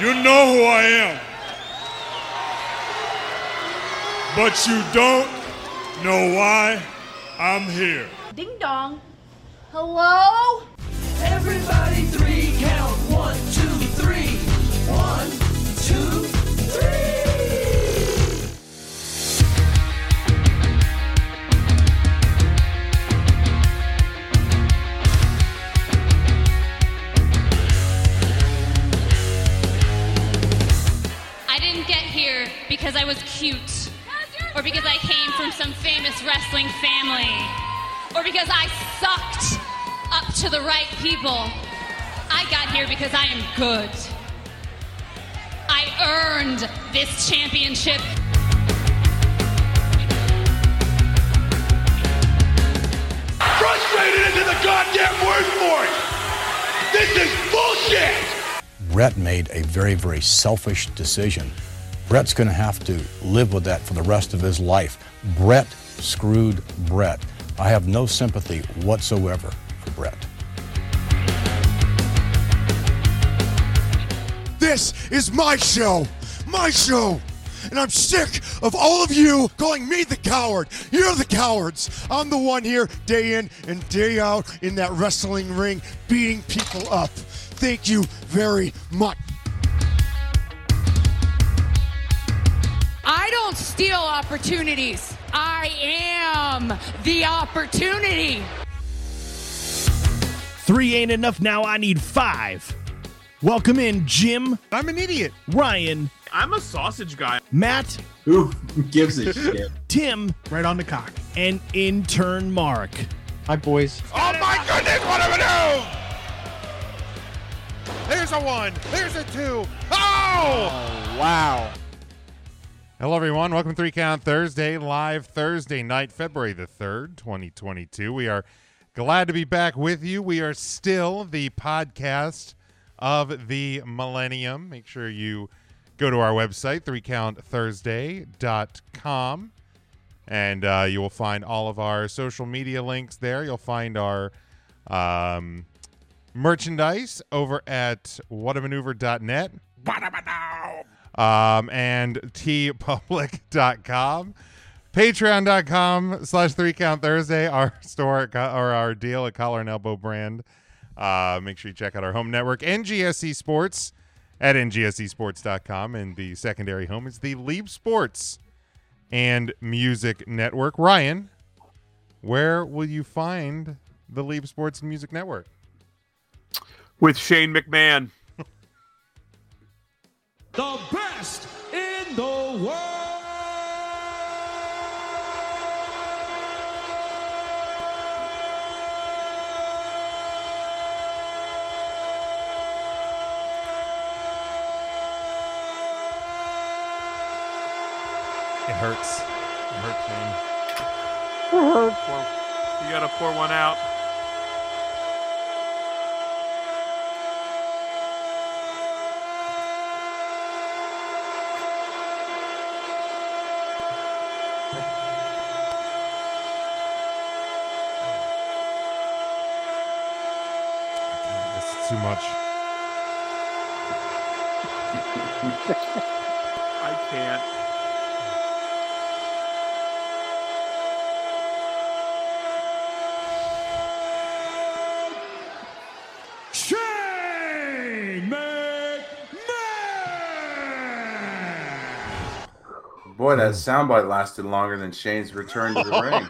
You know who I am. But you don't know why I'm here. Ding dong. Hello? Everybody three count. One, two, three. One, two, three. I didn't get here because I was cute, or because I came from some famous wrestling family, or because I sucked up to the right people. I got here because I am good. I earned this championship. Frustrated isn't the goddamn word for it. This is bullshit. Brett made a very, very selfish decision. Brett's going to have to live with that for the rest of his life. Brett screwed Brett. I have no sympathy whatsoever for Brett. This is my show. My show. And I'm sick of all of you calling me the coward. You're the cowards. I'm the one here day in and day out in that wrestling ring beating people up. Thank you very much. I don't steal opportunities. I am the opportunity. Three ain't enough now. I need five. Welcome in, Jim. I'm an idiot. Ryan. I'm a sausage guy. Matt. Who gives a shit? Tim. Right on the cock. And intern Mark. Hi, boys. Oh my goodness, what am I doing? There's a one. There's a two. Oh! Wow. Hello, everyone. Welcome to Three Count Thursday, live Thursday night, February the 3rd, 2022. We are glad to be back with you. We are still the podcast of the millennium. Make sure you go to our website, threecount3thursday.com, and uh, you will find all of our social media links there. You'll find our um, merchandise over at whatamaneuver.net. Um, and tpublic.com. Patreon.com slash three count Thursday, our store at co- or our deal at Collar and Elbow Brand. Uh, make sure you check out our home network, NGSC E Sports, at ngscsports.com. And the secondary home is the Leap Sports and Music Network. Ryan, where will you find the Leap Sports and Music Network? With Shane McMahon. The best in the world. It hurts. It hurts, man. You gotta pour one out. This is too much. I can't. Shane Boy, that Hmm. soundbite lasted longer than Shane's return to the ring.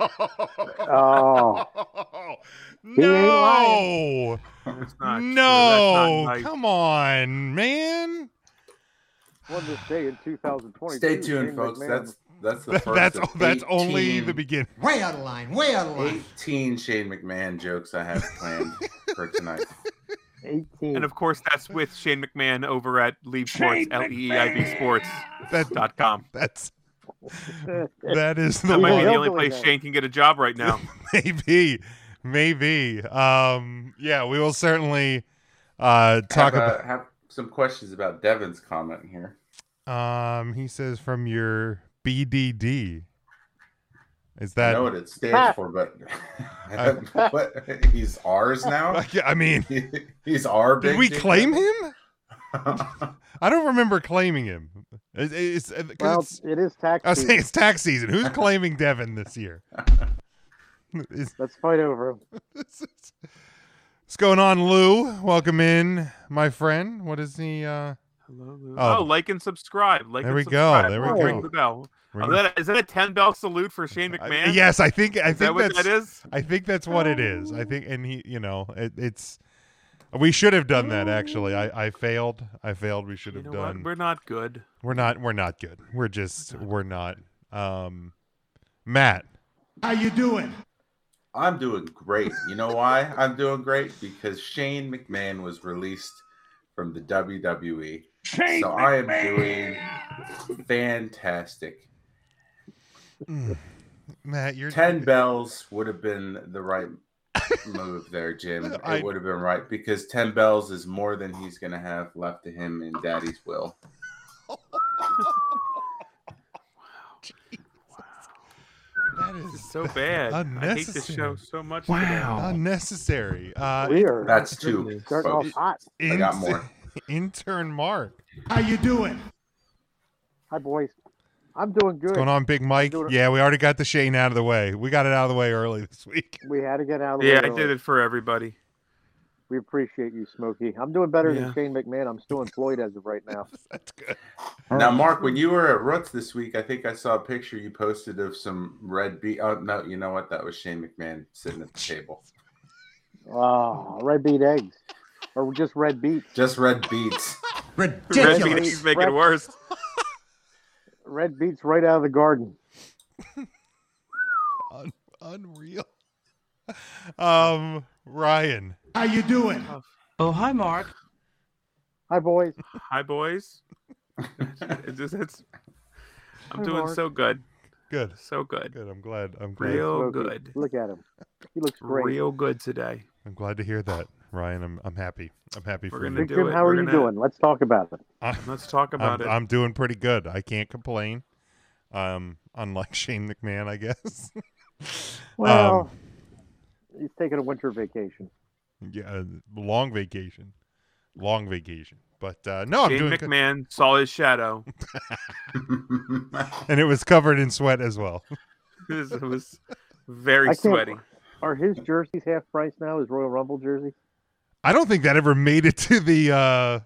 Oh. No. That's not true. That's No. not nice. Come on, man. One this day in 2020. Stay tuned, folks. That's that's the That- first. that's of that's only the 18 beginning. Way out of line. Way out of line. 18 Shane McMahon jokes I have planned for tonight. 18. And of course, that's with Shane McMahon over at Leave Sports, L E E I B Sports That dot com. that's that is the That might be the one. only place Shane can get a job right now. maybe, maybe. Um, yeah, we will certainly uh talk have, uh, about. have some questions about Devin's comment here. Um, he says from your BDD. Is I that? know what it stands for, but what, he's ours now. I mean, he's our big. did we dick claim Devin? him? I don't remember claiming him. It- It's, it's, 'cause Well, it it's- is tax. I was saying season. it's tax season. Who's claiming Devin this year? Let's fight over him. What's going on, Lou? Welcome in, my friend. What is the uh Hello, Lou. Oh, Oh, like and subscribe. Like There and we go, subscribe. there we Oh, go. Ring the bell. Oh, Ring the- that- Is that a ten bell salute for Shane McMahon? yes, I think I Is think that what that's that is. I think that's what it is. I think and he, you know, it, it's we should have done that actually. I I failed. I failed. We should have You know done what? We're not good. We're not. We're not good. We're just. We're not. Um, Matt. How you doing? I'm doing great. You know why I'm doing great? Because Shane McMahon was released from the WWE. Shane so I am doing fantastic. Matt, you're Ten bells would have been the right move there, Jim. I- It would have been right because ten bells is more than he's gonna have left to him in Daddy's will. That is so bad. I hate this unnecessary. show so much. Unnecessary. Uh, Weird. That's two, Starting folks. I got more. Intern Mark. How you doing? Hi, boys. I'm doing good. What's going on, Big Mike? Doing- Yeah, we already got the Shane out of the way. We got it out of the way early this week. We had to get out of the Yeah, way I early. did it for everybody. We appreciate you, Smokey. I'm doing better Yeah. than Shane McMahon. I'm still employed as of right now. That's good. Now, Mark, when you were at Roots this week, I think I saw a picture you posted of some red beef. Oh no, you know what? That was Shane McMahon sitting at the table. Oh, red beet eggs. Or just red beet. Just red beets. Ridiculous. Red beets make it red- worse. Red beets right out of the garden. Un- unreal. Um, Ryan. How you doing? Oh, hi, Mark. Hi, boys. Hi, boys. It's just- it's- I'm Hi, doing Mark. so good. Good. So good. Good. I'm glad. I'm glad. Real Smokey. good. Look at him. He looks great. Real good today. I'm glad to hear that, Ryan. I'm I'm happy. I'm happy for gonna you. do Jim, it. how We're are you gonna- doing? Let's talk about it. Let's talk about I'm, it. I'm doing pretty good. I can't complain. Um, unlike Shane McMahon, I guess. Well, Um, he's taking a winter vacation. um, yeah, long vacation, long vacation. But uh, no, I'm Shane doing good. McMahon saw his shadow. And it was covered in sweat as well. This was very I can't- sweaty. Are his jerseys half price now? His Royal Rumble jersey? I don't think that ever made it to the. Uh,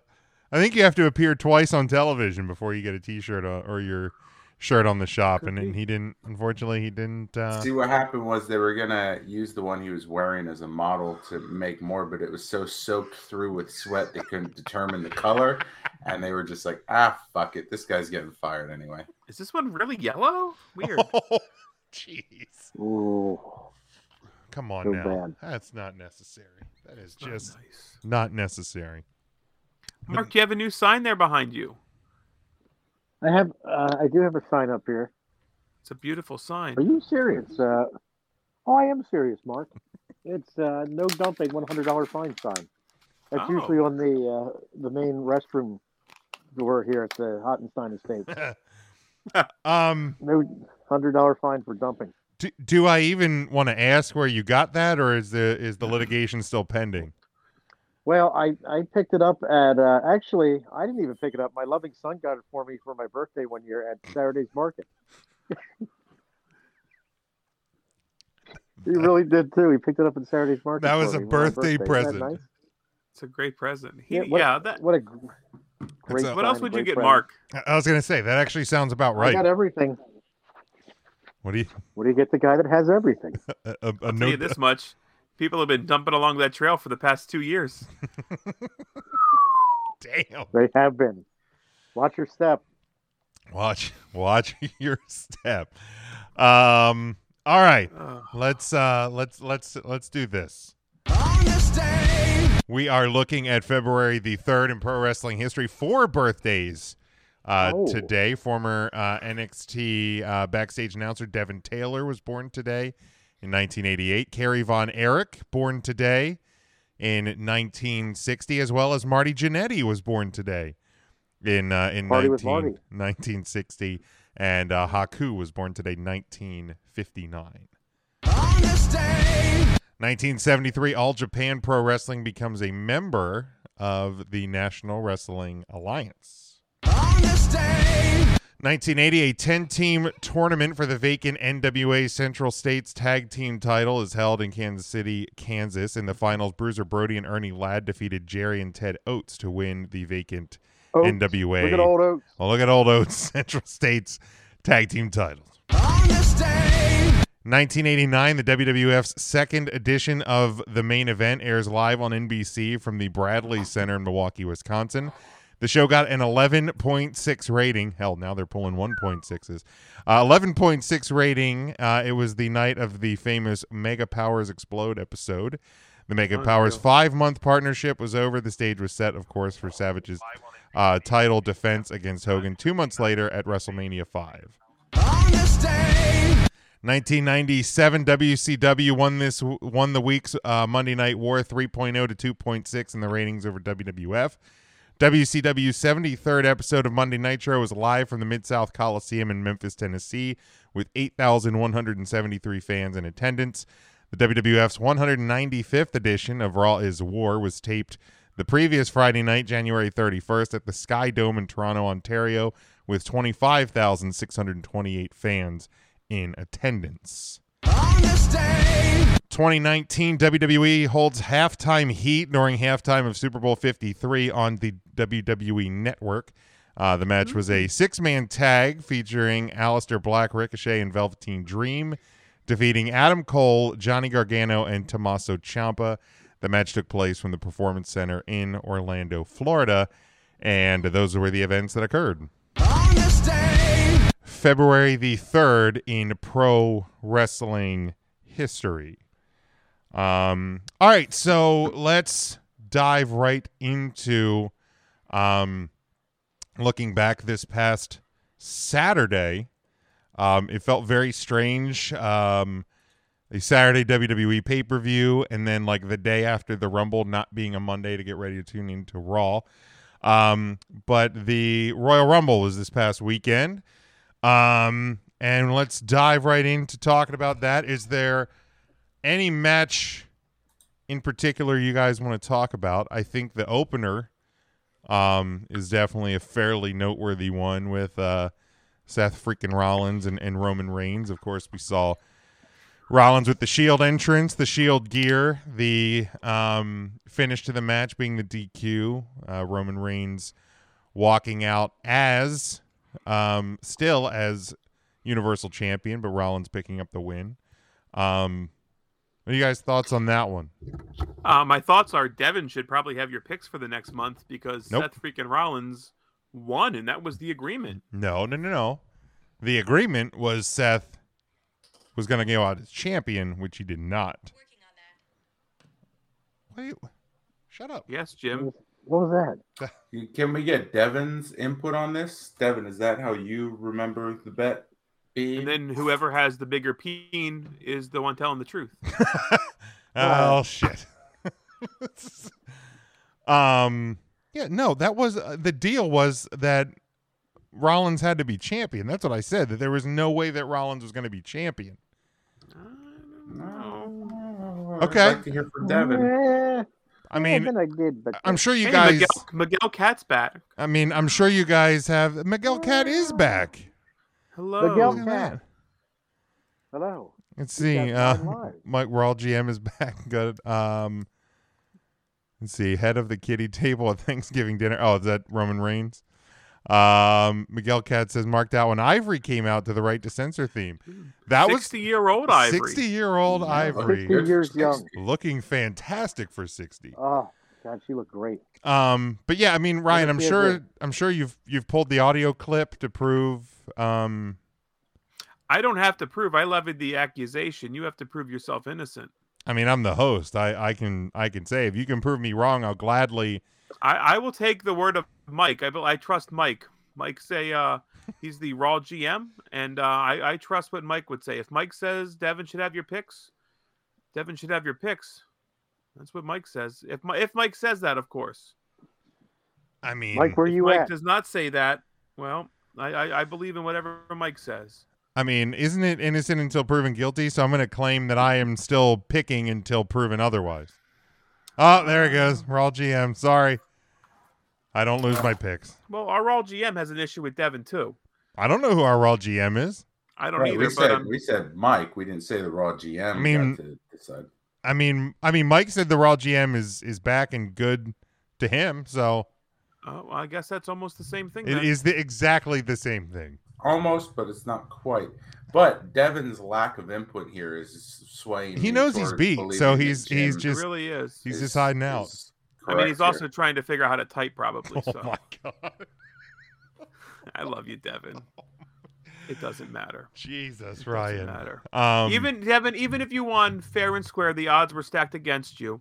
I think you have to appear twice on television before you get a T-shirt uh, or, or your shirt on the shop, and, and he didn't. Unfortunately, he didn't. Uh, See what happened was they were gonna use the one he was wearing as a model to make more, but it was so soaked through with sweat they couldn't determine the color, and they were just like, ah, fuck it, this guy's getting fired anyway. Is this one really yellow? Weird. Jeez. Ooh. Come on So now. bad. That's not necessary. That is just not necessary. Mark, you have a new sign there behind you. I have. Uh, I do have a sign up here. It's a beautiful sign. Are you serious? Uh, oh, I am serious, Mark. It's uh, no dumping, one hundred dollar fine sign. That's Oh. usually on the uh, the main restroom door here at the Hottenstein Estate. um, no hundred dollar fine for dumping. Do, do I even want to ask where you got that, or is the is the litigation still pending? Well, I, I picked it up at uh, actually I didn't even pick it up. My loving son got it for me for my birthday one year at Saturday's Market. he really did too. He picked it up at Saturday's Market. That for was a me for my birthday Isn't that present. nice? It's a great present. He, yeah, Yeah, what, that. what a gr- great. what else sign, would you great get, present. Mark? I- I was gonna say that actually sounds about I got right. everything. What do you? What do you get? The guy that has everything. A, a, a I'll no, tell you this much: people have been dumping along that trail for the past two years. Damn. They have been. Watch your step. Watch, watch your step. Um. All right. Ugh. Let's uh. Let's let's let's do this. We are looking at February the third in pro wrestling history. Four birthdays uh, Oh. today. Former uh, NXT uh, backstage announcer Devin Taylor was born today in 1988. Kerry Von Erich born today in 1960, as well as Marty Jannetty was born today in uh, in Party 19, with Marty. 1960, and uh, Haku was born today 1959. 1973, All Japan Pro Wrestling becomes a member uh, of the National Wrestling Alliance. 1980, a 10 team tournament for the vacant NWA Central States Tag Team title is held in Kansas City, Kansas. In the finals, Bruiser Brody and Ernie Ladd defeated Jerry and Ted Oates to win the vacant Oates. NWA. Look at old Oates. Well, look at old Oates Central States Tag Team titles. 1989, the WWF's second edition of the main event airs live on NBC from the Bradley Center in Milwaukee, Wisconsin. The show got an 11.6 rating. Hell, now they're pulling 1.6s. Uh, 11.6 rating. Uh, it was the night of the famous Mega Powers Explode episode. The Mega Powers five month partnership was over. The stage was set, of course, for Savage's uh, title defense against Hogan two months later at WrestleMania 5. 1997 WCW won this won the week's uh, Monday Night War 3.0 to 2.6 in the ratings over WWF. WCW 73rd episode of Monday Nitro was live from the Mid South Coliseum in Memphis, Tennessee, with 8,173 fans in attendance. The WWF's 195th edition of Raw is War was taped the previous Friday night, January 31st, at the Sky Dome in Toronto, Ontario, with 25,628 fans in attendance. 2019 WWE E holds halftime heat during halftime of Super Bowl 53 on the WWE Network. Uh, the match was a six man tag featuring Aleister Black, Ricochet, and Velveteen Dream, defeating Adam Cole, Johnny Gargano, and Tommaso Ciampa. The match took place from the Performance Center in Orlando, Florida, and those were the events that occurred. February the 3rd in pro wrestling history. Um, all right, so let's dive right into um, looking back this past Saturday. Um, it felt very strange. Um, the Saturday WWE pay per view, and then like the day after the Rumble not being a Monday to get ready to tune into Raw. Um, but the Royal Rumble was this past weekend. Um, and let's dive right into talking about that. Is there any match in particular you guys want to talk about? I think the opener um, is definitely a fairly noteworthy one with uh, Seth freaking Rollins and, and Roman Reigns. Of course, we saw Rollins with the Shield entrance, the Shield gear, the um, finish to the match being the DQ. Uh, Roman Reigns walking out as um, still as Universal Champion, but Rollins picking up the win. Um, what are you guys' thoughts on that one? Uh, my thoughts are Devin should probably have your picks for the next month because Nope. Seth freaking Rollins won, and that was the agreement. No, no, no, no. The agreement was Seth was going to go out as champion, which he did not. Wait, shut up. Yes, Jim. What was that? Can we get Devin's input on this? Devin, is that how you remember the bet? And then whoever has the bigger peen is the one telling the truth. Oh shit. um yeah, no, that was uh, the deal was that Rollins had to be champion. That's what I said that there was no way that Rollins was going to be champion. Okay. I'd like to hear from Devin. I mean, I did, but I'm sure you Hey, guys Miguel, Miguel Cat's back. I mean, I'm sure you guys have Miguel Cat is back. Hello. Miguel Look at Cat. that. Hello. Let's see. got Uh, Ryan Lyons. Mike Rawl GM is back. Good. Um, let's see. Head of the kitty table at Thanksgiving dinner. Oh, is that Roman Reigns? Um, Miguel Cat says marked out when Ivory came out to the right to censor theme. That was 60 year old Ivory. 60 year old Ivory. 60 years young. Looking fantastic for 60. Oh, God, she looked great. Um, but yeah, I mean, Ryan, I'm kid sure, with- I'm sure you've, you've pulled the audio clip to prove, um, I don't have to prove. I levied the accusation. You have to prove yourself innocent. I mean, I'm the host. I, I can, I can say if you can prove me wrong, I'll gladly, I, I will take the word of Mike. I bel- I trust Mike. Mike say uh, he's the raw GM, and uh, I I trust what Mike would say. If Mike says Devin should have your picks, Devin should have your picks. That's what Mike says. If Mi- if Mike says that, of course. I mean, Mike, where If you Mike at? does not say that. Well, I, I I believe in whatever Mike says. I mean, isn't it innocent until proven guilty? So I'm going to claim that I am still picking until proven otherwise. Oh, there it goes. We're all GM. Sorry. I don't lose my picks. Well, our all GM has an issue with Devin too. I don't know who our raw GM is. I don't Right, either, We but said I'm- we said Mike. We didn't say the raw GM. I mean- got to decide. I mean, I mean, Mike said the raw GM is is back and good to him, so Oh, well, I guess that's almost the same thing. it then. is the, exactly the same thing. almost, but it's not quite. But Devin's lack of input here is swaying. He me knows he's towards beat, believing so that he's he's Jim- just really is. He's Is- just hiding out. I mean, he's correct here. also trying to figure out how to type, probably. Oh so. my god! I love you, Devin. It doesn't matter. Jesus, it Ryan. Doesn't matter. Um, even Devin, even if you won fair and square, the odds were stacked against you.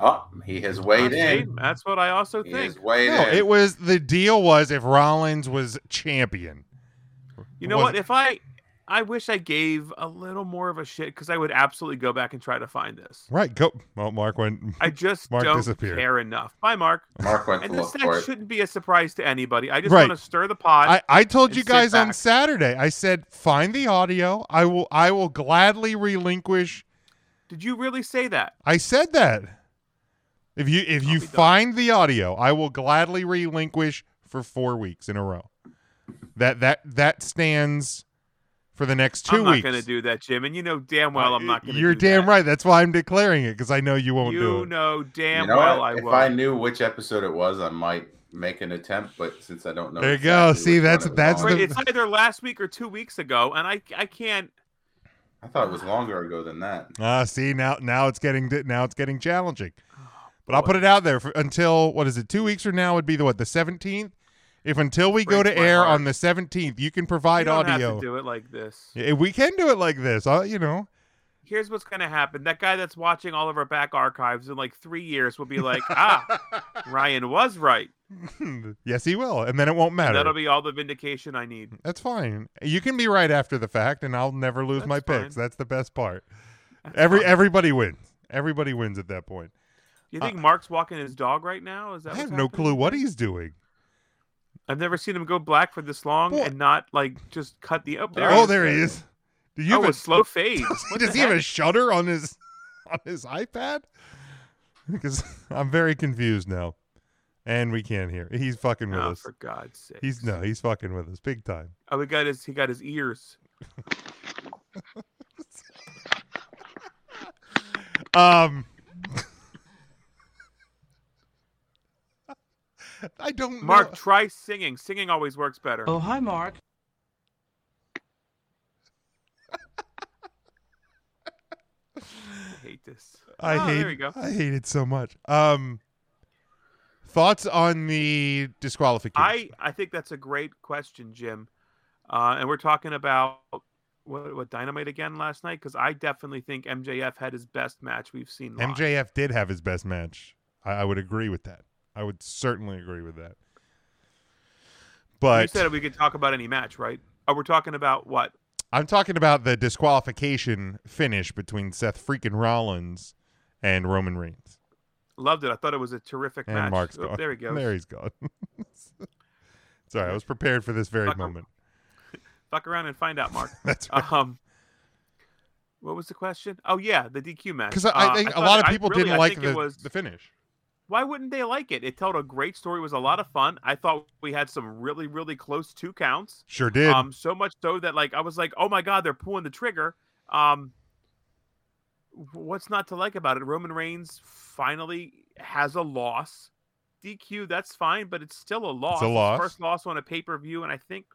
Oh, he has weighed See, in. That's what I also He think. has weighed No, in. it was the deal was if Rollins was champion. You know Was- what? If I, I wish I gave a little more of a shit because I would absolutely go back and try to find this. Right, go. Well, Mark went. I just Mark don't disappeared. care enough. Bye, Mark. Mark went and to this look for that it. shouldn't be a surprise to anybody. I just Right. want to stir the pot. I, I told you and sit guys on back. Saturday. I said find the audio. I will I will gladly relinquish. Did you really say that? I said that. If you if you find the audio, I will gladly relinquish for 4 weeks in a row. That that that stands for the next 2 I'm weeks. not going to do that, Jim, and you know damn well Uh, I'm not going to. You're damn right. That's why I'm declaring it cuz I know you won't do You it. know damn You know well what? I if will. I knew which episode it was, I might make an attempt. But since I don't know, There you go. exactly See, which one that's- it was that's on, Right, the- it's either last week or two weeks ago, and I I can't. I thought it was Ah. longer ago than that. Ah, see now now it's getting di- now it's getting challenging. Oh, But I'll put it out there for, until what is it? Two weeks from now would be the what the seventeenth. If until we go Breaks to my air heart. on the seventeenth, you can provide You don't audio. have to do it like this. Yeah, we can do it like this. Uh, you know, Here's what's going to happen: that guy that's watching all of our back archives in like three years will be like, ah, Ryan was right. yes, he will, and then it won't matter. That'll be all the vindication I need. That's fine. You can be right after the fact, and I'll never lose my picks. That's the best part. Every everybody wins. Everybody wins at that point. Uh, You think Mark's walking his dog right now? Is that I what's have no happening? clue what he's doing. I've never seen him go black for this long Boy. and not like just cut the up there. oh, there he is. Do you Oh, have a a slow fade. What Does the he have a heck? shutter on his on his iPad? Because I'm very confused now, and we can't hear. He's fucking with Oh, us. for God's sake. He's no, he's fucking with us big time. Oh, he got his he got his ears. Um, I don't. Mark, try singing. Singing always works better. Oh, hi, Mark. I hate this. I oh, hate. There we go. I hate it so much. Um, thoughts on the disqualification? I I think that's a great question, Jim. Uh, and we're talking about what, what dynamite again last night because I definitely think MJF had his best match we've seen. Live. MJF did have his best match. I, I would agree with that. I would certainly agree with that. you But said we could talk about any match, right? Oh, we're talking about what? I'm talking about the disqualification finish between Seth freaking Rollins and Roman Reigns. Loved it. I thought it was a terrific And match. Mark's Oh, gone. There he goes. There he's gone. Sorry, I was prepared for this Uh, very moment. Fuck around and find out, Mark. That's right. Um, what was the question? Oh yeah, the DQ match. Because I, I Uh, think a thought lot it- of people really, didn't I like think it the, was- the finish. Why wouldn't they like it? It told a great story. It was a lot of fun. I thought we had some really, really close two counts. Sure did. Um, so much so that like I was like, oh my god, they're pulling the trigger. Um, what's not to like about it? Roman Reigns finally has a loss. DQ, that's fine, but it's still a loss. His loss. First loss on a pay per view, and I think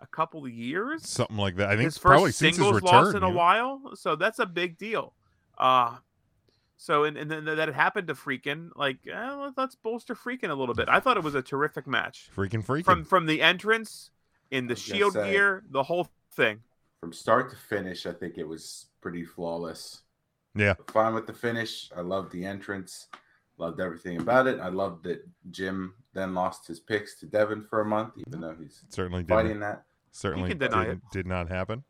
a couple of years. Something like that. I think his first probably since his singles return. loss in a yeah. while, so that's a big deal. Uh so and, and then that it happened to freaking like eh, let- let's bolster freaking a little bit. I thought it was a terrific match Freaking freaking. from from the entrance in the was gonna shield say. gear, the whole thing. From start to finish, I think it was pretty flawless. yeah. Fine with the finish. I loved the entrance. Loved everything about it. I loved that Jim then lost his picks to Devin for a month, even though he's Certainly didn't. fighting that. Certainly can deny didn't- did not happen.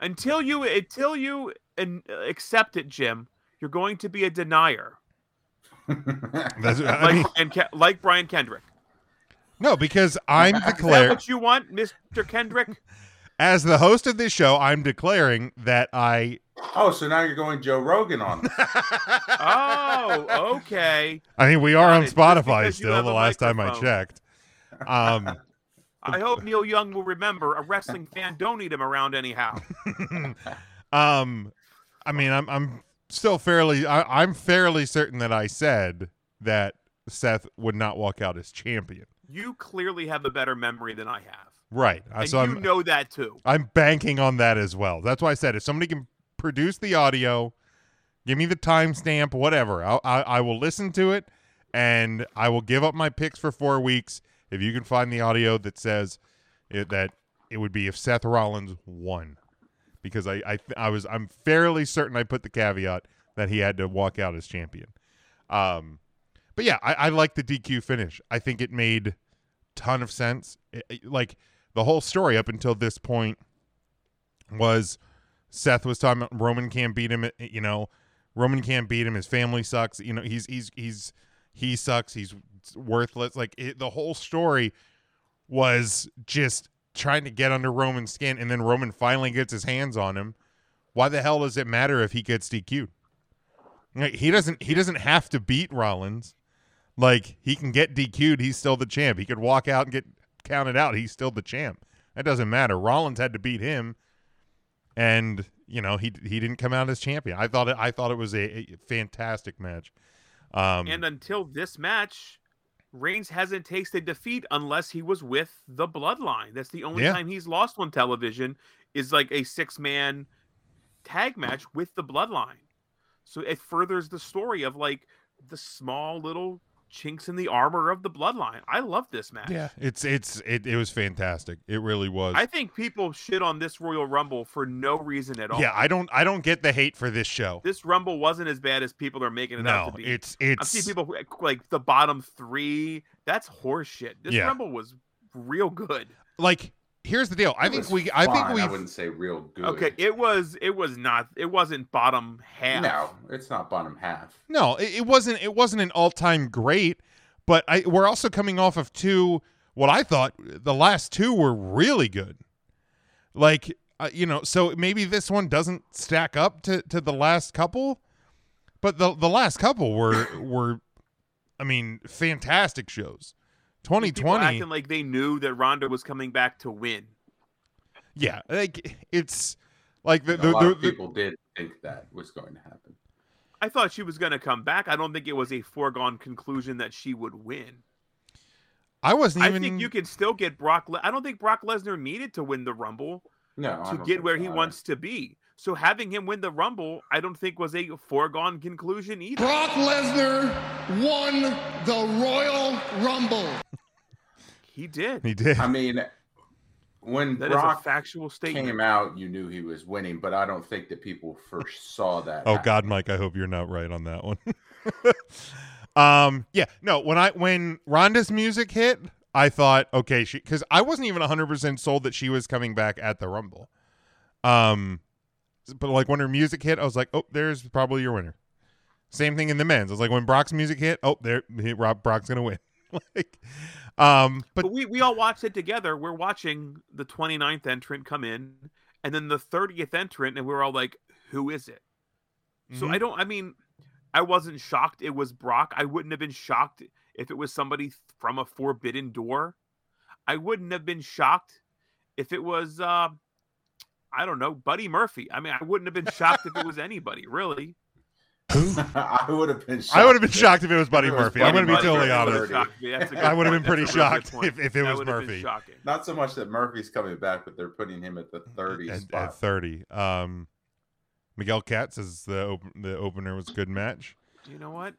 Until you until you and accept it, Jim, you're going to be a denier. That's, I like mean- Brian Ke- like Brian Kendrick. no, because I'm Is that declaring. what you want, Mr. Kendrick? As the host of this show, I'm declaring that I Oh, so now you're going Joe Rogan on him. oh, okay. I mean we are on Spotify because you still have the a last time I microphone. checked. Um I hope Neil Young will remember a wrestling fan don't need him around anyhow. um I mean I'm I'm still fairly I, I'm fairly certain that I said that Seth would not walk out as champion. You clearly have a better memory than I have. Right. Uh, And so you I'm, know that too. I'm banking on that as well. That's why I said if somebody can produce the audio, give me the timestamp, whatever. I'll, I I will listen to it, and I will give up my picks for four weeks if you can find the audio that says it, that it would be if Seth Rollins won, because I I, th- I was I'm fairly certain I put the caveat that he had to walk out as champion. Um, but yeah, I, I like the DQ finish. I think it made ton of sense. It- it- like the whole story up until this point was Seth was talking about Roman can't beat him. eh, You know, Roman can't beat him. His family sucks. You know, he's he's he's he sucks. He's worthless. Like it, the whole story was just trying to get under Roman's skin, and then Roman finally gets his hands on him. Why the hell does it matter if he gets DQ'd? Like, he doesn't. He doesn't have to beat Rollins. Like he can get DQ'd. He's still the champ. He could walk out and get counted out. He's still the champ. That doesn't matter. Rollins had to beat him, and you know he he didn't come out as champion. I thought it. I thought it was a, a fantastic match. Um, and until this match, Reigns hasn't tasted defeat unless he was with the Bloodline. That's the only Yeah. time he's lost on television is like a six man tag match with the Bloodline. So it furthers the story of like the small little chinks in the armor of the Bloodline. I love this match. yeah, it's it's it, it was fantastic. It really was. I think people shit on this Royal Rumble for no reason at all. yeah, I don't I don't get the hate for this show. this Rumble wasn't as bad as people are making it out No, to be. it's- I've it's- seen people who, like- like the bottom three. That's horseshit. This Yeah. Rumble was real good. Like here's the deal. I It think was we I think fine. we I I wouldn't say real good. Okay, it was. It was not. It wasn't bottom half. No, it's not bottom half. No, it, it wasn't. It wasn't an all-time great, but I, we're also coming off of two. What I thought the last two were really good. Like uh, you know, so maybe this one doesn't stack up to, to the last couple, but the the last couple were were, I mean, fantastic shows. Twenty People twenty, acting like they knew that Ronda was coming back to win. yeah, like it's like the, A the, lot the, of the- people did think that was going to happen. I thought she was going to come back. I don't think it was a foregone conclusion that she would win. I wasn't I even. think you can still get Brock. Le- I don't think Brock Lesnar needed to win the Rumble No, I to don't get think where so he either. wants to be. So having him win the Rumble, I don't think was a foregone conclusion either. Brock Lesnar won the Royal Rumble. He did. He did. I mean, when That is a Brock factual statement. came out, you knew he was winning, but I don't think that people first saw that. Oh happen. God, Mike, I hope you're not right on that one. um, yeah, no. When I when Rhonda's music hit, I thought, okay, she because I wasn't even 100 percent sold that she was coming back at the Rumble. Um, but like when her music hit, I was like, oh, there's probably your winner. Same thing in the men's. I was like, when Brock's music hit, oh, there, he- Rob Brock's gonna win. like, um, But, we, we all watched it together. We're watching the 29th entrant come in and then the 30th entrant, and we were all like, who is it? So Mhm. I don't, I mean, I wasn't shocked it was Brock. I wouldn't have been shocked if it was somebody from a forbidden door. I wouldn't have been shocked if it was, uh, I don't know, Buddy Murphy. I mean, I wouldn't have been shocked if it was anybody, really. I would have been. Shocked I would have been shocked if it was Buddy it was Murphy. I'm Buddy gonna be Murphy, totally I would've honest. been shocked. Yeah, that's a good I would have been point. pretty That's a really good shocked point. if, if it That was would've been Murphy. shocking. Not so much that Murphy's coming back, but they're putting him at the 30 at, spot. at 30. Um, Miguel Katz says the open, the opener was a good match. You know what?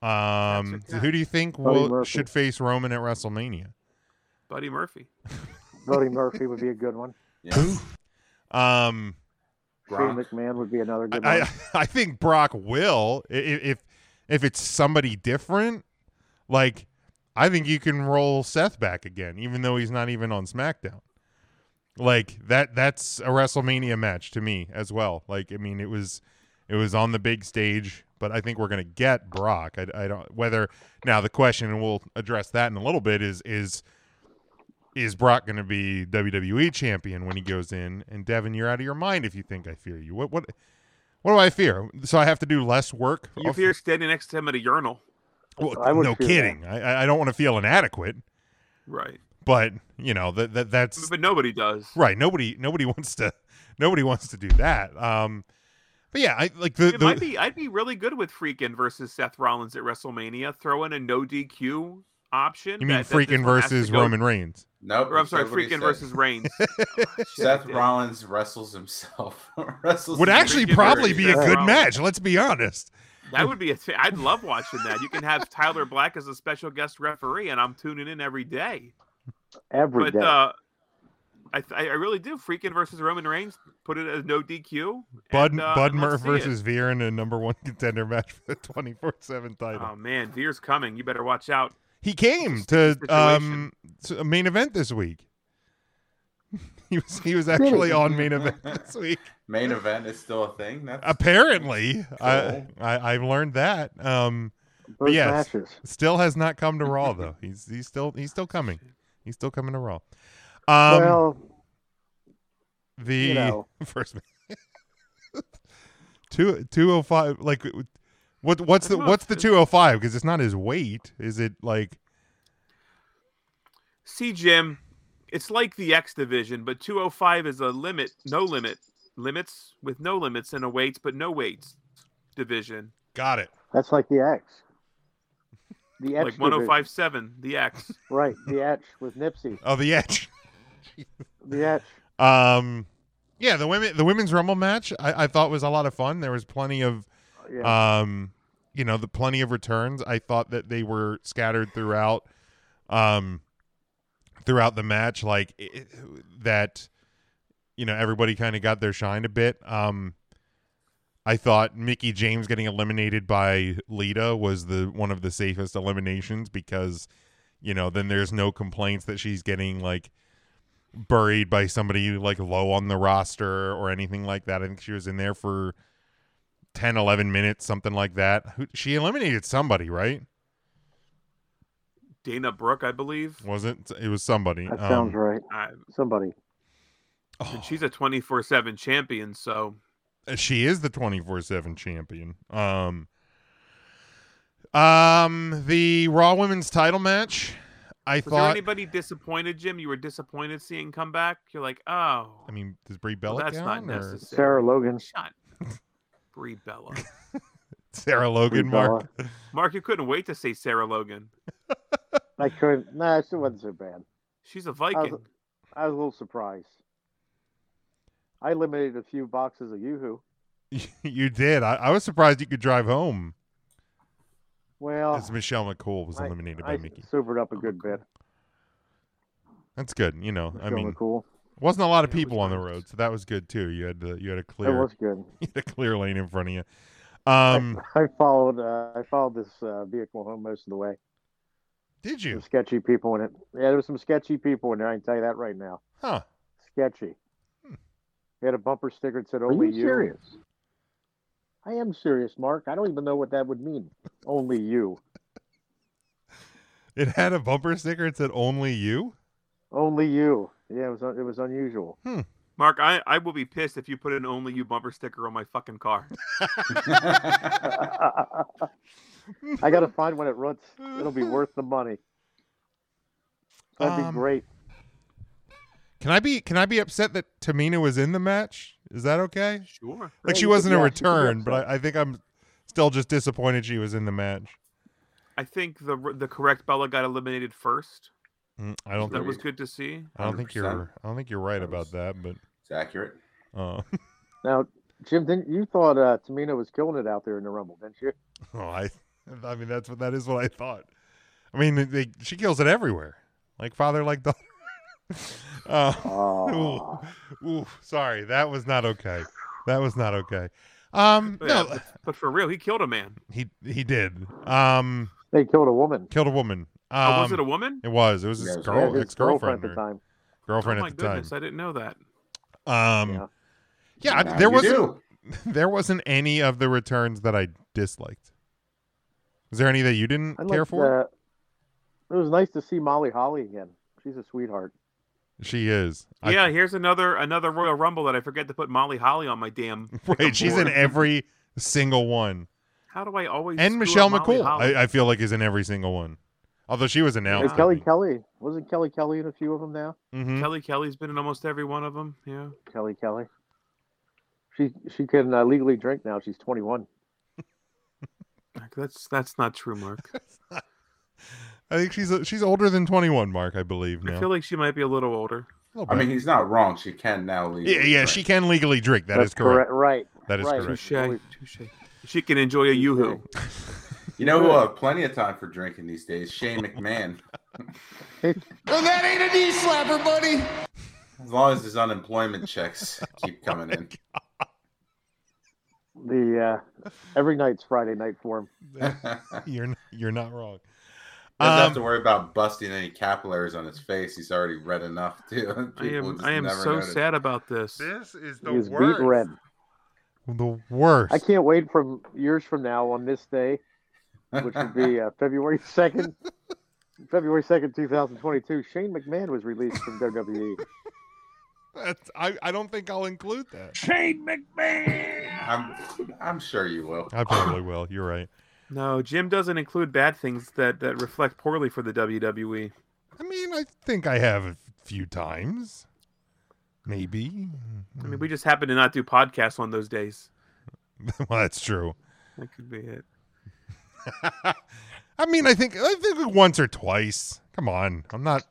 Um, so who do you think Buddy will Murphy. should face Roman at WrestleMania? Buddy Murphy. Roddy Murphy would be a good one. Um, Shane McMahon would be another good I one. I think Brock will i- i- if if it's somebody different. Like, I think you can roll Seth back again, even though he's not even on SmackDown. Like that that's a WrestleMania match to me as well. Like, I mean, it was it was on the big stage, but I think we're gonna get Brock. I, I don't whether now the question, and we'll address that in a little bit. Is is is Brock going to be WWE champion when he goes in? And Devin, you're out of your mind if you think I fear you. What what what do I fear? So I have to do less work. Oh, You fear standing next to him at a urinal. Well, no kidding. I- I I don't want to feel inadequate, Right. but you know that that that's But nobody does. Right. Nobody nobody wants to nobody wants to do that. Um but yeah, I like the, It the might be. I'd be really good with Freakin versus Seth Rollins at WrestleMania. Throw in a no DQ option. You mean that- that this Freakin' one has to versus go- Roman Reigns? Nope, Or, I'm sorry, that's what he Freakin said. versus Reigns. Seth Rollins wrestles himself. wrestles would him actually pretty probably dirty. be a Seth good Rollins. match, let's be honest. That would be a. T- I'd love watching that. You can have Tyler Black as a special guest referee, and I'm tuning in every day. Every but day. uh, I, th- I really do. Freakin versus Roman Reigns. Put it as no DQ. Bud and, uh, Bud and Murph let's see it. versus Veer in a number one contender match for the twenty four seven title. Oh man, Veer's coming. You better watch out. he came to um to a main event this week. he was he was actually on main event this week. Main event is still a thing. That's Apparently, I, Cool. I I've learned that. Um, but Both yes, matches. still has not come to Raw though. He's he's still he's still coming. He's still coming to Raw. Um, Well, the you know. first two two oh five like what what's the what's the two oh five because it's not his weight. Is it like See, Jim, it's like the X division, but 205 is a limit, no limit, limits with no limits and a weights, but no weights division. Got it. That's like the X. The X. like division. 1057, the X. Right, the X with Nipsey. oh the edge? The X. Um, yeah, the women the women's rumble match I, I thought was a lot of fun. There was plenty of, Oh, Yeah. um, you know, the plenty of returns. I thought that they were scattered throughout, um, throughout the match, like it, it- that. You know, everybody kind of got their shine a bit. Um, I thought Mickey James getting eliminated by Lita was the one of the safest eliminations because, you know, then there's no complaints that she's getting like buried by somebody like low on the roster or anything like that. I think she was in there for 10, 11 minutes, something like that. Who, she eliminated somebody, right? Dana Brooke, I believe. Was it? It was somebody. That Um, sounds right. Somebody. Oh. And she's a 24 7 champion, so She is the 24/7 champion. Um um the Raw Women's title match, I was there thought anybody disappointed, Jim? You were disappointed seeing come back? You're like, oh, I mean, does Brie well, Bella that's not count, or- necessary. Shut. Brie Bella. Sarah Logan, Brie Mark. Mark, you couldn't wait to say Sarah Logan. I could. Nah, she wasn't so bad. She's a I was, Viking. I was a little surprised. I eliminated a few boxes of yoo-hoo. you did. I, I was surprised you could drive home Well, as Michelle McCool was Oh, I- eliminated I by Mickey. sobered up a good bit. That's good. You know, I Michelle mean, McCool. wasn't a lot of people on the road, so that was good too. You had the you had a clear. was good. You had a clear lane in front of you. Um, I followed. Uh, I followed this uh, vehicle home most of the way. Did you? Some sketchy people in it. Yeah, there was some sketchy people in there. I can tell you that right now. Huh. Sketchy. They had a bumper sticker that said Hmm. Are "Only you serious? I am serious, Mark. I don't even know what that would mean. Only you. it had a bumper sticker. It said "Only you." Only you. Yeah, it was. un- It was unusual. Mark, I, I will be pissed if you put an only you bumper sticker on my fucking car. I gotta find one at Roots. It'll be worth the money. That'd Um, be great. Can I be can I be upset that Tamina was in the match? Is that okay? Sure. Like Yeah, she you- wasn't a yeah, you could be return, but upset. I, I think I'm still just disappointed she was in the match. I think the the correct Bella got eliminated first. Mm, I don't. That think, was good to see. I don't think you're. 100%. I don't think you're right about that, but It's accurate. uh, Now, Jim, didn't you thought uh, Tamina was killing it out there in the Rumble, didn't you? oh, I. I mean, that's what that is. What I thought. I mean, they, they- she kills it everywhere, like father, like daughter. uh, Oh. ooh, ooh, sorry, that was not okay. That was not okay. Um, But, no, but, but for real, he killed a man. He he did. Um, they killed a woman. Killed a woman. Um, Oh, was it a woman? It was. It was his Yeah, it was a girl, woman. ex girlfriend Girlfriend at the time. Girlfriend oh my at the goodness, I didn't know that. time. Um, yeah, I- Now there you wasn't. do. There wasn't any of the returns that I disliked. Was there any that you didn't I care liked, for? uh, it was nice to see Molly Holly again. She's a sweetheart. She is. I- Yeah, here's another another Royal Rumble that I forget to put Molly Holly on my damn. Wait, she's in board. every single one. How do I always And screw Michelle up Molly McCool, Holly? I, I feel like, is in every single one. Although she was announced. And Kelly Kelly wasn't Kelly Kelly in a few of them now. Mhm. Kelly Kelly's been in almost every one of them. Yeah. Kelly Kelly. She she can uh, legally drink now. She's 21. That's that's not true, Mark. I think she's she's older than 21, Mark, I believe now. Oh, I feel like she might be a little older. I mean, he's not wrong. She can now leave. yeah, yeah, she can legally drink. That's That's correct, correct. right, That is right. correct. Touche. Touche. She can enjoy a yoo-hoo. You know who will have plenty of time for drinking these days? Shane McMahon. And that ain't a knee slapper, buddy. As long as his unemployment checks keep coming in. The uh, every night's Friday night for him. you're n- you're not wrong. Doesn't Um, have to worry about busting any capillaries on his face. He's already red enough too. I People am just I am never so notice. sad about this. This is He is beat red. The worst. I can't wait from years from now on this day, which would be uh, February 2nd. February 2nd, 2022, Shane McMahon was released from E. WWE. That's, I, I don't think I'll include that. Shane McMahon. I'm I'm sure you will. I probably will. You're right. No, Jim doesn't include bad things that that reflect poorly for the E. WWE. I mean, I think I have a few times. Maybe. I mean, Hmm. we just happen to not do podcasts on those days. well, that's true. That could be it. I mean, I think I think once or twice. Come on, I'm not.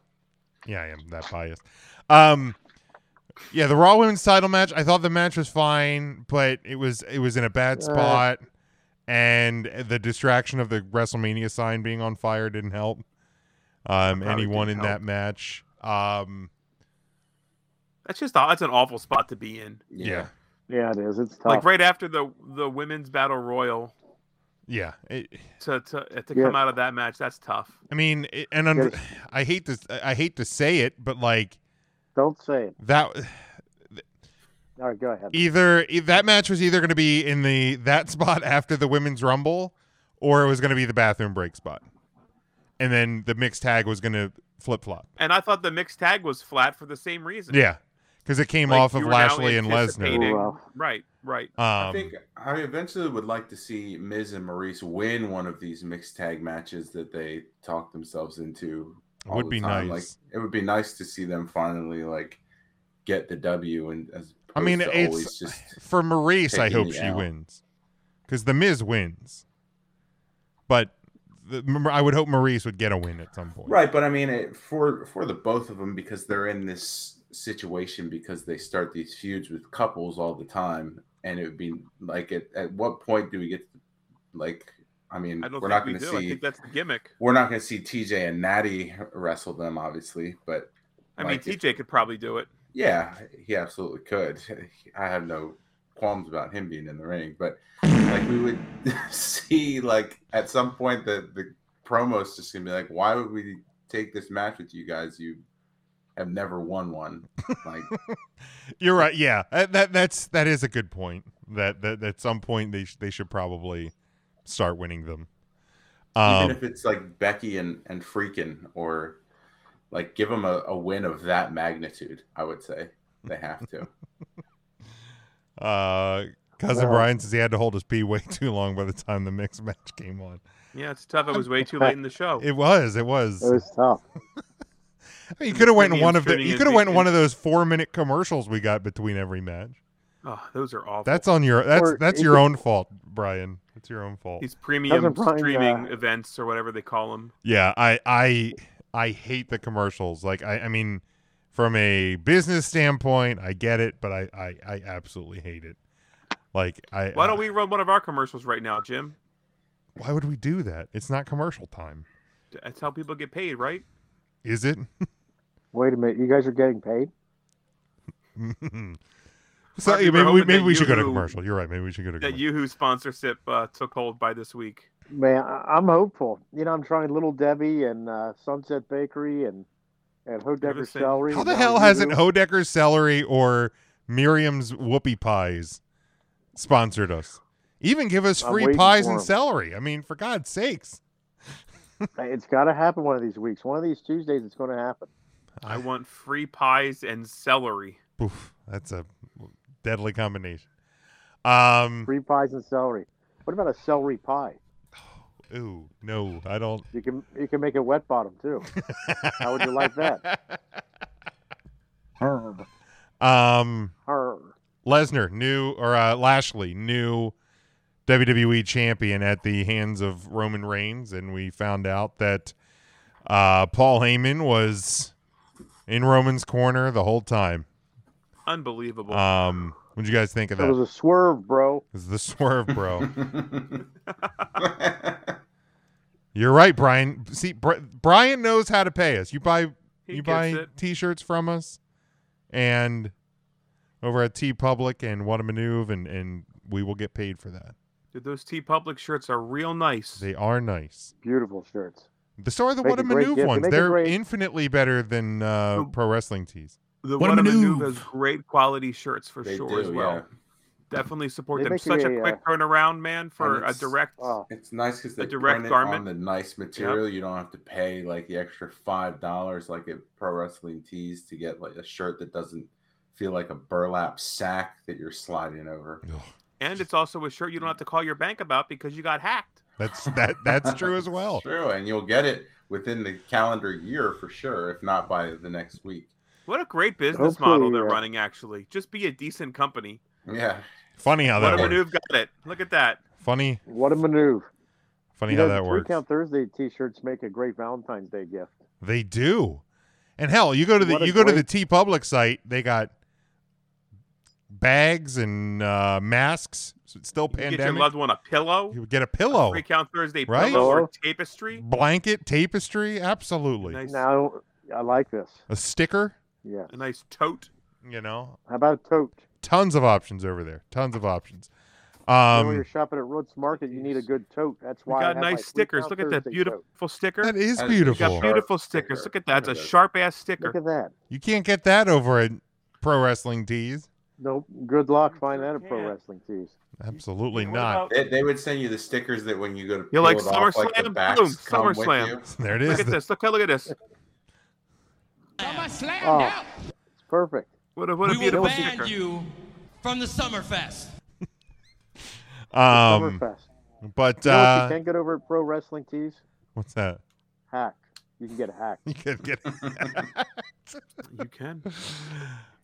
Yeah, I am that biased. Um, yeah, the Raw Women's Title match. I thought the match was fine, but it was it was in a bad Uh. spot, and the distraction of the WrestleMania sign being on fire didn't help. Um, probably anyone in didn't that match. Um, That's just that's an awful spot to be in. yeah, Yeah, it is. It's tough. Like right after the the women's battle royal yeah. It, to to uh, to Yeah. come out of that match, that's tough. I mean, it, and un- I hate to I hate to say it, but like, don't say it. That All right, go ahead. either e- that match was either going to be in the that spot after the women's rumble or it was going to be the bathroom break spot and then the mixed tag was going to flip-flop And I thought the mixed tag was flat for the same reason. yeah because it came Like, off you of were now lashley and anticipating- lesnar Right, right. I Um, think I eventually would like to see Miz and Maurice win one of these mixed tag matches that they talk themselves into. all Would the be time. Like nice. it would be nice to see them finally like get the W and as i mean opposed to it's always just for maurice i taking hope the she L. wins because the miz wins but the, m- i would hope maurice would get a win at some point Right, but I mean it, for for the both of them because they're in this situation because they start these feuds with couples all the time, and it would be like at, at what point do we get like I mean I don't we're think not we going to do. I see think that's the gimmick. we're not going to see TJ and Natty wrestle them obviously, but I like, mean, TJ could probably do it. yeah, he absolutely could. I have no qualms about him being in the ring, but like we would see like at some point the the promos just gonna be like, why would we take this match with you guys? You have never won one. Like You're right. Yeah, that, that that's that is a good point. That that at some point they sh- they should probably start winning them. Um, even if it's like Becky and and freaking or like give them a, a win of that magnitude, I would say they have to. uh, cousin Well- Brian says he had to hold his pee way too long by the time the mixed match came on. Yeah, it's tough. It was way too late in the show. It was. It was. It was tough. I mean, you could have went in Premium one of the. streaming You is could have went in weekend. one of those four minute commercials we got between every match. Oh, those are awful. That's on your. That's Or that's it your could- own fault, Brian. It's your own fault. these premium Doesn't Brian, streaming events or whatever they call them. Yeah, I I I hate the commercials. Like I I mean, from a business standpoint, I get it, but I I, I absolutely hate it. Like I Why don't we run one of our commercials right now, Jim? why would we do that? It's not commercial time, That's how people get paid, right? is it? Wait a minute. You guys are getting paid? so Mark, yeah, maybe we were we hoping maybe that we should go to Yoohoo- commercial. You're right. Maybe we should go to That commercial. YooHoo sponsorship uh, took hold by this week. Man, I- I'm hopeful. You know, I'm trying Little Debbie and uh, Sunset Bakery and and Hodecker's seen- Celery. How and the now hell you hasn't do. Hodecker's celery or Miriam's whoopie pies sponsored us? Even give us I'm free waiting pies for and 'em. celery. I mean, for God's sakes. It's got to happen one of these weeks. One of these Tuesdays, it's going to happen. I want free pies and celery. Oof, that's a deadly combination. Um, Free pies and celery. What about a celery pie? ooh, no, I don't. You can you can make a wet bottom too. How would you like that? Herb. Um, Herb. Lesnar, new or uh, Lashley, new WWE champion at the hands of Roman Reigns, and we found out that uh, Paul Heyman was in Roman's corner the whole time. Unbelievable. Um, what would you guys think of That that? was a swerve, bro. It's the swerve, bro. You're right, Brian. See, Bri- Brian knows how to pay us. You buy He you gets buy it. t-shirts from us, and over at T Public and What a Maneuver, and and we will get paid for that. Dude, those T Public shirts are real nice. They are nice. Beautiful shirts. The store the Make What a a great gift. Maneuver They ones. make a They're great- infinitely better than uh, Oh. pro wrestling tees. The What a one maneuver. has great quality shirts for They sure do, as well. yeah. Definitely support They them. make Such a, a, uh, quick turnaround, man, for And a it's- direct. It's nice because a they direct print it garment. on the nice material. You don't have to pay like the extra five dollars like at pro wrestling tees to get like a shirt that doesn't feel like a burlap sack that you're sliding over. And it's also a shirt you don't have to call your bank about because you got hacked. That's that. That's true as well. True, and you'll get it within the calendar year for sure, if not by the next week. What a great business Hopefully, model they're uh, running, actually. Just be a decent company. Yeah. Funny how What that a works. maneuver got it. Look at that. Funny. What a maneuver. Funny You how know, that three works. Count Thursday T-shirts make a great Valentine's Day gift. They do. And hell, you go to the What a you go to the great- T Public site, they got bags and uh, masks. So it's still You pandemic. get your loved one a pillow. You would get a pillow, Free Count Thursday Right? pillow or Pillow. tapestry. blanket, tapestry, absolutely. Now I like this. A sticker, Yeah. A nice tote. You know. How about a tote? tons of options over there. Tons of options. You know, when Um, you're shopping at Roots Market, you need a good tote. That's We why I got have my Free nice stickers. Count Look at that Thursday beautiful sticker. That is We beautiful. got beautiful stickers. Look at that. It's a sharp ass sticker. Look at that. you can't get that over at Pro Wrestling Tees. Nope. Good luck finding that at pro wrestling tees. Absolutely not. They, they would send you the stickers that when you go to You're peel like it off, SummerSlam. like the backs boom. come with you. SummerSlam. There it Look is. at this. Look, look at this. SummerSlam Oh, now. it's perfect. What a, what a we will beautiful ban sticker. you from the Summerfest. Um, Summerfest. but You know what you uh, can get over at pro wrestling tees? what's that? Hack. You can get hacked. You can get. You can.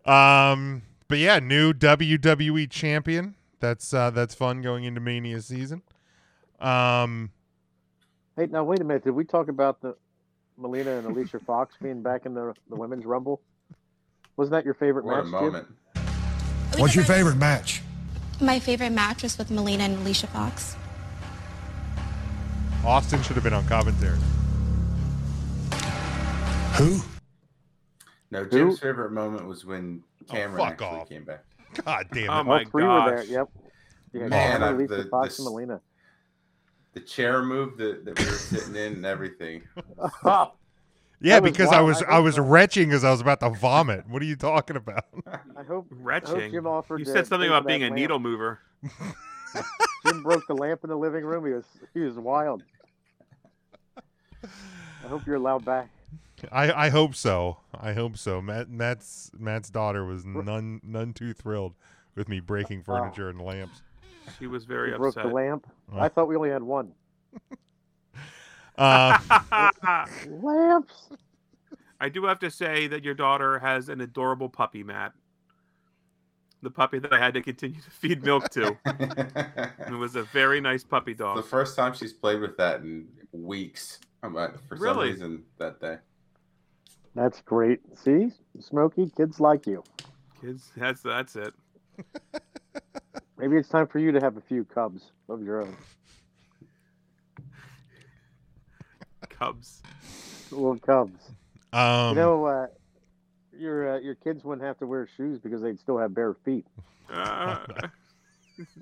Um, but yeah, new WWE champion. That's uh, that's fun going into Mania season. Um, Hey, now wait a minute. Did we talk about the Melina and Alicia Fox being back in the, the women's rumble? Wasn't that your favorite What a match? moment. What's your favorite match? My favorite match was with Melina and Alicia Fox. Austin should have been on commentary. Who? No, Jim's favorite moment was when Cameron Oh, fuck actually off. came back. God damn it! Oh my All three were there. gosh. Yep. You had Man, Cameron, uh, Alicia the- Fox, the- and Melina. The chair move that, that we were sitting in and everything. Yeah, That was because I wild. was I I was retching as I was about to vomit. What are you talking about? I hope I hope Retching. Jim offered. You to said something pay for about being that a lamp. needle mover. Jim broke the lamp in the living room. He was he was wild. I hope you're allowed back. I, I hope so. I hope so. Matt Matt's Matt's daughter was none none too thrilled with me breaking Oh. furniture and lamps. She was very He broke upset. the lamp. Oh. I thought we only had one. Uh, Lamps. I do have to say that your daughter has an adorable puppy, Matt. The puppy that I had to continue to feed milk to. it was a very nice puppy dog. the first time she's played with that in weeks. But for some Really? reason that day. That's great. See, Smokey, kids like you. Kids, that's that's it. Maybe it's time for you to have a few cubs of your own. Cubs. Little cubs. Um, you know, uh, your uh, your kids wouldn't have to wear shoes because they'd still have bare feet. Uh,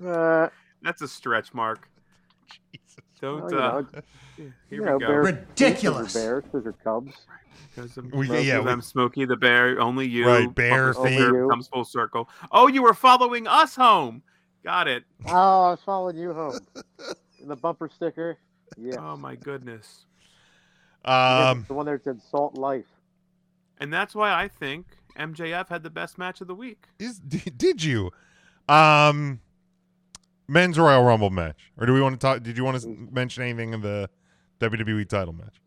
Uh, that's a stretch, Mark. Don't. you uh, know, here you know, we go. bare feet, those are Bears, those are cubs. Because I'm, We- Smokey, yeah, we- I'm Smokey the Bear. Only you. Right, bear Pumpkin thing. Bear Only you. comes full circle. Oh, you were following us home. Got it. Oh, I was following you home. And the bumper sticker. Yeah. Oh my goodness. Um, the one that said "Salt Life." and that's why I think MJF had the best match of the week. Is did you? Um, men's Royal Rumble match, or do we want to talk? Did you want to mention anything in the WWE title match?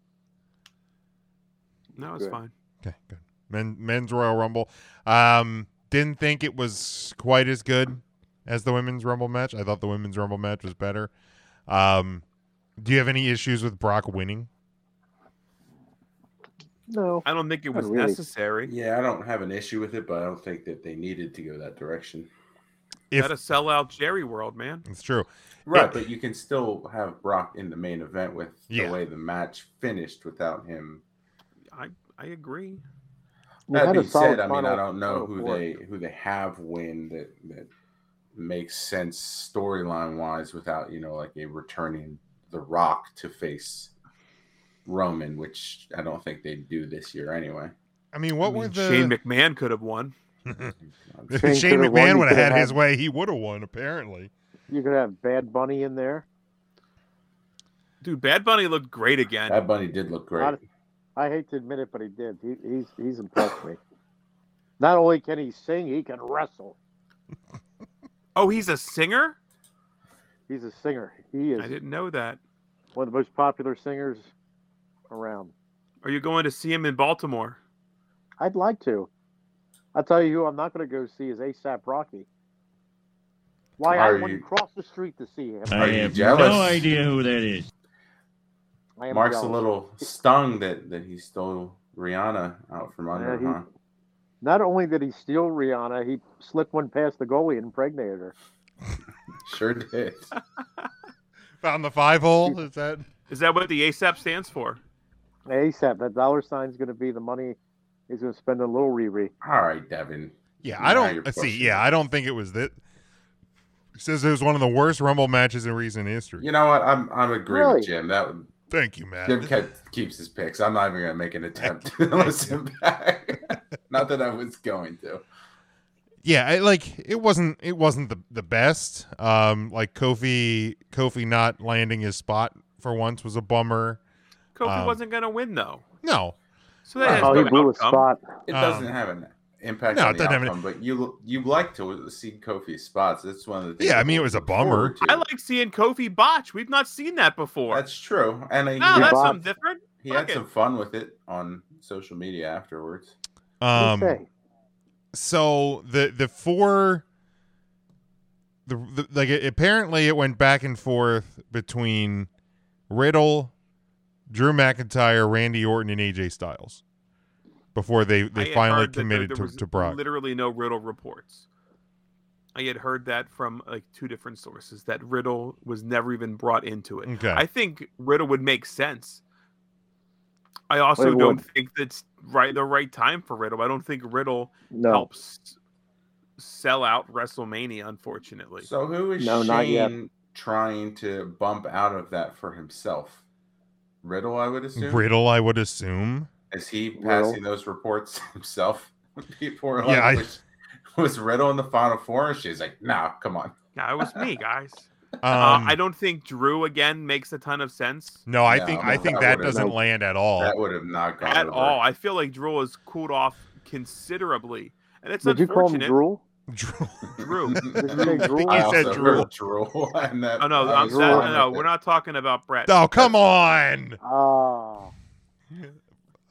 No, it's fine. Okay, good. Men, men's Royal Rumble. Um, didn't think it was quite as good as the women's Rumble match. I thought the women's Rumble match was better. Um, do you have any issues with Brock winning? No. I don't think it Not was really. necessary. Yeah, I don't have an issue with it, but I don't think that they needed to go that direction. If, Gotta sell out Jerry World, man. It's true. Right, It- but you can still have Brock in the main event with Yeah. the way the match finished without him. I I agree. We that had a being said, solid I mean, I final- don't know final who four. they who they have win that that makes sense storyline wise without you know like a returning The Rock to face Roman, which I don't think they do this year anyway. I mean, what were the Shane McMahon could have won. If Shane Shane could've won, McMahon he would have had could've his had- way, he would have won. Apparently, You could have Bad Bunny in there. Dude, Bad Bunny looked great again. Bad Bunny did look great. I hate to admit it, but he did. He, he's he's impressed me. Not only can he sing, he can wrestle. Oh, he's a singer? He's a singer. He is I didn't know that. one of the most popular singers around. Are you going to see him in Baltimore? I'd like to. I'll tell you who I'm not going to go see is ASAP Rocky. Why I Are wouldn't you- cross the street to see him. Are you jealous? who that is. I am Mark's a jealous. little stung that that he stole Rihanna out from under, Yeah, he- huh? Not only did he steal Rihanna, he slipped one past the goalie and impregnated her. Sure did. found the five hole. Is that Is that what the ASAP stands for? ASAP, that dollar sign's going to be the money he's going to spend on little Riri. All right, Devin. Yeah, I don't uh, see. Yeah, I don't think it was that. Says it was one of the worst Rumble matches in recent history. You know what? I'm I'm agree Really? with Jim. That would, Thank you, Matt. Jim kept, keeps his picks. I'm not even gonna make an attempt to listen back. not that I was going to. Yeah, I, like it wasn't it wasn't the the best. Um, like Kofi Kofi not landing his spot for once was a bummer. Kofi Um, wasn't going to win, though. No, So that has Oh, no he blew his outcome. spot. It Um, doesn't have an impact no, it on the doesn't have an- outcome, but you you like to see Kofi's spots. That's one of the things. Yeah, I that mean, it we was a look forward bummer. to. I like seeing Kofi botch. We've not seen that before. That's true. And he, No, he that's botched- something different. he Fuck had it. some fun with it on social media afterwards. Um, Okay. So the the four, the, the like it, apparently it went back and forth between Riddle, Drew McIntyre, Randy Orton, and AJ Styles before they I they had finally heard that there- committed there to, was to Brock. Literally no Riddle reports. I had heard that from like two different sources that Riddle was never even brought into it. Okay. I think Riddle would make sense. I also It don't would. think that's right the right time for Riddle. I don't think Riddle No. helps sell out WrestleMania, unfortunately. So who is No, Shane not yet. trying to bump out of that for himself? Riddle, I would assume. Riddle, I would assume. Is he passing those reports himself? People are like, Yeah, I- was, was Riddle in the final four? And she's like, nah, come on. Yeah, it was me, guys. uh, Um, I don't think Drew again makes a ton of sense. No, I think I think that, would've- doesn't land at all. That would have not gone at over. all. I feel like Drool has cooled off considerably, and it's Did you call him unfortunate. Drool? Drew. Did you say Drool? I You said also drool. heard drool. And that, Oh no, that I'm was sad. fine No, with we're it. not talking about Brett. Oh come on! Ah,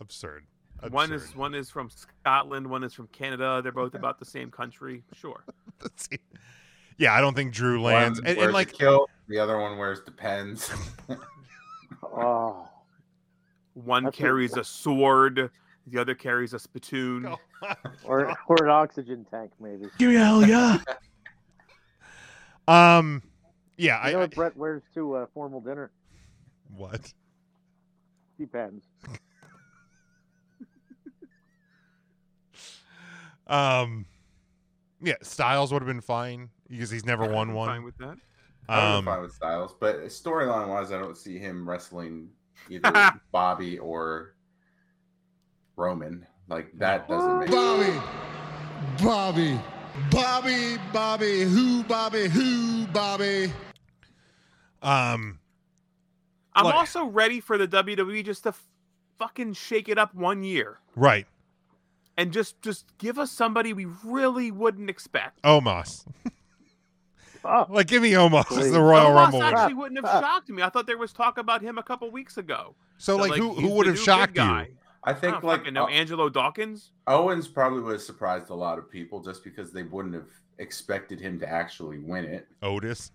Absurd. One is one is from Scotland. One is from Canada. They're both about the same country. Sure. Yeah, I don't think Drew lands. One And, wears and a like kilt, the other one wears depends. oh. That's One what- carries a sword. The other carries a spittoon. Or, or an oxygen tank, maybe. Give me a hell yeah. um, yeah, You I, know I what Brett wears to a formal dinner? what? Depends. Um, yeah, Styles would have been fine because he's never won I'm one. Fine with that. I'm Um, fine with Styles, but storyline wise, I don't see him wrestling either Bobby or Roman. Like that doesn't make Bobby, Bobby, Bobby, Bobby, who, Bobby, who, Bobby. Um, I'm Look. E also ready for the WWE just to fucking shake it up one year. right. and just just give us somebody we really wouldn't expect. Omos. Oh. like, give me Omos as the Royal Omos Rumble. winner. actually wouldn't have shocked me. I thought there was talk about him a couple weeks ago. So, That, like, who- who he's the would have new good shocked you? guy. I think, don't like, fucking know uh, Angelo Dawkins. Owens probably would have surprised a lot of people just because they wouldn't have expected him to actually win it. Otis.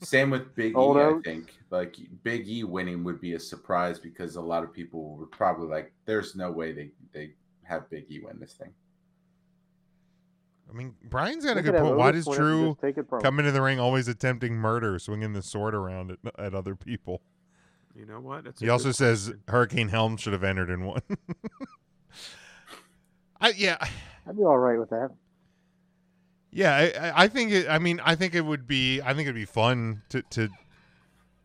Same with Big Old E, I Oats. think. Like Big E winning would be a surprise because a lot of people were probably like, "There's no way they they have Big E win this thing." I mean, Brian's got a Look good at that point. Why Otis does one, I can Drew just take it from come him. into the ring always attempting murder, swinging the sword around at, at other people? You know what? That's a He good also point. says Hurricane Helm should have entered in one. I, yeah, I'd be all right with that. yeah, I- I, I think it. I mean, I think it would be. I think it'd be fun to to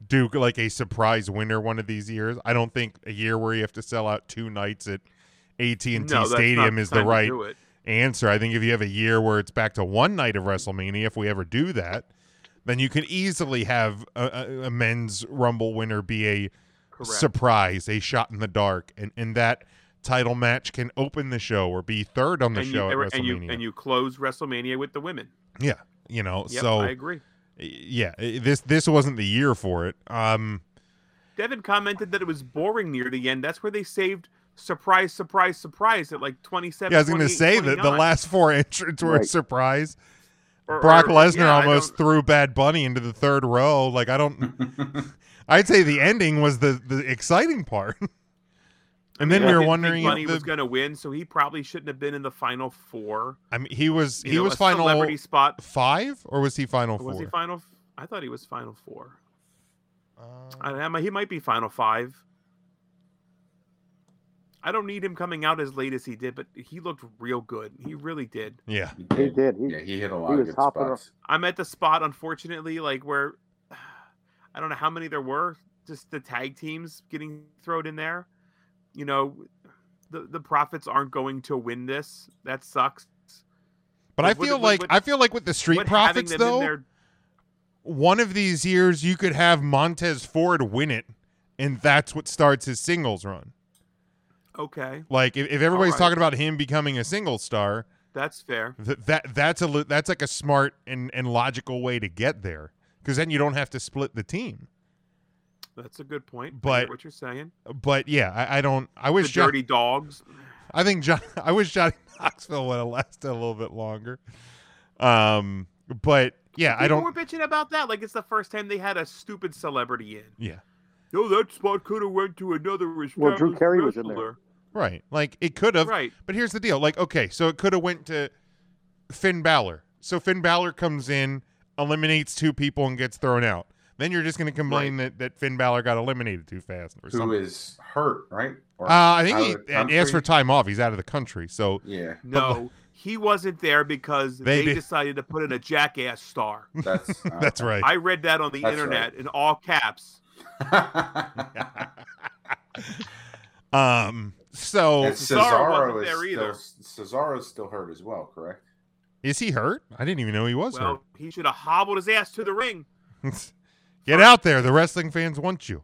do like a surprise winner one of these years. I don't think a year where you have to sell out two nights at AT and T No, that's not Stadium the is the time to right do it. answer. I think if you have a year where it's back to one night of WrestleMania, if we ever do that, then you can easily have a, a, a men's Rumble winner be a Correct. surprise, a shot in the dark, and and that title match can open the show or be third on the and show you, er, at WrestleMania. and you and you close WrestleMania with the women. Yeah, you know. Yep, so I agree. Yeah, i- this this wasn't the year for it. Um, Devin commented that it was boring near the end. That's where they saved surprise, surprise, surprise at like 27. yeah, I was gonna going to say that the last four entrants were a Right. surprise. Or- Brock or- Lesnar yeah, I almost threw Bad Bunny into the third row. Like I don't, I'd say the ending was the the exciting part. and then we were wondering if Bunny the- was going to win, so he probably shouldn't have been in the final four. I mean, he was You he know, was a final celebrity spot. five or was he final Or was four? he final? f- I thought he was final four. Um, I don't know. He might be final five. I don't need him coming out as late as he did, but he looked real good. He really did. yeah, he did. He, yeah, he hit a lot he of was good hopping. ar- spots. I'm at the spot, unfortunately, like where I don't know how many there were. Just the tag teams getting thrown in there. You know, the the profits aren't going to win this. That sucks. But I With- feel with- like with- I feel like with the street with having profits them in though, there- one of these years you could have Montez Ford win it, and that's what starts his singles run. Okay, Like if, if All everybody's right. talking about him becoming a single star, that's fair. th- that that's a li- that's like a smart and and logical way to get there because then you don't have to split the team. That's a good point. I But- get what you're saying, But yeah, I, I don't. I wish the John- dirty dogs. I think John. I wish Johnny Knoxville would have lasted a little bit longer. Um, but yeah, I People don't. We're bitching about that. Like it's the first time they had a stupid celebrity in. Yeah. No, that spot could have went to another. Well, Drew established Carey was in wrestler. there. Right. Like it could have. Right. But here's the deal. Like okay, so it could have went to Finn Balor. So Finn Balor comes in, eliminates two people, and gets thrown out. Then you're just going to complain that, that Finn Balor got eliminated too fast or Who something. is hurt, right? Uh, Or I out of think the he and asked for country? time off. He's out of the country. So Yeah. No, he wasn't there because They they, did- decided to put in a jackass star. That's That's right. I read that on the That's internet in all caps. Um. So And Cesaro is still, Cesaro's still hurt as well, correct? is he hurt? I didn't even know he was well, he should have hobbled his ass to the ring hurt. Get out there. The wrestling fans want you.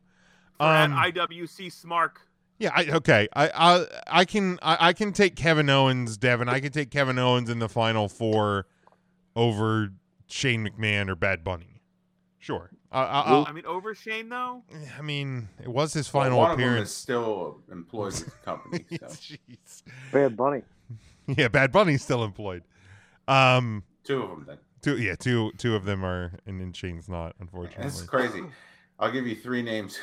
Um, for that IWC smark. Yeah, I, okay. I, I I can I, I can take Kevin Owens, Devin. I can take Kevin Owens in the final four over Shane McMahon or Bad Bunny. Sure. I, I, I'll- I mean, over Shane though. I mean, it was his Well, final one of them is appearance. still employed with the company. So. Jeez. Bad Bunny. yeah, Bad Bunny's still employed. Um, Two of them then. two. Yeah, two two of them are, and then Shane's not, unfortunately. That's crazy. I'll give you three names: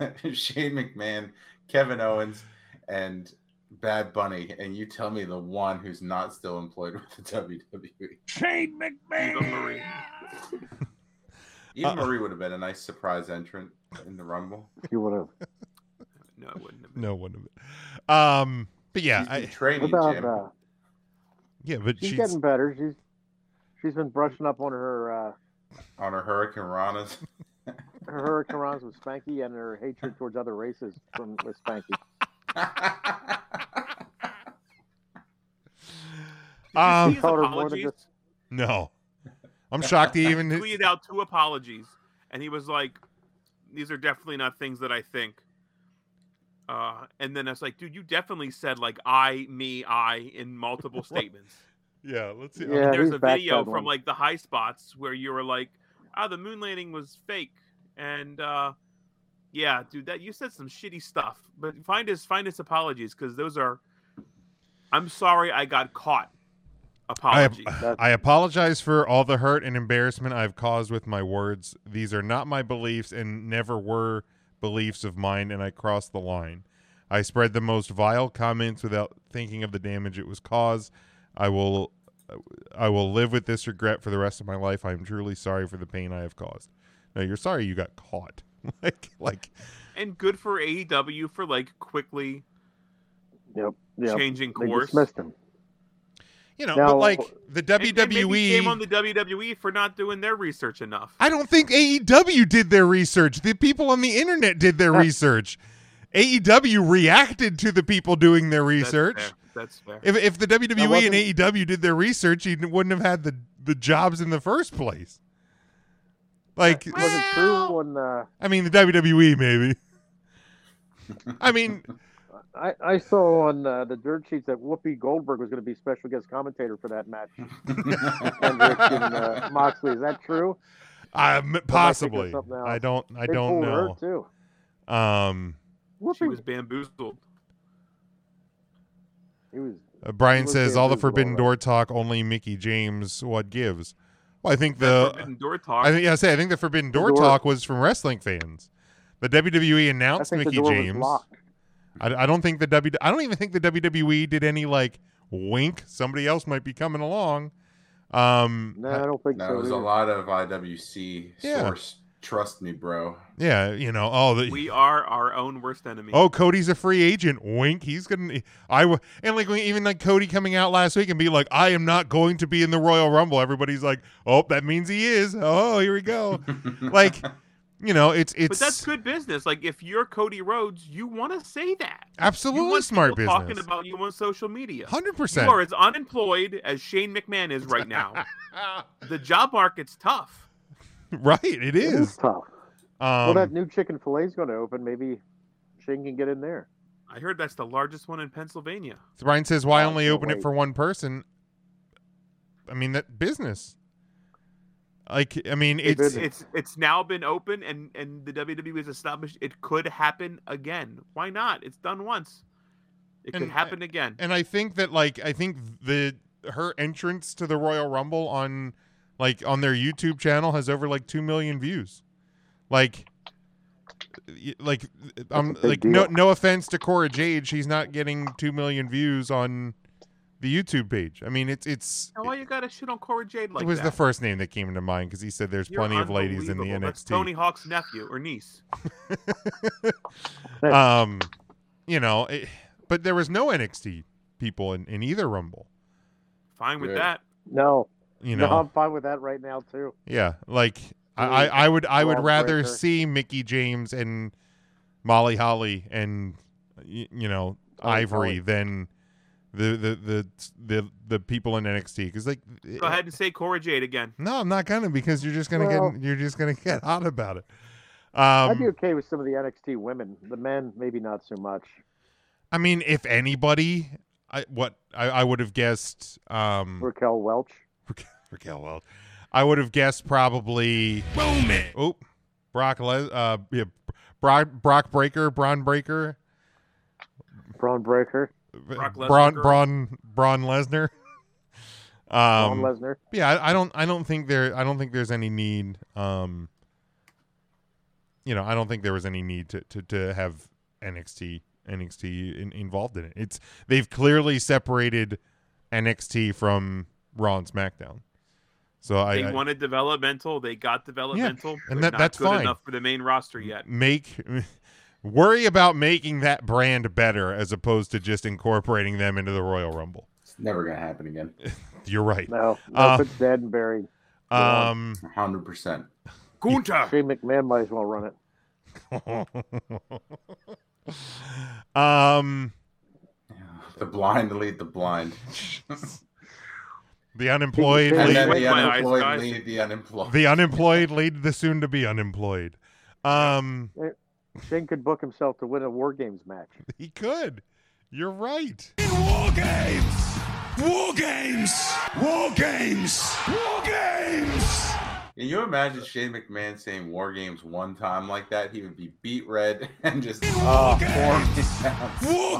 Shane McMahon, Kevin Owens, and Bad Bunny. And you tell me the one who's not still employed with the E. WWE. Shane McMahon. Eva Marie would have been a nice surprise entrant in the Rumble. You would have. No, it wouldn't have. No one of it. Um, but yeah, She's I, been training, About, Jim. uh, yeah, but she's, she's getting better. She's she's been brushing up on her uh, on her Hurricane Ranas. her hurricanes with Spanky and her hatred towards other races from with Spanky. Um, Did you see his Called her more than apologies? no. I'm shocked he even He tweeted out two apologies, and he was like, "These are definitely not things that I think." Uh, Uh, and then it's like, dude, you definitely said like I, me, I in multiple statements. Yeah, let's see. And Okay. there's a video from like the high spots where you were like, "Ah, the moon landing was fake," and uh, yeah, dude, that you said some shitty stuff. But find his find his apologies because those are, I'm sorry, I got caught. I, Apology. I apologize for all the hurt and embarrassment I've caused with my words. These are not my beliefs and never were beliefs of mine, and I crossed the line. I spread the most vile comments without thinking of the damage it was caused. I will I will live with this regret for the rest of my life. I am truly sorry for the pain I have caused. No, you're sorry you got caught. like like and good for AEW for like quickly Yep. yep. Changing They course. dismissed him. you know, Now- but like the E and- and maybe WWE shame on the WWE for not doing their research enough. I don't think AEW did their research. The people on the internet did their research. AEW reacted to the people doing their research. That's fair. If, if the WWE wasn't- and AEW did their research, you wouldn't have had the, the jobs in the first place. Like, Was it true when uh, I mean, the WWE maybe. I mean, I, I saw on uh, the dirt sheets that Whoopi Goldberg was going to be special guest commentator for that match? Hendrick and uh, Moxley. Is that true? I, m- think of um, possibly. something else. I don't. I They don't pulled her, know. too. Um, She was bamboozled. He was. Uh, Brian Let's says see all the if there's forbidden more door talk only Mickey James what gives. Well, I think That the forbidden door talk- I think yeah, I say I think the forbidden door, door- talk was from wrestling fans. The WWE announced think the Mickey door was James. locked. I, I don't think the W I don't even think the WWE did any like wink. Somebody else might be coming along. Um, No, I don't think That so. was a either. lot of IWC Yeah. source. Trust me, bro. yeah, you know, oh, the, We are our own worst enemy. Oh, Cody's a free agent. Wink. He's gonna. I w- and like when- even like Cody coming out last week and be like, I am not going to be in the Royal Rumble. Everybody's like, oh, that means he is. Oh, here we go. like, you know, it's but it's that's good business. Like if you're Cody Rhodes, you want to say that. you absolutely want smart people business. Talking about you on social media. 100%. You are as unemployed as Shane McMahon is right now. the job market's tough. right, it is. tough. well, Um, that new chicken filet's going to open. Maybe Shane can get in there. I heard that's the largest one in Pennsylvania. Ryan says, why only can't open it wait. for one person? I mean, that business. Like, I mean, It's it's it's it's now been open and and the WWE has established it could happen again. Why not? It's done once. It could And- uh, happen again. and I think that like I think the her entrance to the Royal Rumble on like on their YouTube channel has over like two million views. Like, y- like I'm big like no deal. no offense to Cora Jade, she's not getting two million views on the YouTube page. I mean, it's it's And why you gotta shit on Cora Jade like it was that? the first name that came into mind because he said there's You're plenty of ladies in the unbelievable. That's NXT. Tony Hawk's nephew or niece. um, you know, it, but there was no NXT people in, in either Rumble. Fine with Good. that. No. You No, know. I'm fine with that right now too. Yeah, like I, I, Really I would I would wrong rather breaker. see Mickey James and Molly Holly and y- you know Oh, Molly Ivory Holly. than the the the the the people in NXT because like Go ahead and say Cora Jade again. no I'm not gonna because you're just gonna Well- get you're just gonna get hot about it. I'd be Um, okay with some of the NXT women. The men, maybe not so much. I mean, if anybody, I what I, I would have guessed um, Raquel Welch. Raquel Welch. I would have guessed probably Roman. Oh, Brock Les uh yeah, Brock Brock Breaker, Braun Breaker, Braun Breaker. Brock Lesnar Braun girl. Braun Braun Lesnar. Um, Braun Lesnar. Yeah, I, I don't I don't think there I don't think there's any need. Um, you know, I don't think there was any need to to, to have NXT NXT in, involved in it. It's they've clearly separated NXT from Raw and SmackDown. So I, they I- wanted developmental. They got developmental. and They're that- not that's good fine. enough for the main roster yet. make worry about making that brand better as opposed to just incorporating them into the Royal Rumble. It's never gonna happen again. You're right. No, no, Uh, it's dead and buried. Um, hundred percent. Shane McMahon might as well run it. um, The blind lead the blind. the unemployed and then lead the My eyes, unemployed guys. lead the unemployed. the unemployed lead the soon to be unemployed. Um, There- Shane could book himself to win a War Games match. He could. You're right. War games. War games. War games. War games. Can you imagine Shane McMahon saying war games one time like that? He would be beat red and just oh, War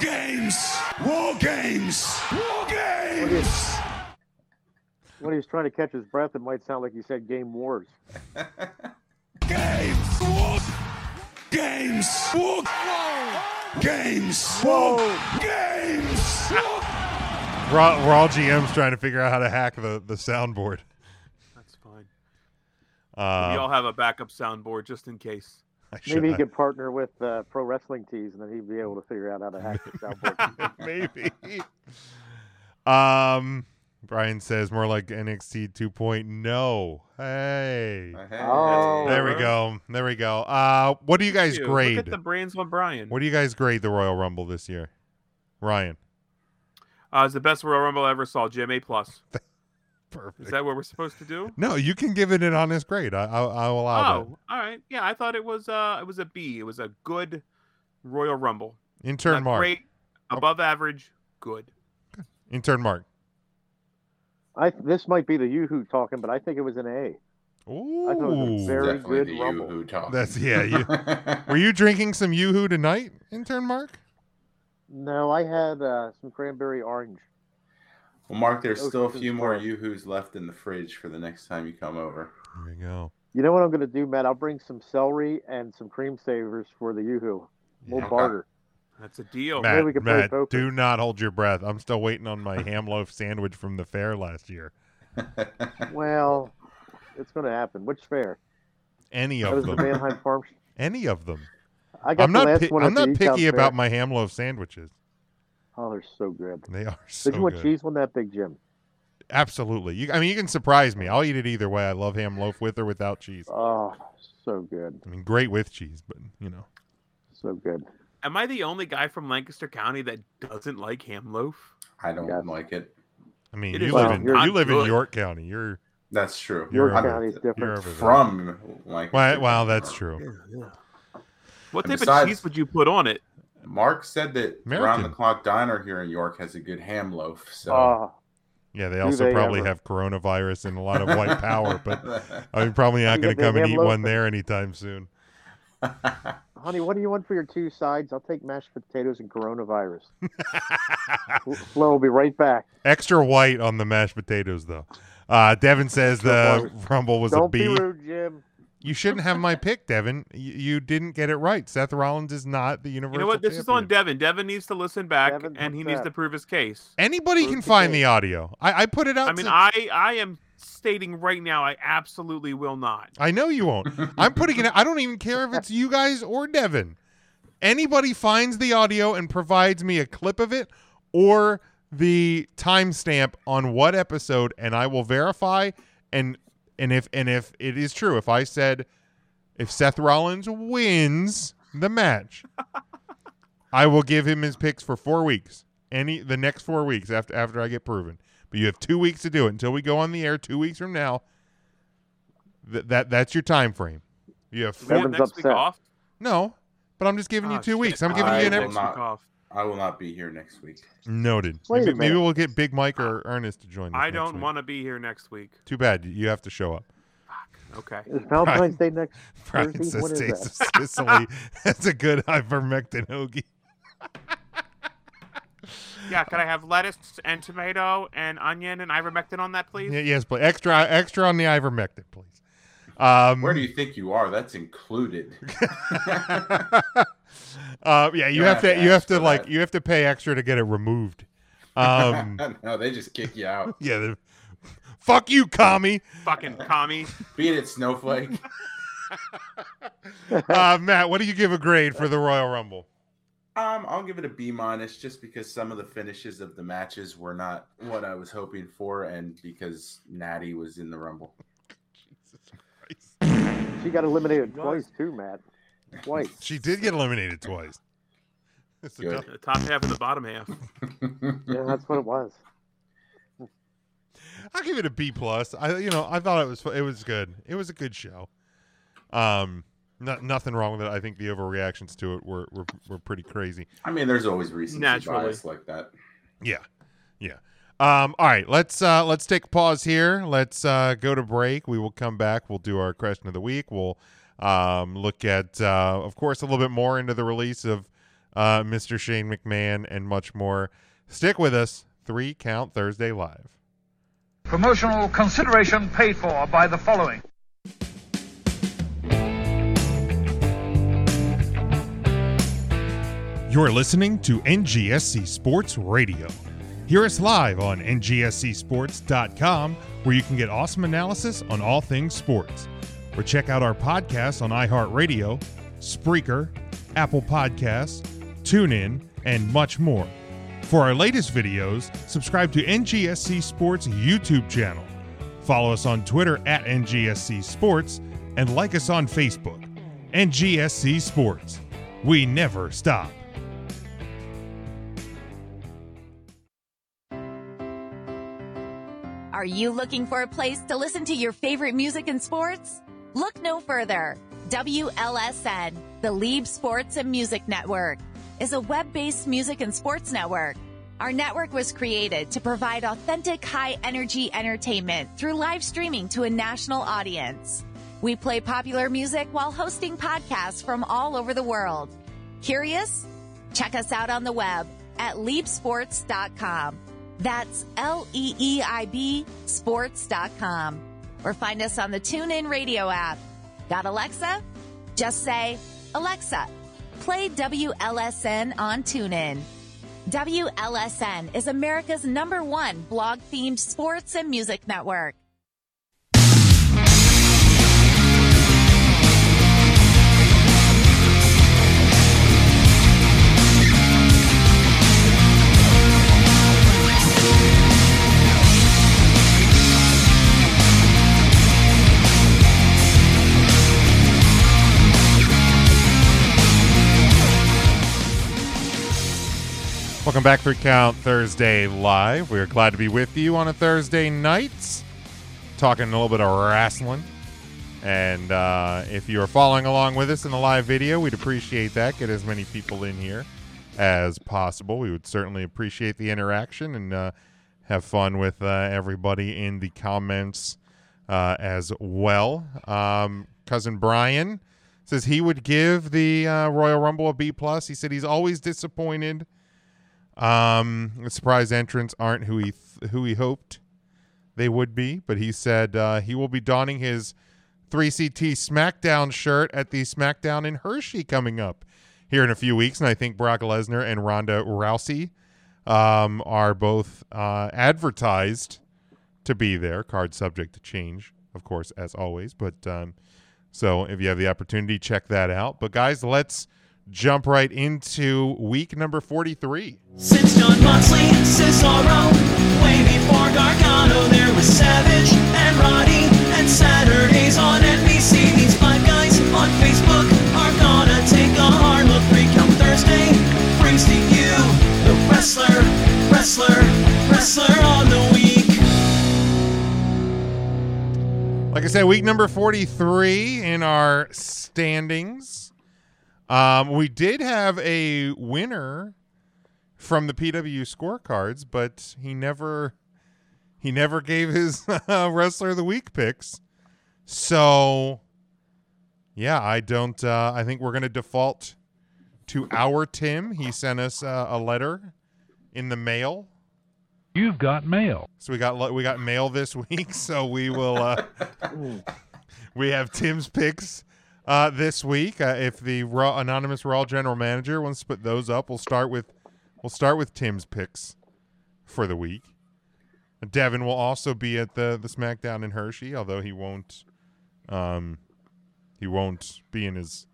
games. War games. War When games. he's, when he's trying to catch his breath, it might sound like he said game wars. Games. War games. War games. War games. War We're all, we're all GMs trying to figure out how to hack the, the soundboard. That's fine. we Uh, all have a backup soundboard just in case. Maybe he could partner with uh, Pro Wrestling Tees, and then he'd be able to figure out how to hack the soundboard. Maybe. um, Brian says more like NXT 2.0. No. Hey. Oh. There we go. There we go. Uh, what do you guys Ew, Look grade? at the brains on Brian. What do you guys grade the Royal Rumble this year? Ryan. Uh, it's the best Royal Rumble I ever saw. Jim A plus. Perfect. Is that what we're supposed to do? No, you can give it an honest grade. I, I, I'll allow oh, all right. Yeah, I thought it was uh, it was a B. It was a good Royal Rumble. it. Intern Not Mark. Oh. Great, above average, good. Intern Mark. I this might be the yoo-hoo talking, but I think it was an A. Ooh, I thought it was a Ooh. very Definitely good the rumble. Yoo-hoo talk. That's yeah. You, were you drinking some yoo-hoo tonight, intern Mark? No, I had uh, some cranberry orange. Well, Mark, there's Oh, still a this few more yoo-hoos left in the fridge for the next time you come over. There you go. You know what I'm going to do, Matt? I'll bring some celery and some cream savers for the yoo-hoo. We'll Yeah. barter. That's a deal. Maybe Matt, we could play Matt poker. do not hold your breath. I'm still waiting on my ham loaf sandwich from the fair last year. Well, it's going to happen. Which fair? Any That of was the them. Mannheim Farm. Sh- Any of them. I got I'm the not. last pi- one at I'm the not Easttown picky about Fair. my ham loaf sandwiches. Oh, they're so good. They are Did so you want good. cheese on that big Jim? Absolutely. You, I mean, you can surprise me. I'll eat it either way. I love ham loaf with or without cheese. Oh, so good. I mean, great with cheese, but you know. So good. Am I the only guy from Lancaster County that doesn't like ham loaf? I don't like it. I mean, It you is live not in good. you live in York County. You're That's true. You're I'm County's different. you're over there. From like well, well, that's true. What And type besides- of cheese would you put on it? Mark said that American. around the clock diner here in York has a good ham loaf. So Uh, Yeah, they Do also they probably ever. have coronavirus and a lot of white power, but I'm probably not You going got to the come and ham eat loaf one and- there anytime soon. Honey, what do you want for your two sides? I'll take mashed potatoes and coronavirus. Flo will be right back. Extra white on the mashed potatoes, though. Uh, Devin says the Rumble was Don't a B. be rude, Jim. You shouldn't have my pick, Devin. You, you didn't get it right. Seth Rollins is not the Universal You know what? This is champion. on Devin. Devin needs to listen back, and he needs that? to prove his case. Anybody can find the audio. I, I put it out. I mean, to- I I am stating right now, I absolutely will not. I know you won't. I'm putting it. I don't even care if it's you guys or Devin. Anybody finds the audio and provides me a clip of it or the timestamp on what episode, and I will verify. And and if and if it is true, if I said if Seth Rollins wins the match, I will give him his picks for four weeks. Any the next four weeks after after I get proven. But you have two weeks to do it until we go on the air two weeks from now. Th- that that's your time frame. You have Do we have four. next week off? No, but I'm just giving you Ah, two shit. weeks. I'm giving I you an will ex- not- I will not be here next week. noted. Wait a maybe, maybe minute. we'll get Big Mike or Ernest to join. us I next don't week. want to be here next week. Too bad you have to show up. Okay. Is Valentine's Day next Brian Thursday? says What is taste of that? Sicily. That's a good ivermectin hoagie. Yeah, could I have lettuce and tomato and onion and ivermectin on that, please? Y- yes, please. Extra, extra on the ivermectin, please. Um, Where do you think you are? That's included. uh, yeah, you You'll have to, you have ask to for like, that. you have to pay extra to get it removed. Um, no, they just kick you out. yeah, the, fuck you, commie. Fucking commie. Beat it, snowflake. Uh, Matt, what do you give a grade for the Royal Rumble? Um, I'll give it a B minus just because some of the finishes of the matches were not what I was hoping for, and because Natty was in the Rumble. She got eliminated twice too, Matt. Twice. She did get eliminated twice. It's a Good. The top half and the bottom half. yeah, that's what it was. I'll give it a B plus. I you know I thought it was it was good. It was a good show. Um, No, nothing wrong with it. I think the overreactions to it were were, were pretty crazy. I mean, there's always reasons Naturally. bias like that. Yeah. Yeah. Um, all right, let's uh, let's take a pause here. Let's uh, go to break. We will come back. We'll do our question of the week. We'll um, look at, uh, of course, a little bit more into the release of uh, Mr. Shane McMahon and much more. Stick with us. Three Count Thursday Live. Promotional consideration paid for by the following. You're listening to NGSC Sports Radio. Hear us live on ngscsports.com where you can get awesome analysis on all things sports. Or check out our podcasts on iHeartRadio, Spreaker, Apple Podcasts, TuneIn, and much more. For our latest videos, subscribe to NGSC Sports YouTube channel. Follow us on Twitter at NGSC Sports and like us on Facebook. NGSC Sports. We never stop. Are you looking for a place to listen to your favorite music and sports? Look no further. WLSN, the Lieb Sports and Music Network, is a web based music and sports network. Our network was created to provide authentic, high energy entertainment through live streaming to a national audience. We play popular music while hosting podcasts from all over the world. Curious? Check us out on the web at leapsports.com. That's L E E I B sports.com. Or find us on the TuneIn Radio app. Got Alexa? Just say, Alexa, play WLSN on TuneIn. WLSN is America's number one blog themed sports and music network. Welcome back, Three Count Thursday Live. We are glad to be with you on a Thursday night, talking a little bit of wrestling. And uh, if you are following along with us in the live video, we'd appreciate that. Get as many people in here as possible. We would certainly appreciate the interaction and uh, have fun with uh, everybody in the comments uh, as well. Um, cousin Brian says he would give the uh, Royal Rumble a B plus. He said he's always disappointed. Um, the surprise entrants aren't who he th- who he hoped they would be, but he said uh, he will be donning his 3CT SmackDown shirt at the SmackDown in Hershey coming up here in a few weeks, and I think Brock Lesnar and Ronda Rousey um, are both uh, advertised to be there. Card subject to change, of course, as always. But um, so if you have the opportunity, check that out. But guys, let's jump right into week number 43. Since John Moxley and Cesaro, way before Gargano, there was Savage and Roddy and Saturdays on NBC. These five guys on Facebook are gonna take a hard look. Three Count Thursday brings to you the wrestler, wrestler, wrestler on the week. Like I said, week number 43 in our standings. Um, we did have a winner from the PW scorecards, but he never he never gave his uh, wrestler of the week picks. So yeah, I don't uh, I think we're going to default to our Tim. He sent us uh, a letter in the mail. You've got mail. So we got we got mail this week, so we will uh, we have Tim's picks uh, this week. Uh, if the raw, anonymous Raw general manager wants to put those up, we'll start with we'll start with Tim's picks for the week. Devin will also be at the the SmackDown in Hershey, although he won't um he won't be in his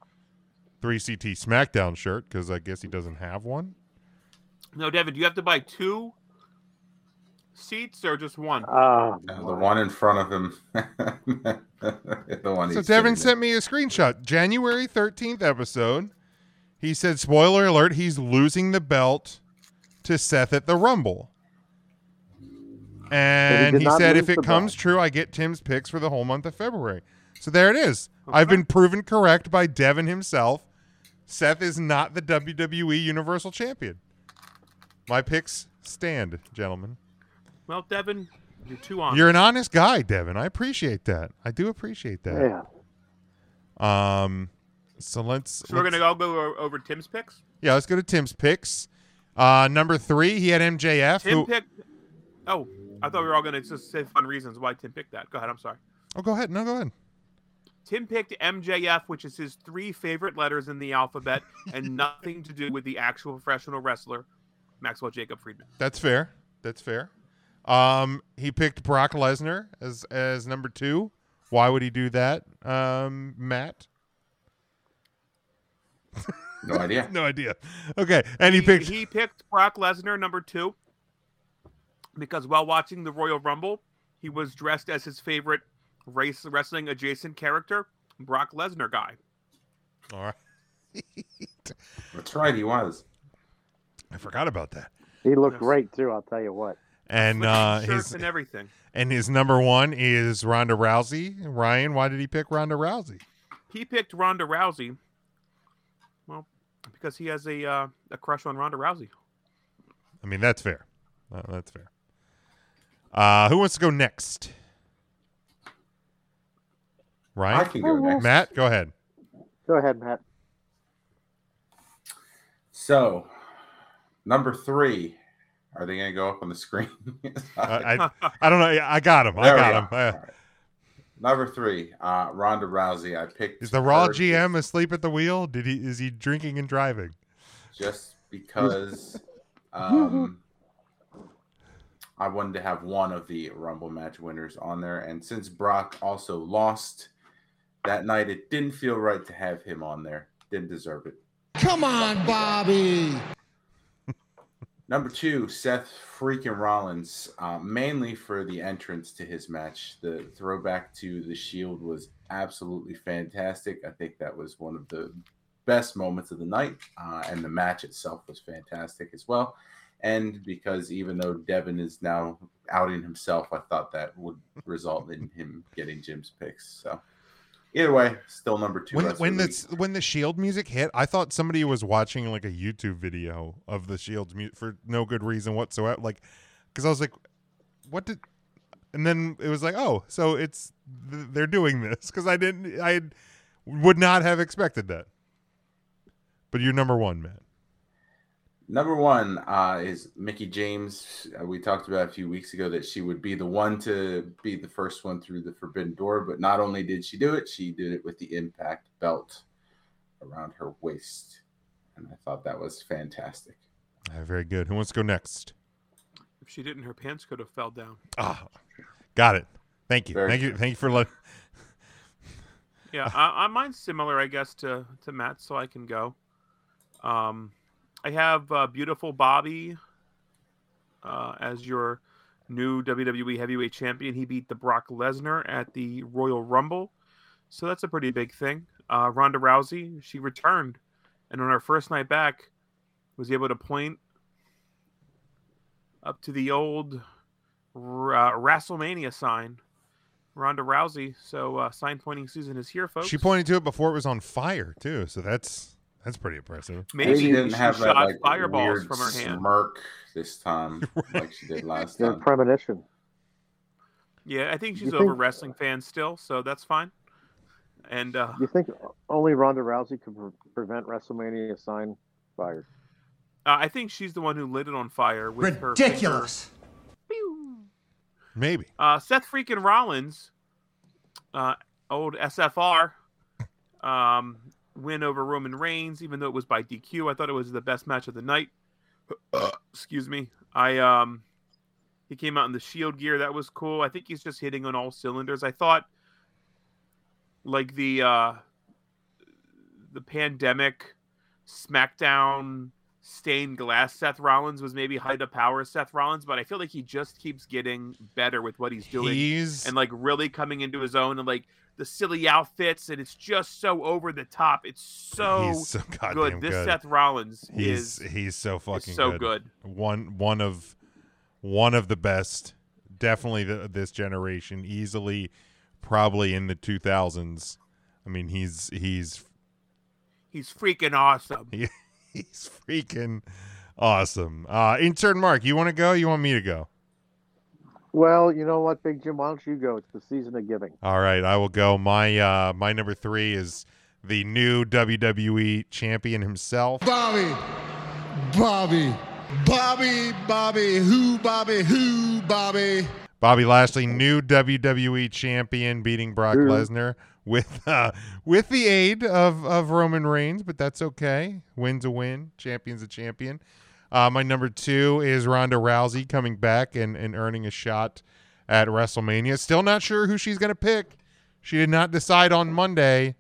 3CT SmackDown shirt because I guess he doesn't have one. No, David, do you have to buy two seats or just one? And Uh, the one in front of him. the one So he's sitting Devin sent me a screenshot. January 13th episode. He said, spoiler alert, he's losing the belt to Seth at the Rumble. But he And did he not said, lose if it the comes true, I get Tim's picks for the whole month of February. So there it is. I've been proven correct by Devin himself. Seth is not the WWE Universal Champion. My picks stand, gentlemen. Well, Devin, you're too honest. You're an honest guy, Devin. I appreciate that. I do appreciate that. Yeah. Um, so let's. So we're let's- gonna all go o- over Tim's picks. yeah, let's go to Tim's picks. Uh, number three, he had MJF. Tim who- picked. Oh, I thought we were all gonna just say fun reasons why Tim picked that. Go ahead. I'm sorry. oh, go ahead. No, go ahead. Tim picked MJF, which is his three favorite letters in the alphabet, and nothing to do with the actual professional wrestler, Maxwell Jacob Friedman. That's fair. That's fair. Um, he picked Brock Lesnar as as number two. Why would he do that, um, Matt? No idea. no idea. Okay, and he picked He picked Brock Lesnar number two because while watching the Royal Rumble, he was dressed as his favorite race wrestling adjacent character, Brock Lesnar guy. All right. That's right, he was. I forgot about that. He looked great too. I'll tell you what. and uh, his and everything. And his number one is Ronda Rousey. Ryan, why did he pick Ronda Rousey? He picked Ronda Rousey. Well, because he has a uh, a crush on Ronda Rousey. I mean, that's fair. Uh, that's fair. Uh, who wants to go next? Ryan, I can go next. Matt, go ahead. Go ahead, Matt. So, number three, are they going to go up on the screen? Uh, I, I, I don't know. Yeah, I got him. I There we got go. him. Uh, number three, uh, Ronda Rousey. I picked is the Raw her GM asleep at the wheel? Did he? Is he drinking and driving? just because um, I wanted to have one of the Rumble match winners on there, and since Brock also lost that night, it didn't feel right to have him on there. Didn't deserve it. Come on, Bobby. Number two, Seth freaking Rollins, uh, mainly for the entrance to his match. The throwback to the Shield was absolutely fantastic. I think that was one of the best moments of the night, uh, and the match itself was fantastic as well. And because even though Devin is now outing himself, I thought that would result in him getting Jim's picks. So either way, still number two. When wrestler when of the the s- when the Shield music hit, I thought somebody was watching like a YouTube video of the Shield's music for no good reason whatsoever. Like, because I was like, what did? And then it was like, oh, so it's th- they're doing this because I didn't, I had- would not have expected that. But you're number one, man. Number one uh, is Mickey James. Uh, We talked about a few weeks ago that she would be the one to be the first one through the forbidden door, but not only did she do it, she did it with the impact belt around her waist. And I thought that was fantastic. All right, very good. Who wants to go next? If she didn't, her pants could have fell down. Ah, got it. Thank you. Thank you. Thank you for letting. Yeah, I, I, mine's similar, I guess, to to Matt's, so I can go. Um, I have uh, beautiful Bobby uh, as your new WWE Heavyweight Champion. He beat the Brock Lesnar at the Royal Rumble, so that's a pretty big thing. Uh, Ronda Rousey, she returned, and on her first night back, was able to point up to the old r- uh, WrestleMania sign. Ronda Rousey. So uh, sign pointing season is here, folks. She pointed to it before it was on fire too, so that's that's pretty impressive. Maybe she didn't have that shot like, fireballs weird from her hand. smirk this time like she did last Your time. premonition. Yeah, I think You she's think- over wrestling fans still, so that's fine. And uh, You think only Ronda Rousey could pre- prevent WrestleMania sign fire? uh, I think she's the one who lit it on fire with Ridiculous. her. Maybe. finger. Uh, Seth freaking Rollins, uh, old SFR, um, win over Roman Reigns, even though it was by DQ. I thought it was the best match of the night. Excuse me. I um, he came out in the Shield gear. That was cool. I think he's just hitting on all cylinders. I thought like the uh the pandemic smackdown stained glass Seth Rollins was maybe height of power Seth Rollins, but I feel like he just keeps getting better with what he's doing He's- and like really coming into his own and like the silly outfits and it's just so over the top. It's so, He's so goddamn good. This good. Seth Rollins He's is he's so fucking so good. One one of one of the best, definitely the, this generation, easily, probably in the two thousands. I mean, he's he's He's freaking awesome. he's freaking awesome. Uh, intern Mark, you want to go? You want me to go? Well, you know what, Big Jim? Why don't you go? It's the season of giving. All right, I will go. My uh, my number three is the new WWE champion himself. Bobby, Bobby, Bobby, Bobby, who, Bobby, who, Bobby. Bobby Lashley, new WWE champion, beating Brock Ooh. Lesnar with uh, with the aid of of Roman Reigns, but that's okay. Win's a win, champion's a champion. Uh, my number two is Ronda Rousey coming back and and earning a shot at WrestleMania. Still not sure who she's gonna pick. She did not decide on Monday,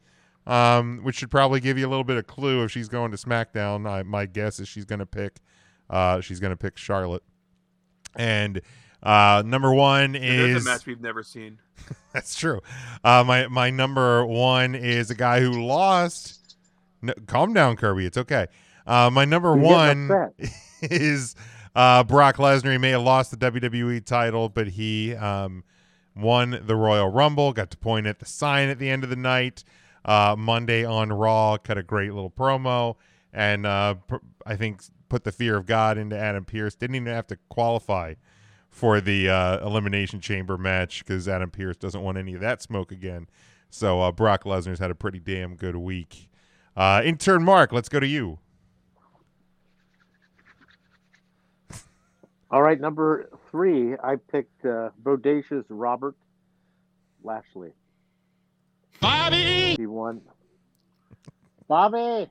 um, which should probably give you a little bit of clue if she's going to SmackDown. I, my guess is she's gonna pick uh, she's gonna pick Charlotte. And uh, number one There's is a match we've never seen. that's true. Uh, my my number one is a guy who lost. No, calm down, Kirby. It's okay. Uh, my number You're getting one is uh, Brock Lesnar. He may have lost the WWE title, but he um, won the Royal Rumble. Got to point at the sign at the end of the night. Uh, Monday on Raw, cut a great little promo, and uh, pr- I think put the fear of God into Adam Pierce. Didn't even have to qualify for the uh, elimination chamber match because Adam Pierce doesn't want any of that smoke again. So uh, Brock Lesnar's had a pretty damn good week. Uh, intern Mark, let's go to you. All right, number three, I picked uh, Bodacious Robert Lashley. Bobby! He won. Bobby!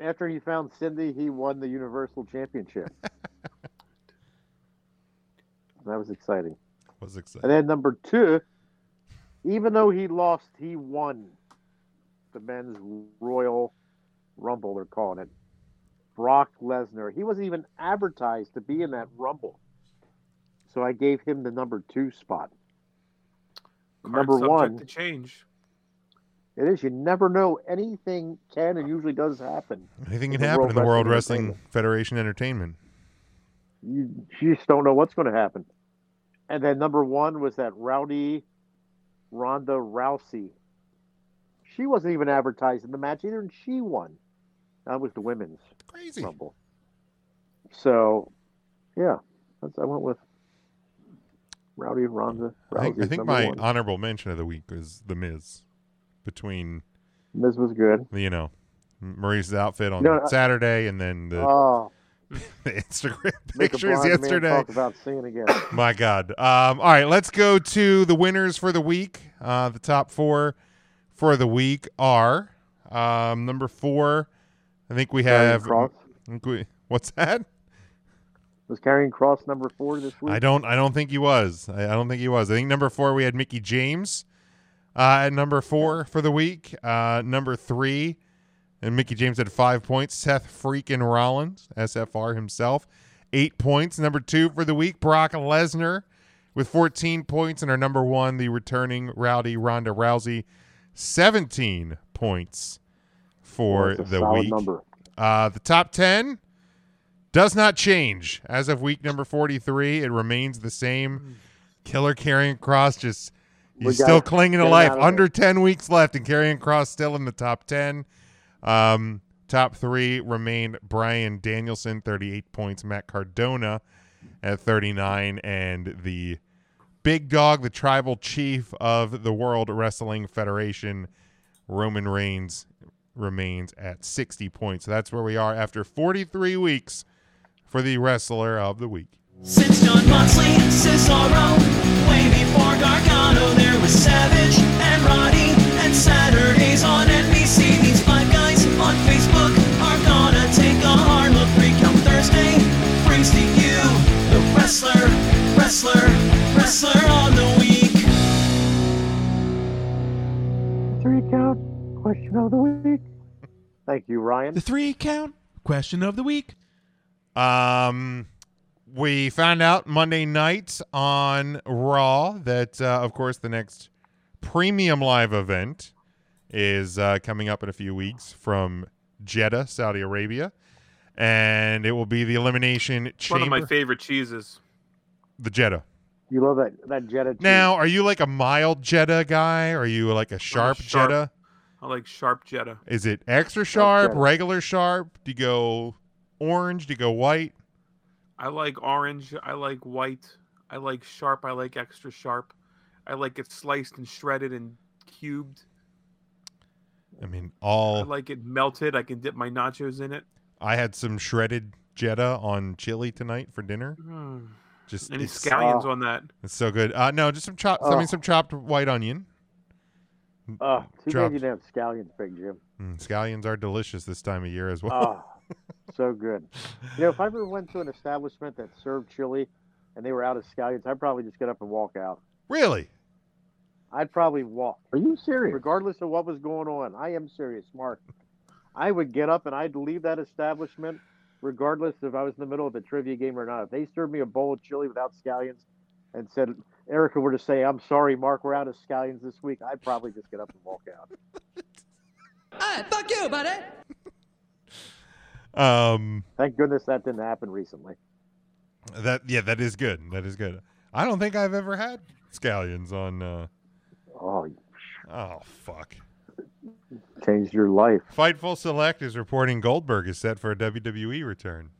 After he found Cindy, he won the Universal Championship. that was exciting. Was excited. And then number two, even though he lost, he won the men's Royal Rumble, they're calling it. Brock Lesnar. He wasn't even advertised to be in that Rumble. So I gave him the number two spot. Card number subject one, to change. it is. You never know. Anything can and usually does happen. Anything in can the happen in the World Wrestling Wrestling Federation Entertainment. You just don't know what's going to happen. And then number one was that rowdy Ronda Rousey. She wasn't even advertised in the match either, and she won. That was the women's Crazy. Rumble. So, yeah, that's I went with Rowdy Ronda. Rousey I think, I as think number my one. honorable mention of the week was The Miz. Between Miz was good. You know, Maurice's outfit on No, I- Saturday and then the, Oh. the Instagram Make a pictures blind man yesterday. Talk about singing again. My God. Um, all right, let's go to the winners for the week. Uh, the top four for the week are um, number four. I think we Karrion have. Kross. I think we- what's that? Was carrying cross number four this week? I don't. I don't think he was. I, I don't think he was. I think number four we had Mickey James uh, at number four for the week. Uh, number three, and Mickey James had five points. Seth freaking Rollins, SFR himself, eight points. Number two for the week, Brock Lesnar with 14 points, and our number one, the returning Rowdy Ronda Rousey, 17 points for That's a the solid week. number. Uh, the top 10 does not change. As of week number 43, it remains the same. Killer carrying cross just Hmm. We he's still gotta clinging to get him life. out of Under 10 weeks left and carrying cross still in the top 10. Um, top 3 remained Brian Danielson 38 points, Matt Cardona at 39 and the big dog, the tribal chief of the World Wrestling Federation, Roman Reigns remains at 60 points. So that's where we are after 43 weeks for the wrestler of the week. Since John Moxley, Cesaro, way before Gargano, there was Savage and Roddy, and Saturdays on NBC. These five guys on Facebook are gonna take a hard look. Recount Thursday brings to you the wrestler, wrestler, wrestler on the week. Three count question of the week. Thank you, Ryan. The three count question of the week. Um, we found out Monday night on Raw that, uh, of course, the next premium live event is uh, coming up in a few weeks from Jeddah, Saudi Arabia, and it will be the Elimination It's One Chamber. of my favorite cheeses. the Jeddah. You love that that Jetta. too. Now, are you like a mild Jetta guy? Or are you like a sharp, sharp. Jetta? I like sharp Jetta. Is it extra sharp, Jetta. regular sharp? Do you go orange? Do you go white? I like orange. I like white. I like sharp. I like extra sharp. I like it sliced and shredded and cubed. I mean, I all like it melted. I can dip my nachos in it. I had some shredded Jetta on chili tonight for dinner. Hmm. Just Any it's- scallions on that? It's so good. Uh, no, just some chopped. I mean, Oh. some chopped white onion. Oh, too Dropped. bad you didn't have scallions, Big Jim. Mm, scallions are delicious this time of year as well. Oh, so good. You know, if I ever went to an establishment that served chili and they were out of scallions, I'd probably just get up and walk out. Really? I'd probably walk. Are you serious? Regardless of what was going on, I am serious, Mark. I would get up and I'd leave that establishment, regardless if I was in the middle of a trivia game or not. If they served me a bowl of chili without scallions and said, Erica were to say, I'm sorry, Mark, we're out of scallions this week, I'd probably just get up and walk out. Hey, fuck you, buddy. Um, Thank goodness that didn't happen recently. that yeah, that is good. That is good. I don't think I've ever had scallions on. Uh, oh, oh fuck! Changed your life. Fightful Select is reporting Goldberg is set for a WWE return.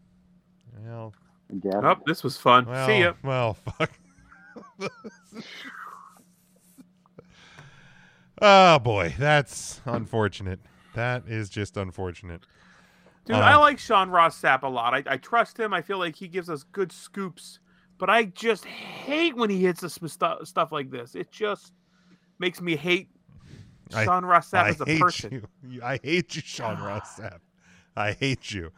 Well, yeah. Oh, this was fun. Well, See ya. Well, fuck. oh boy, that's unfortunate. That is just unfortunate. Dude, Uh, I like Sean Ross Sapp a lot. I, I trust him. I feel like he gives us good scoops, but I just hate when he hits us with stu- stuff like this. It just makes me hate I- Sean Ross Sapp I as a hate person. Ah. you. You- I hate you, Sean Ross Sapp. I hate you.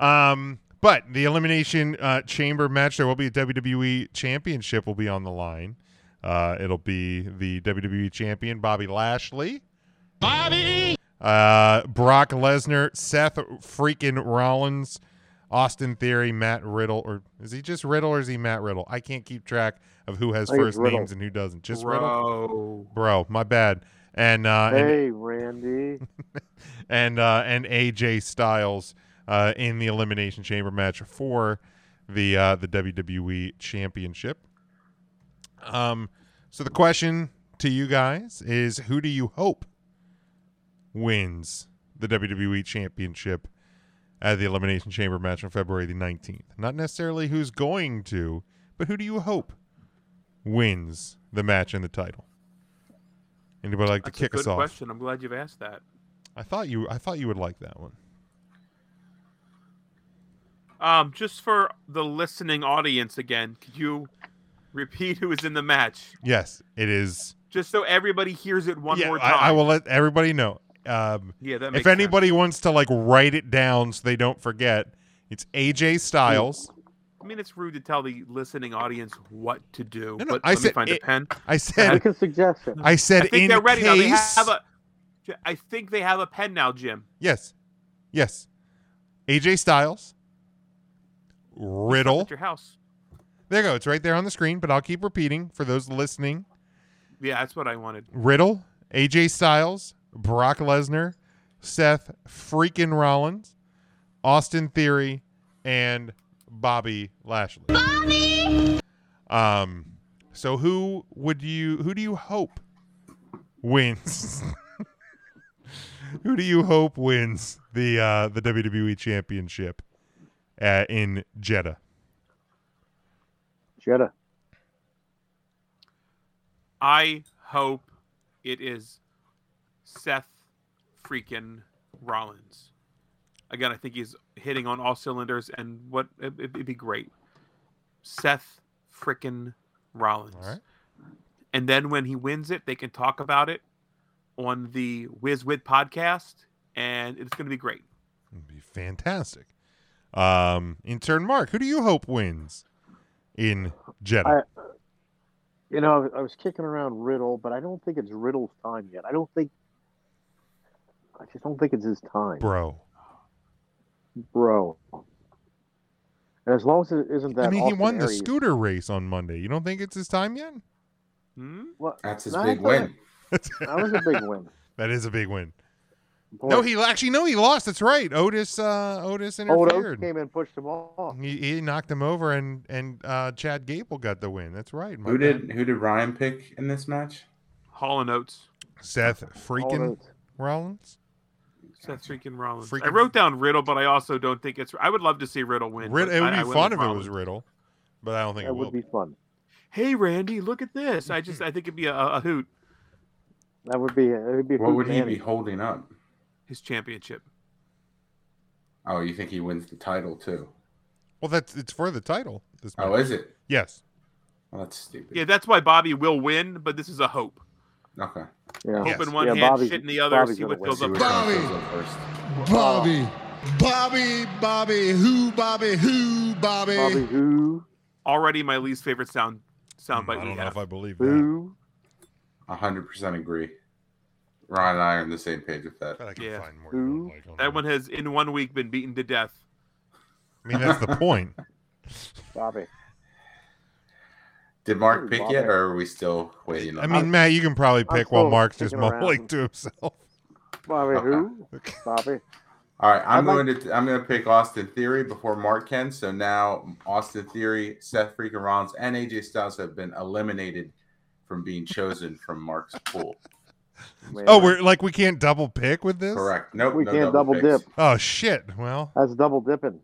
Um, but the elimination uh, chamber match, there will be a WWE championship will be on the line. Uh, it'll be the WWE champion Bobby Lashley, Bobby, uh, Brock Lesnar, Seth freaking Rollins, Austin Theory, Matt Riddle, or is he just Riddle or is he Matt Riddle? I can't keep track of who has I think it's first Riddle. names and who doesn't. Just Riddle, bro. My bad. And uh, and- hey, Randy. and uh, and AJ Styles uh, in the Elimination Chamber match for the uh, the WWE Championship. Um, so the question to you guys is, who do you hope wins the WWE Championship at the Elimination Chamber match on February the nineteenth? Not necessarily who's going to, but who do you hope wins the match and the title? Anybody like That's to kick a us good off? question. I'm glad you've asked that. I thought you I thought you would like that one. Um, just for the listening audience again, could you repeat who is in the match Yes, it is. just so everybody hears it one yeah, more time? I, I will let everybody know. Um, Yeah, that if makes anybody wants to like write it down so they don't forget, it's AJ Styles. I mean, it's rude to tell the listening audience what to do. no, but I let me said find it- a pen. I said- Make a suggestion. I said I think in they're ready now. They case- have a. J- I think they have a pen now, Jim. Yes, yes, AJ Styles, At Riddle. your house. There you go. It's right there on the screen. But I'll keep repeating for those listening. Yeah, that's what I wanted. Riddle, AJ Styles, Brock Lesnar, Seth freaking Rollins, Austin Theory, and Bobby Lashley. Bobby. Um. So who would you? Who do you hope wins? who do you hope wins the uh, the WWE Championship uh, in Jeddah? Jetta. I hope it is Seth freaking Rollins. Again, I think he's hitting on all cylinders, and what it, it'd be great. Seth freaking Rollins. And then when he wins it, they can talk about it on the Whiz Wit podcast, and it's going to be great. be fantastic. Um, intern Mark, who do you hope wins in Jeddah? You know, I was kicking around Riddle, but I don't think it's Riddle's time yet. I don't think. I just don't think it's his time, Bro, bro. And as long as it isn't that, I mean, Austin he won the Aries- scooter race on Monday. You don't think it's his time yet? Hmm? Well, That's his no, I big thought- win. that was a big win. that is a big win. No, he actually no, he lost. That's right. Otis uh, Otis Old interfered. Oates came and pushed him off. He, he knocked him over, and and uh, Chad Gable got the win. That's right. my Who bad. did who did Ryan pick in this match? Hall and Oates. Seth freaking Oates. Rollins? Seth freaking Rollins. I Freaking- wrote down Riddle, but I also don't think it's. I would love to see Riddle win. Rid- but it would be I- I went fun with if it Rollins. was Riddle, but I don't think That it would will. be fun. Hey Randy, look at this. I just I think it'd be a, a hoot. That would be it. Would be What would he Manny. be holding up? His championship. Oh, you think he wins the title too? Well, that's it's for the title. This Oh, match. is it? Yes. Well, that's stupid. Yeah, that's why Bobby will win, but this is a hope. Okay. Yeah. Hope in one Yeah, hand, Bobby's- shit in the other. Bobby's see what gonna fills win. up. Bobby! first. Uh, Bobby. Bobby, Bobby, who, Bobby, who, Bobby. who? Already my least favorite sound Mm, soundbite. I don't know if I believe Who? hundred percent agree. Ron and I are on the same page with that. Yeah. Who? That one has in one week been beaten to death. I mean, that's the point. Bobby. Did Mark pick yet, or are we still waiting? On I mean, Matt, you can probably I'm pick while still Mark's just kicking around. mumbling to himself. Bobby, who? Bobby. All right, I'm I'd going to I'm going to pick Austin Theory before Mark can. So now Austin Theory, Seth freaking Rollins, and AJ Styles have been eliminated from being chosen from Mark's pool. Oh, we're like we can't double pick with this. Correct. Nope, We no can't double double picks. dip. Oh shit. Well, That's double dipping.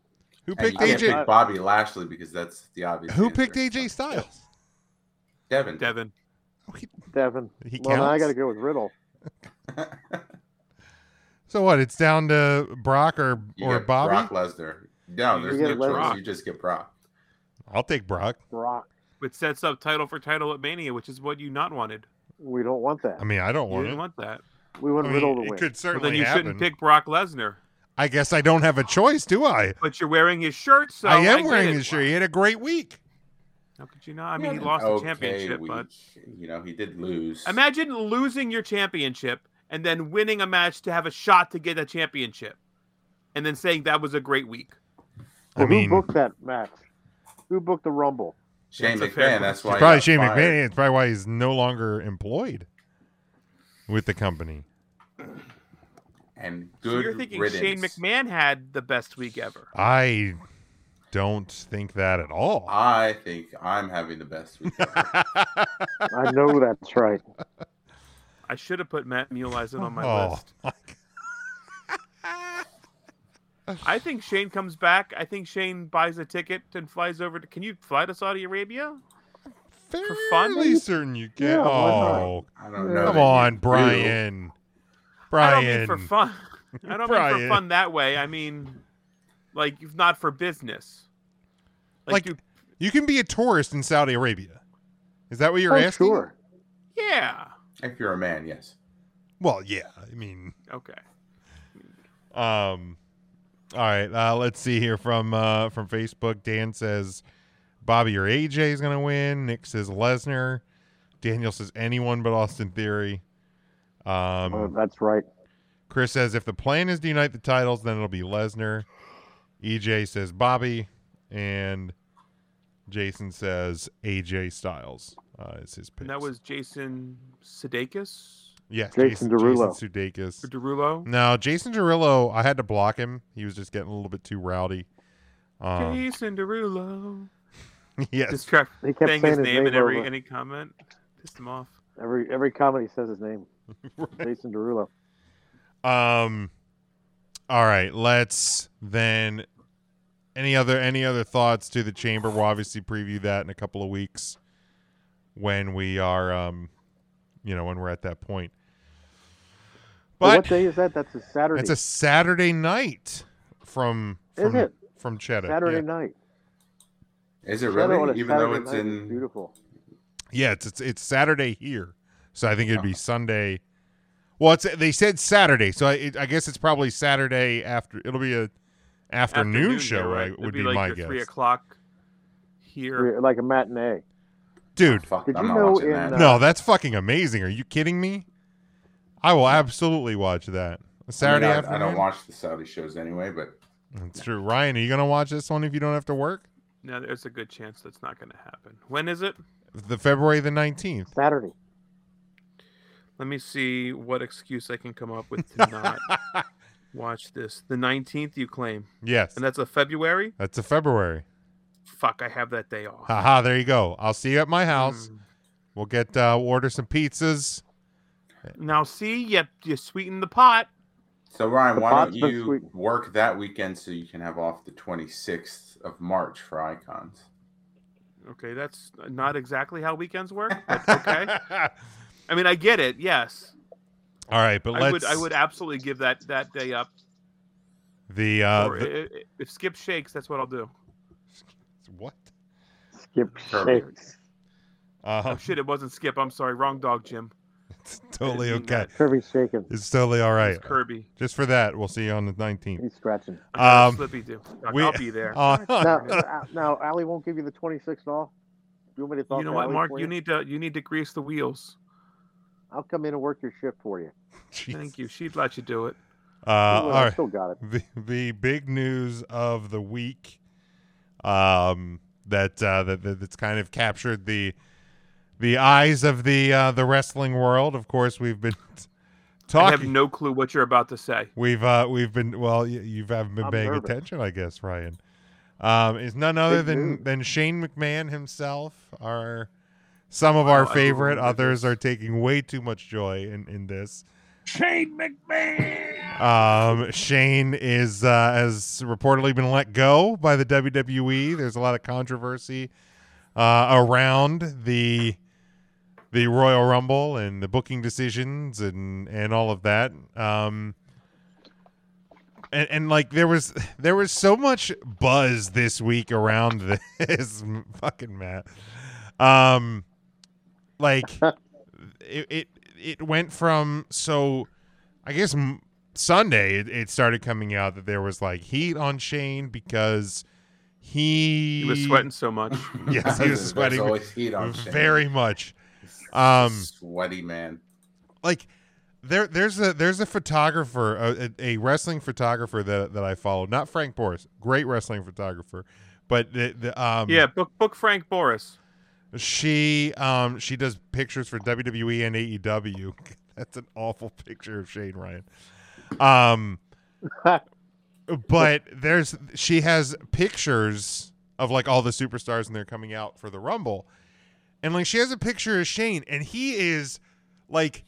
Who And you can't pick Bobby Lashley because that's the obvious. Who picked AJ Styles? Devin. Devin. Devin. Oh, He well, now I counts? got to go with Riddle. So what? It's down to Brock or You or get Bobby. Brock Lesnar. No, You there's get no Lesnar. choice. You just get Brock. I'll take Brock. Brock. Which sets up title for title at Mania, which is what you not wanted. We don't want that. I mean, I don't You want it. didn't want that. We want I mean, Riddle to it win. could Well, certainly then you happen. shouldn't pick Brock Lesnar. I guess I don't have a choice, do I? But you're wearing his shirt, so I am get wearing it. his shirt. He had a great week. How could you not? I He mean, he had lost an the championship, week. but you know he did lose. imagine losing your championship and then winning a match to have a shot to get a championship, and then saying that was a great week. I Well, mean, who booked that match? Who booked the Rumble? Shane That's a fair McMahon. That's why he probably got Shane fired. McMahon. It's probably why he's no longer employed with the company. And so good you're thinking riddance. Shane McMahon had the best week ever. I don't think that at all. I think I'm having the best week. ever. I know that's right. I should have put Matt Muleisen on my Oh, list. I think Shane comes back. I think Shane buys a ticket and flies over to. Can you fly to Saudi Arabia? For fun? Fairly certain you can. Yeah, why not? oh, I don't know that Come you on, do. Brian. I Brian. don't mean for fun. I don't mean Brian. for fun that way. I mean, like if not for business. Like, you- you can be a tourist in Saudi Arabia. Is that what you're Oh, asking? sure. yeah. If you're a man, yes. Well, yeah. I mean, Okay. Um, all right. Uh, let's see here from uh, from Facebook. Dan says Bobby or AJ is going to win. Nick says Lesnar. Daniel says anyone but Austin Theory. Um, Oh, that's right. Chris says if the plan is to unite the titles, then it'll be Lesnar. EJ says Bobby, and Jason says AJ Styles uh, is his pick. And that was Jason Sudeikis Yes, Jason Derulo. Jason Sudeikis. or Derulo. No, Jason Derulo. I had to block him. He was just getting a little bit too rowdy. Um, Jason Derulo. yes. Just try He kept saying saying his his name name in every over. any comment. Pissed him off. Every every comedy says his name. Jason Derulo. Um. All right. Let's then. Any other any other thoughts to the chamber? We'll obviously preview that in a couple of weeks when we are, um, you know, when we're at that point. Well, But what day is that? That's a Saturday. it's a Saturday night from Is from it? from Cheddar. Saturday yeah. night. Is it Shadow on a really? Even though Saturday it's night is in beautiful. Yeah, it's, it's it's Saturday here, so I think it'd Uh-huh. be Sunday. Well, it's they said Saturday, so I, it, I guess it's probably Saturday after. It'll be a afternoon, Afternoon show. here, I- right? It'd would be, be, like my your guess, three o'clock here. We're Like a matinee. dude. Did I'm you not know watching in that. uh, no, that's fucking amazing. Are you kidding me? I will absolutely watch that Saturday I, mean, I, I afternoon. don't watch the Saudi shows anyway, but That's true. Ryan, are you gonna watch this one if you don't have to work? No, there's a good chance that's not going to happen. When is it? The February the nineteenth. Saturday? Let me see what excuse I can come up with to not watch this. The 19th, you claim. Yes. And that's a February? That's a February. Fuck, I have that day off. Haha, there you go. I'll see you at my house. Hmm. We'll get uh we'll order some pizzas. Now, see, you, you sweeten the pot. So Ryan, The why don't pot's been you work that weekend so you can have off the 26th of March for Icons? Okay, that's not exactly how weekends work, but okay. I mean, I get it. Yes. All right, but I would let's I would absolutely give that that day up. the uh Or the- i- i- if Skip shakes, that's what I'll do. What? Skip shakes. Uh-huh. Oh shit! It wasn't Skip. I'm sorry. Wrong dog, Jim. totally I didn't mean okay. that. Kirby's shaking. It's totally all right. Kirby. Just for that, we'll see you on the Um, 19th. He's scratching. I got Slippy do. I'll be there. Oh, now, uh, now, Allie won't give you the 26th off. Do you want me to talk You know to what, Allie Mark? for You need to you need to grease the wheels. I'll come in and work your shift for you. Thank you. She'd let you do it. Uh, all I right. still got it. The, the big news of the week, um, that, uh, that that that's kind of captured the the eyes of the uh, the wrestling world. Of course, we've been I talking. have no clue what you're about to say. We've uh, we've been well. You, you haven't been I'm paying nervous. attention, I guess, Ryan. Um, is none other Big than news. than Shane McMahon himself. Our some of Wow, I our didn't favorite. remember Others are taking way too much joy in in this. Shane McMahon. Um, Shane is uh, has reportedly been let go by the WWE. There's a lot of controversy uh, around the the Royal Rumble and the booking decisions and and all of that. Um, and, and like there was there was so much buzz this week around this fucking Matt. Um, like it, it it went from so I guess m- Sunday it, it started coming out that there was like heat on Shane because he He was sweating so much. yes, he was There's sweating always heat on Shane. very much. Um, Sweaty man. like there there's a there's a photographer a, a a wrestling photographer that that I follow not Frank Boris great wrestling photographer but the, the um yeah, book book Frank Boris. she um she does pictures for WWE and AEW that's an awful picture of Shane Ryan um but there's she has pictures of like all the superstars and they're coming out for the Rumble and like she has a picture of Shane and he is like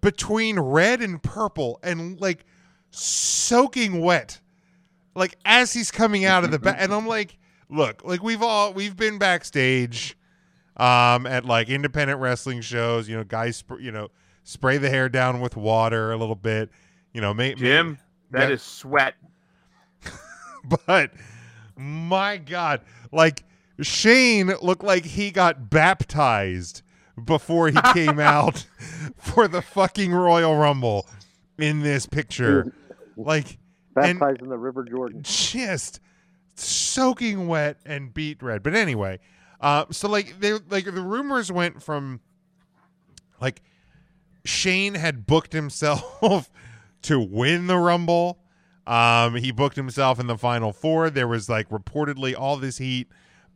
between red and purple and like soaking wet like as he's coming out of the back and i'm like look like we've all we've been backstage um at like independent wrestling shows you know guys sp- you know spray the hair down with water a little bit you know make Jim, that is sweat but my god like shane looked like he got baptized before he came out for the fucking royal rumble in this picture like and Baptized in the River Jordan. just soaking wet and beat red but anyway uh so like they like the rumors went from like Shane had booked himself to win the Rumble. Um, he booked himself in the final four. There was like reportedly all this heat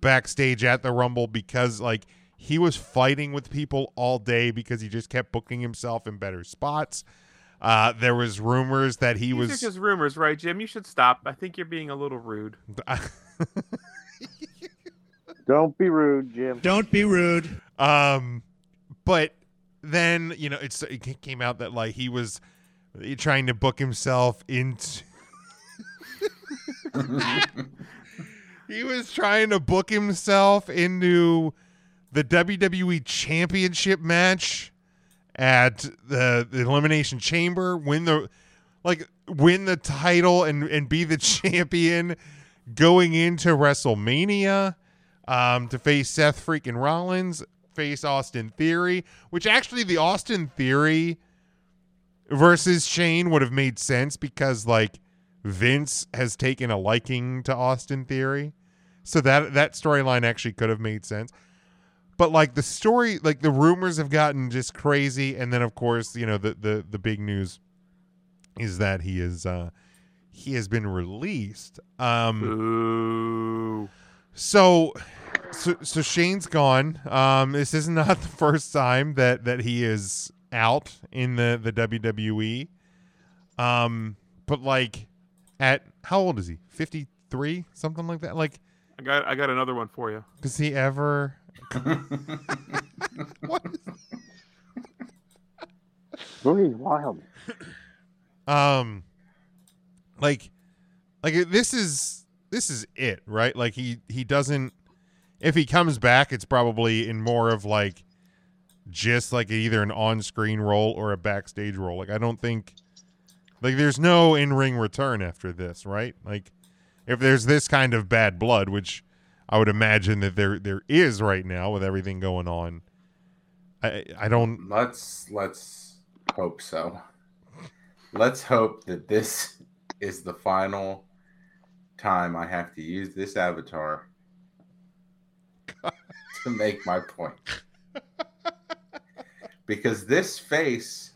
backstage at the Rumble because like he was fighting with people all day because he just kept booking himself in better spots. Uh, there was rumors that he These was are just rumors, right, Jim? You should stop. I think you're being a little rude. Don't be rude, Jim. Don't be rude. Um, but then you know it's it ca- came out that like he was trying to book himself into. he was trying to book himself into the WWE Championship match at the, the Elimination Chamber, win the like win the title and and be the champion going into WrestleMania um, to face Seth freaking Rollins, face Austin Theory, which actually the Austin Theory versus Shane would have made sense because like Vince has taken a liking to Austin Theory. So that that storyline actually could have made sense. But like the story like the rumors have gotten just crazy and then of course, you know, the the the big news is that he is uh he has been released. Um So so so Shane's gone. Um this is not the first time that that he is out in the the WWE. Um, but like, at how old is he? Fifty three, something like that. Like, I got I got another one for you. does he ever? what? Really wild. um like like it- this is this is it right like he he doesn't if he comes back it's probably in more of like just like either an on-screen role or a backstage role like i don't think like there's no in-ring return after this right like if there's this kind of bad blood which i would imagine that there there is right now with everything going on i i don't Let's let's hope so. Let's hope that this is the final time I have to use this avatar to make my point. Because this face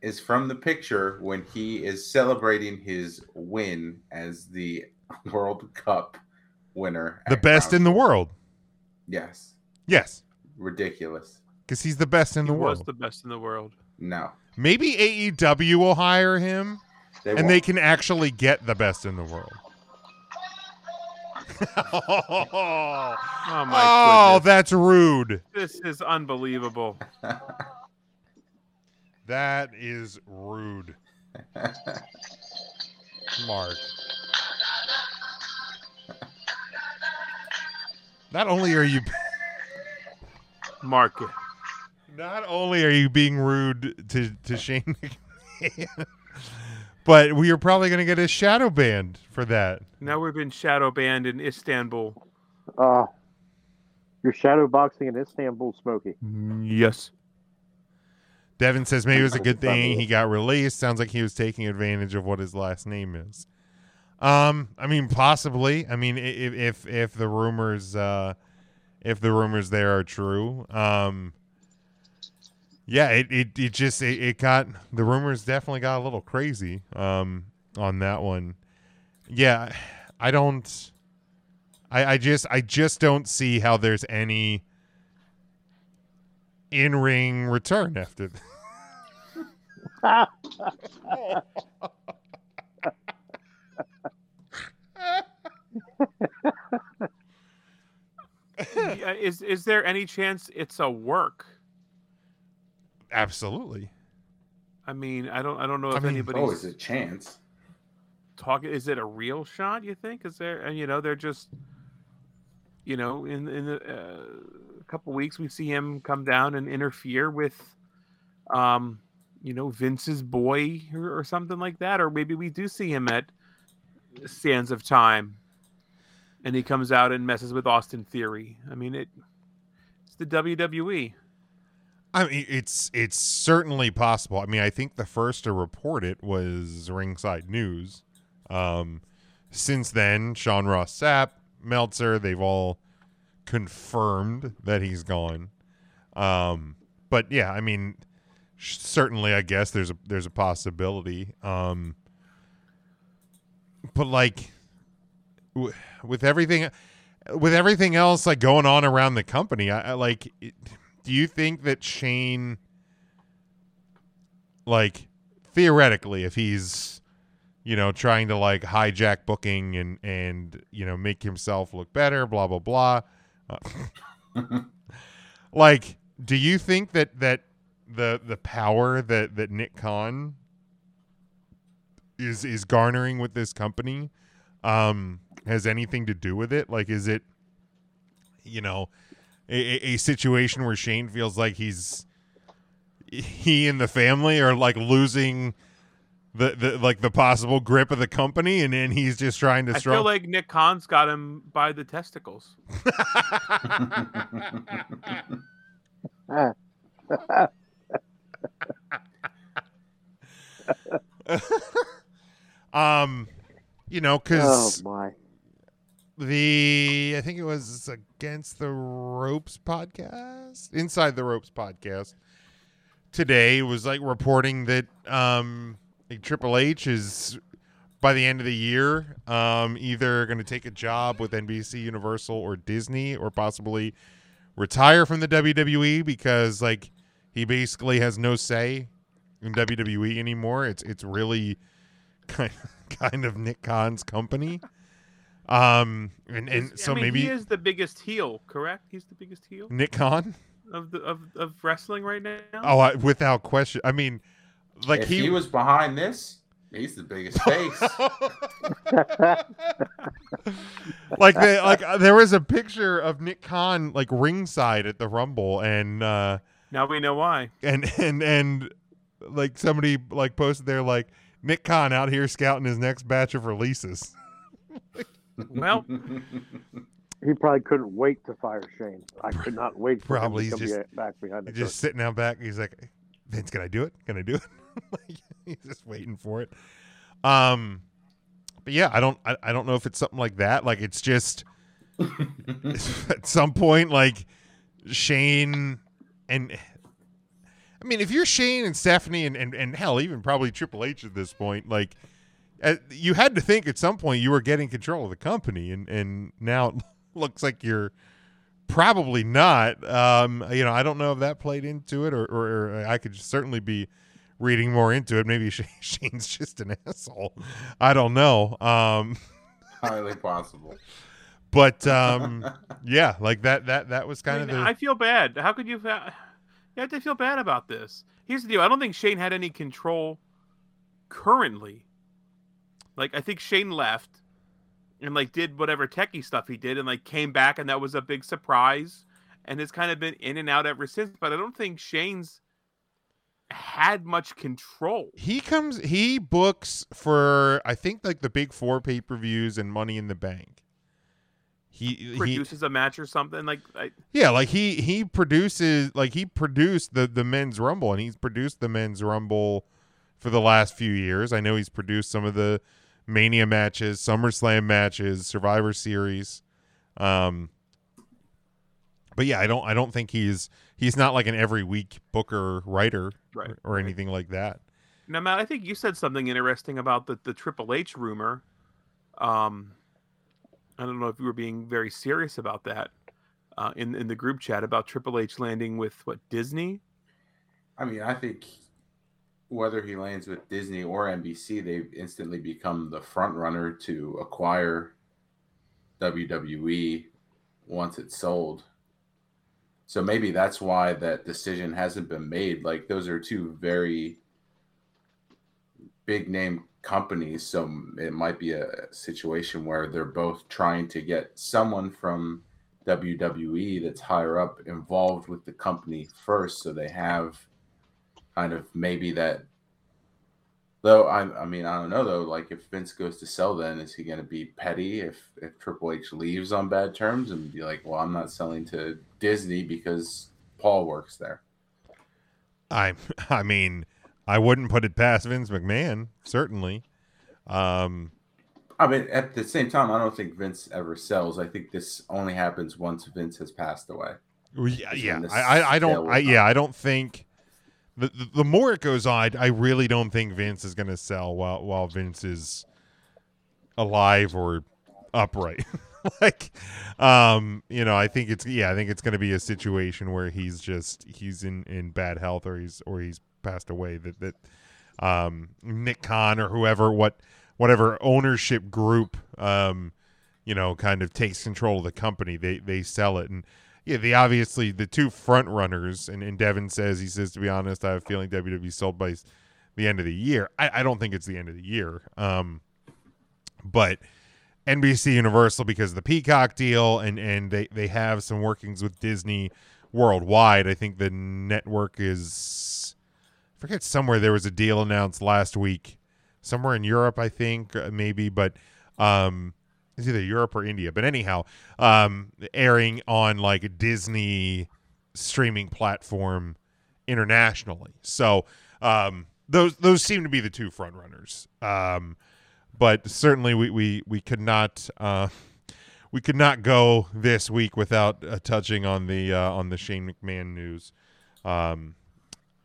is from the picture when he is celebrating his win as the World Cup winner. the best in the world Yes. yes Ridiculous. because he's the best in the he world was the best in the world. No. Maybe AEW will hire him, They and won't. they can actually get the best in the world. oh Oh my oh, goodness. that's rude. This is unbelievable. That is rude, Mark. Not only are you Mark, not only are you being rude to to Shane, McMahon, but we are probably going to get a shadow banned for that. now we've been shadow banned in Istanbul. Uh, you're shadow boxing in Istanbul, Smokey. Yes. Devin says maybe it was a good thing he got released. Sounds like he was taking advantage of what his last name is. Um, I mean, possibly. I mean, i- i- if if, if the rumors uh, if the rumors there are true, um, yeah, it it, it just it, it got the rumors definitely got a little crazy um, on that one. Yeah, I don't. I, I just I just don't see how there's any in ring return after this. Yeah, uh, is is there any chance it's a work? Absolutely. I mean, I don't I don't know I if mean- anybody's Always a chance. Talking is it a real shot? You think is there? And you know they're just, you know, in in the, uh, a couple weeks we see him come down and interfere with, um, you know, Vince's boy or, or something like that, or maybe we do see him at Sands of Time, and he comes out and messes with Austin Theory. I mean it. It's the E. WWE. I mean, it's it's certainly possible. I mean, I think the first to report it was Ringside News. Um, since then, Sean Ross Sapp, Meltzer, they've all confirmed that he's gone. Um, but yeah, I mean, sh- certainly, I guess there's a there's a possibility. Um, but like w- with everything with everything else like going on around the company i, I like it, do you think that shane like theoretically if he's you know trying to like hijack booking and and you know make himself look better blah blah blah uh, like do you think that that the the power that that nick khan is is garnering with this company um has anything to do with it like is it you know a, a a situation where shane feels like he's he and the family are like losing the, the like the possible grip of the company and then he's just trying to I struggle feel like Nick Khan's got him by the testicles. um you know because Oh, my. the I think it was against the ropes podcast, inside the ropes podcast. Today was like reporting that um like Triple H is by the end of the year um either going to take a job with NBC Universal or Disney or possibly retire from the WWE E because like He basically has no say in WWE anymore. It's it's really kind kind of Nick Khan's company. Um, and, and Is- so I mean, maybe he is the biggest heel, correct? He's the biggest heel. Nick Khan? of the of, of wrestling right now. oh, I, without question. I mean, like if he, was behind this, he's the biggest face. like they like uh, there was a picture of Nick Khan like ringside at the Rumble and uh Now we know why. and and and like somebody like posted there like Nick Khan out here scouting his next batch of releases. Well, he probably couldn't wait to fire Shane. I could not wait. For Probably he's him to come just be- back behind the he's just curtain. sitting out back. He's like, Vince, can I do it? Can I do it? like, he's just waiting for it. Um, but yeah, I don't, I, I don't know if it's something like that. Like it's just at some point, like Shane and I mean, if you're Shane and Stephanie and, and, and hell, even probably Triple H at this point, like at, you had to think at some point you were getting control of the company, and and now it looks like you're probably not. Um, you know, I don't know if that played into it, or or, or I could certainly be reading more into it. Maybe Shane- Shane's just an asshole. I don't know. Um, Highly possible. but um, yeah, like that that that was kind I, of mean, the I feel bad. How could you? Fa- you have to feel bad about this. Here's the deal. I don't think Shane had any control currently. Like I think Shane left and like did whatever techie stuff he did and like came back and that was a big surprise and it's kind of been in and out ever since. But I don't think Shane's had much control. he comes he books for I think like the big four pay per views and Money in the Bank. He he Produces a match or something like. I, yeah, like he he produces like he produced the the men's rumble and he's produced the men's rumble for the last few years. I know he's produced some of the Mania matches, SummerSlam matches, Survivor Series. Um but yeah, I don't I don't think he's he's not like an every week booker writer Right, or, or anything like that. Now, Matt, I think you said something interesting about the, the Triple H rumor. Um, I don't know if you were being very serious about that uh, in in the group chat about Triple H landing with what Disney. I mean, I think whether he lands with Disney or NBC, they instantly become the front runner to acquire WWE once it's sold. So maybe that's why that decision hasn't been made. Like those are two very big name companies, so it might be a situation where they're both trying to get someone from WWE that's higher up involved with the company first, so they have kind of maybe that. Though I, I mean, I don't know though. Like, if Vince goes to sell, then is he going to be petty if if Triple H leaves on bad terms and be like, "Well, I'm not selling to Disney because Paul works there." I I mean, I wouldn't put it past Vince McMahon, certainly. Um I mean, at the same time, I don't think Vince ever sells. I think this only happens once Vince has passed away. well, yeah, Is yeah. when the I, I, I sale don't will I yeah, I don't think the, the the more it goes on, I, I really don't think Vince is gonna sell while while Vince is alive or upright. like um, you know, I think it's yeah, I think it's gonna be a situation where he's just he's in, in bad health or he's or he's passed away that that um Nick Khan or whoever what whatever ownership group um you know kind of takes control of the company they they sell it and yeah they obviously the two front runners and, and Devin says he says to be honest I have a feeling WWE sold by s- the end of the year I, I don't think it's the end of the year um but NBC Universal because of the Peacock deal and and they they have some workings with Disney worldwide. I think the network is I forget somewhere there was a deal announced last week somewhere in Europe I think uh, maybe but um it's either Europe or India but anyhow um airing on like a Disney streaming platform internationally. So um those those seem to be the two front runners. Um but certainly we we we could not uh, we could not go this week without uh, touching on the uh, on the Shane McMahon news, um,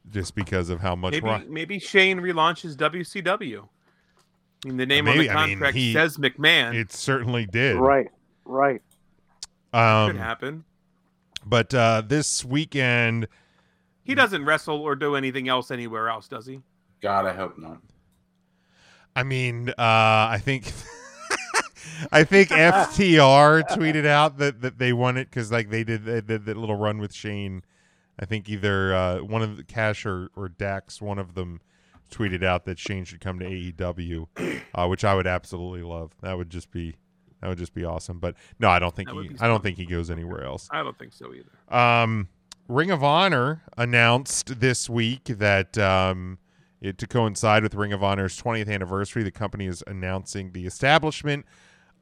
just because of how much. Maybe Ron- maybe Shane relaunches WCW. I mean, the name maybe, on I the mean, contract he- says McMahon. it certainly did. Right, right. could Um, happen. But uh, this weekend, He doesn't wrestle or do anything else anywhere else, does he? God, I hope not. I mean, uh, I think I think FTR tweeted out that, that they won it because like they did they did that little run with Shane. I think either uh, one of the Cash or, or Dax, one of them tweeted out that Shane should come to AEW, uh, which I would absolutely love. That would just be that would just be awesome. But no, I don't think That he would be I don't something. think he goes anywhere else. I don't think so either. Um, Ring of Honor announced this week that um, it, to coincide with Ring of Honor's 20th anniversary, the company is announcing the establishment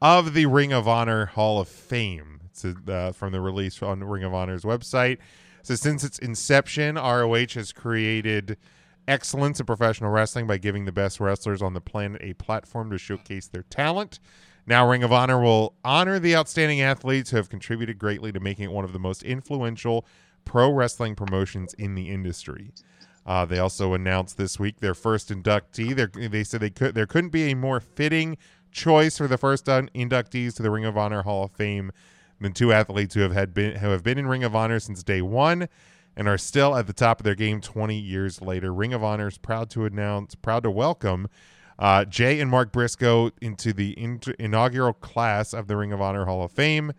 of the Ring of Honor Hall of Fame. It's a, uh, from the release on Ring of Honor's website. So since its inception, ROH has created excellence in professional wrestling by giving the best wrestlers on the planet a platform to showcase their talent. Now, Ring of Honor will honor the outstanding athletes who have contributed greatly to making it one of the most influential pro wrestling promotions in the industry. Uh, they also announced this week their first inductee. They're, they said they could there couldn't be a more fitting choice for the first un- inductees to the Ring of Honor Hall of Fame than two athletes who have had been who have been in Ring of Honor since day one and are still at the top of their game 20 years later. Ring of Honor is proud to announce, proud to welcome uh, Jay and Mark Briscoe into the inter- inaugural class of the Ring of Honor Hall of Fame.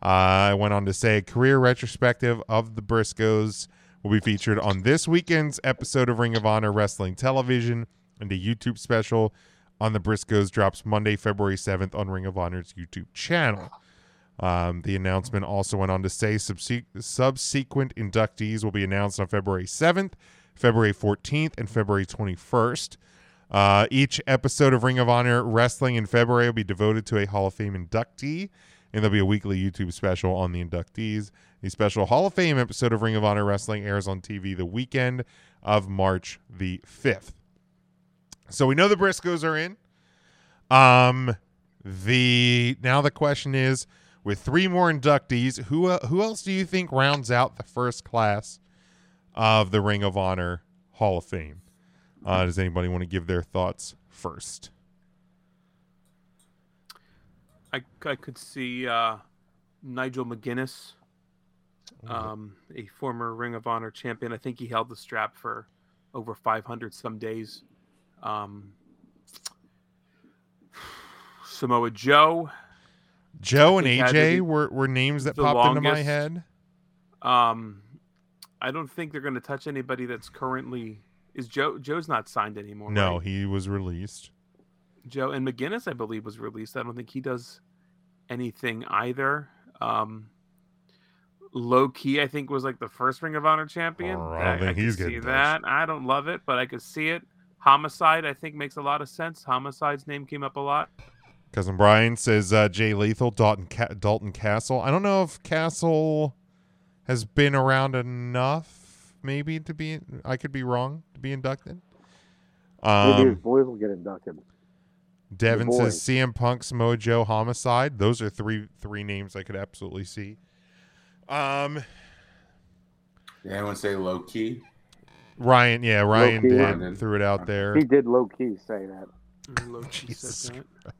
Uh, I went on to say a career retrospective of the Briscoes will be featured on this weekend's episode of Ring of Honor Wrestling Television and a YouTube special on the Briscoes drops Monday, February 7th on Ring of Honor's YouTube channel. Um, the announcement also went on to say subse- subsequent inductees will be announced on February 7th, February 14th, and February 21st. Uh, each episode of Ring of Honor Wrestling in February will be devoted to a Hall of Fame inductee, and there'll be a weekly YouTube special on the inductees. The special Hall of Fame episode of Ring of Honor Wrestling airs on TV the weekend of March the 5th. So we know the Briscoes are in. Um, the now the question is, with three more inductees, who uh, who else do you think rounds out the first class of the Ring of Honor Hall of Fame? Uh, does anybody want to give their thoughts first? I, I could see uh, Nigel McGuinness, um, a former Ring of Honor champion. I think he held the strap for over 500 some days. Um, Samoa Joe. Joe and I think had to AJ be were, were names that the popped into my longest. head. Um, I don't think they're going to touch anybody that's currently is Joe. Joe's not signed anymore. No, right? he was released. Joe and McGinnis, I believe, was released. I don't think he does anything either. Um, low key, I think, was like the first Ring of Honor champion. Oh, I That- think could he's see getting that. I don't love it, but I could see it. Homicide, I think, makes a lot of sense. Homicide's name came up a lot. Cousin Brian says uh, Jay Lethal, Dalton, Ca- Dalton Castle. I don't know if Castle has been around enough, maybe to be. I could be wrong to be inducted. Maybe his Um, boys will get inducted. Devin Your says CM Punk's Mojo Homicide. Those are three three names I could absolutely see. Um, Did anyone say low key? Ryan, yeah, Ryan key. did Ryan did. threw it out there. He did low key say that. Low key Mm, said that.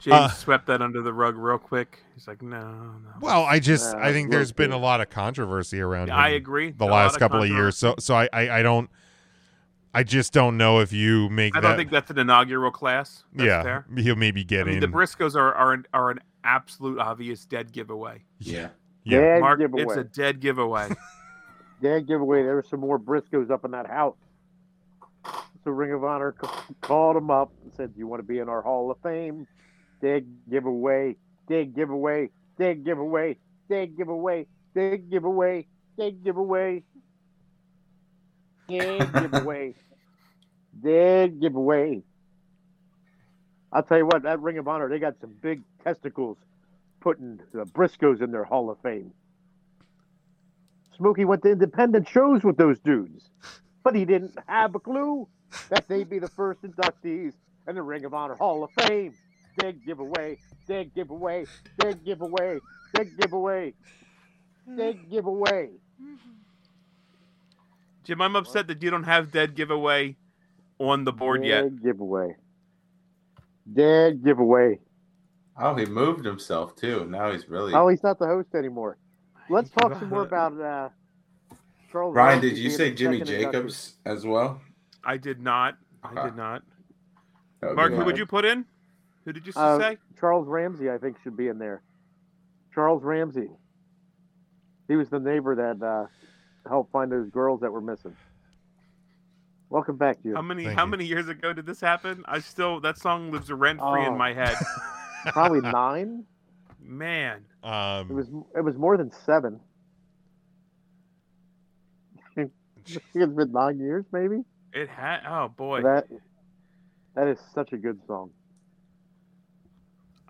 James Uh, swept that under the rug real quick. He's like, no, no. Well, I just Uh, I think low there's been key. a lot of controversy around. Yeah, I him agree. The A lot last of couple of years, so so I, I I don't. I just don't know if you make I that. don't think that's an inaugural class. That's yeah, fair. he'll maybe get I mean, in. the Briscoes are are an, are an absolute obvious dead giveaway. Yeah. Yeah. Dead Mark, giveaway. it's a dead giveaway. Dad giveaway. There were some more Briscoes up in that house. So Ring of Honor c- called him up and said, "Do you want to be in our Hall of Fame?" Dig giveaway. Dig giveaway. Dig giveaway. Dig giveaway. Dig giveaway. Dig giveaway. Dig giveaway. Dig giveaway. I'll tell you what, that Ring of Honor, they got some big testicles putting the Briscoes in their Hall of Fame. Smokey went to independent shows with those dudes, but he didn't have a clue that they'd be the first inductees in the Ring of Honor Hall of Fame. Big giveaway, big giveaway, big giveaway, big giveaway, big giveaway. Jim, I'm upset that you don't have dead giveaway on the board yet. Dead giveaway. Dead giveaway. Oh, he moved himself too. Now he's really. Oh, he's not the host anymore. Let's talk some more about uh, Charles Ryan, Rousey did you being say the Jimmy second inductee. Jacobs as well? I did not. I did not. That would Mark, be who would nice. you put in? Who did you s- Uh, say? Charles Ramsey, I think, should be in there. Charles Ramsey. He was the neighbor that uh, helped find those girls that were missing. Welcome back, you. How many how many years ago did this happen? I still that song lives rent free Oh. in my head. Probably nine. Man, Um, It was it was more than seven. it's been nine years, maybe. it had oh boy. That that is such a good song.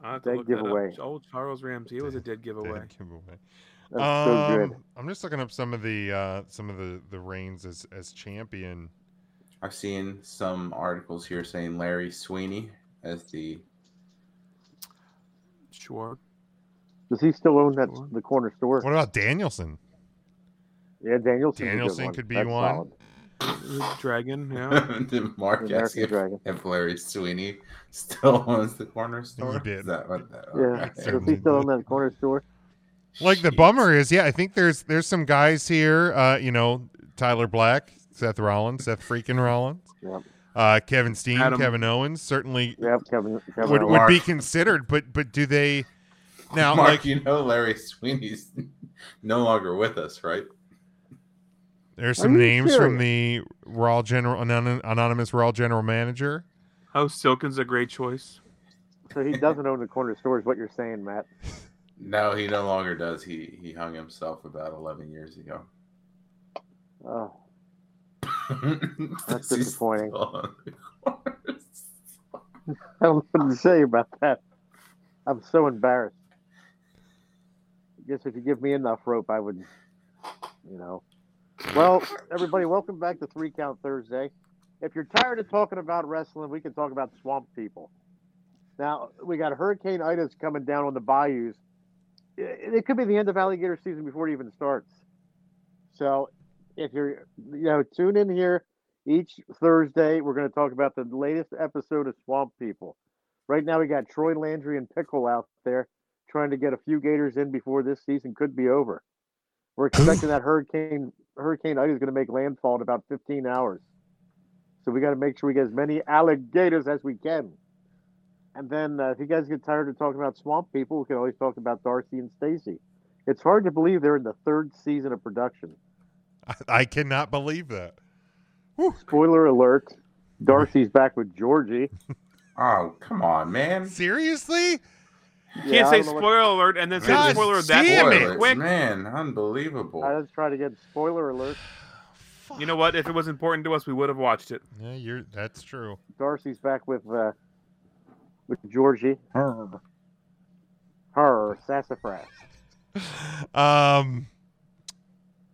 I have to dead look that up. giveaway. Old Charles Ramsey. It was a dead giveaway. giveaway. That's so good. Um, I'm just looking up some of the uh, some of the the reigns as as champion. I've seen some articles here saying Larry Sweeney as the Sure. Does he still own that the corner store? What about Danielson? Yeah, Danielson. Danielson could be one. Dragon, yeah. Did Mark The ask American if, Dragon. if Larry Sweeney still owns the corner store? did. Is that what that, Yeah, does he still own that corner store? Like the bummer is, yeah, I think there's there's some guys here. Uh, you know, Tyler Black, Seth Rollins, Seth freaking Rollins, Yep. uh, Kevin Steen, Adam- Kevin Owens, certainly Yep, Kevin. Kevin would, Owens. would be Mark. considered. But but do they now? Mark, like you know Larry Sweeney's no longer with us, right? there's Are some you names from the Raw general anon- anonymous Raw general manager. Oh, Silken's a great choice. So he doesn't own the corner store, is what you're saying, Matt? No, he no longer does. He he hung himself about eleven years ago. Oh, that's disappointing. I don't know what to say about that. I'm so embarrassed. I guess if you give me enough rope, I would, you know. Well, everybody, welcome back to Three Count Thursday. If you're tired of talking about wrestling, we can talk about swamp people. Now, we got Hurricane Ida's coming down on the bayous. It it could be the end of alligator season before it even starts. So if you're, you know, tune in here each Thursday. We're going to talk about the latest episode of Swamp People. Right now, we got Troy Landry and Pickle out there trying to get a few Gators in before this season could be over. We're expecting that Hurricane Hurricane Ida is going to make landfall in about 15 hours. So we got to make sure we get as many alligators as we can. And then, uh, if you guys get tired of talking about Swamp People, we can always talk about Darcy and Stacy. It's hard to believe they're in the third season of production. I cannot believe that. Spoiler alert: Darcy's back with Georgie. Oh, come on, man! Seriously? You can't say spoiler alert and then say God spoiler that Spoilers, quick. man, unbelievable. I was trying to get spoiler alert. You know what? If it was important to us, we would have watched it. Yeah, you're. That's true. Darcy's back with uh, with Georgie. Herb. Her sassafras. Um,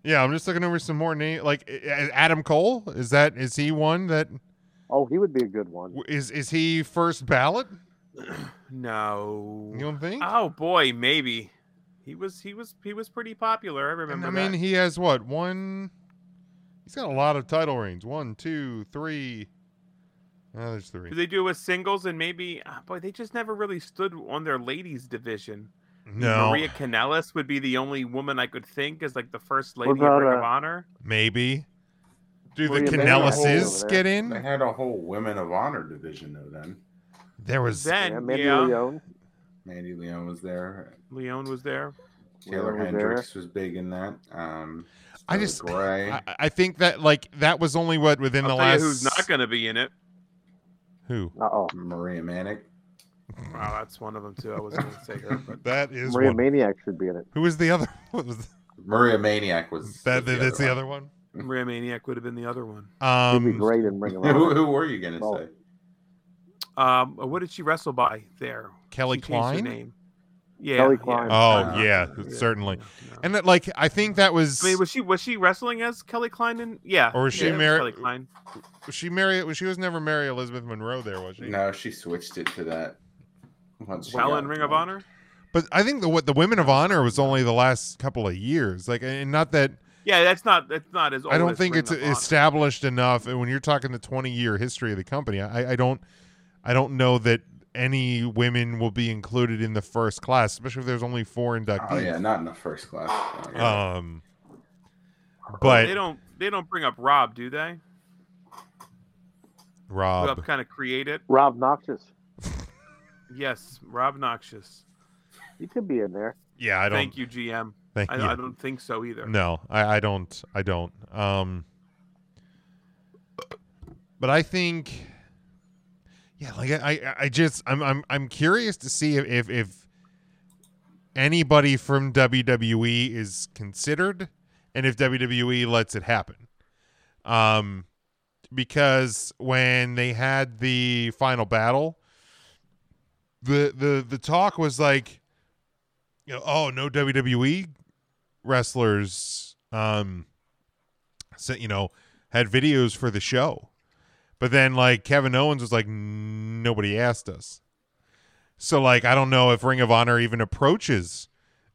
yeah, I'm just looking over some more name. Like A- A- Adam Cole, is that is he one that Oh, he would be a good one. is is he first ballot? No. You don't think? Oh boy, maybe. He was he was he was pretty popular. I remember. I mean, he has what one? He's got a lot of title reigns. One, two, three. Oh, there's that. three. Did they do it with singles and maybe ah, boy, they just never really stood on their ladies division. No. Maria Canellis would be the only woman I could think as like the first What lady about, of Ring uh, of Honor. Maybe. Do Well, the yeah, they had a whole- Canellises get in? They had a whole Women of Honor division though. Then There was Then, Yeah, Mandy yeah. Leone. Mandy Leone was there. Leon was there. Taylor Leone was Hendricks was big in that. Um, I Starla just Gray. I, I think that like that was only what within the I'll tell last you who's not going to be in it. who Uh-oh. Maria Manic. Wow, that's one of them too. I was going to say her, but that is Maria one. Maniac should be in it. Who was the other? What was Maria Maniac was that? was that's the other one. Maria Maniac would have been the other one. Um, He'd be great in Ring of Honor. who, who were you gonna say? Um, what did she wrestle by there? Kelly She changed her Klein? name. Yeah, Kelly yeah. Klein. Uh, Oh yeah, certainly. And that, like I think that was I mean, was she was she wrestling as Kelly Klein? In, yeah, Or was she yeah, it mar- Kelly Klein. was she Mary. was She was never Mary Elizabeth Monroe. There was she. No, she switched it to that. Once she Well, got in Ring of Honor. But I think the what the Women of Honor was only the last couple of years. Like, and not that Yeah, that's not that's not as. Old I don't as think Ring it's of Honor. established enough. And when you're talking the 20 year history of the company, I, I don't, I don't know that any women will be included in the first class, especially if there's only four inductees. Oh yeah, not in the first class. Oh, yeah. Um, But they don't they don't bring up Rob, do they? Who Rob, helped kind of create it. Rob Noxious. Yes, Rob Noxious. He could be in there. yeah, I don't. Thank you, GM. Thank I, you. I don't think so either. No, I, I don't. I don't. Um, but I think, yeah, like I, I- I just, I'm, I'm, I'm curious to see if, if, if anybody from WWE is considered, and if WWE lets it happen. Um, because when they had the final battle, the the the talk was like, you know, oh no WWE wrestlers um sent you know had videos for the show but then like kevin owens was like nobody asked us so like i don't know if ring of honor even approaches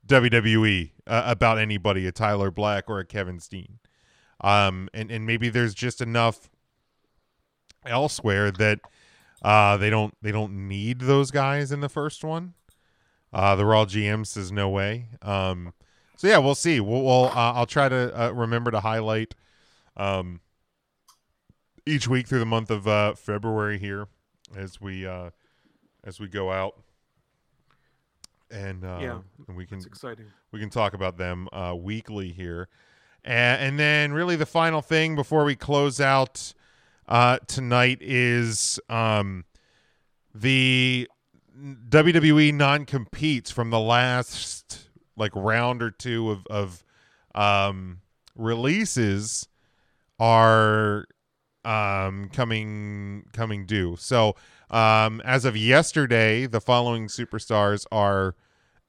wwe uh, about anybody a tyler black or a kevin steen um and and maybe there's just enough elsewhere that uh they don't they don't need those guys in the first one uh, the Raw GM says no way. Um, so yeah, we'll see. We'll, we'll uh, I'll try to uh, remember to highlight um, each week through the month of uh, February here as we uh, as we go out, and uh, Yeah, and we can that's exciting. we can talk about them uh, weekly here. And, and then, really, the final thing before we close out uh, tonight is um, the WWE non competes from the last like round or two of, of um, releases are um, coming coming due. So um, as of yesterday, the following superstars are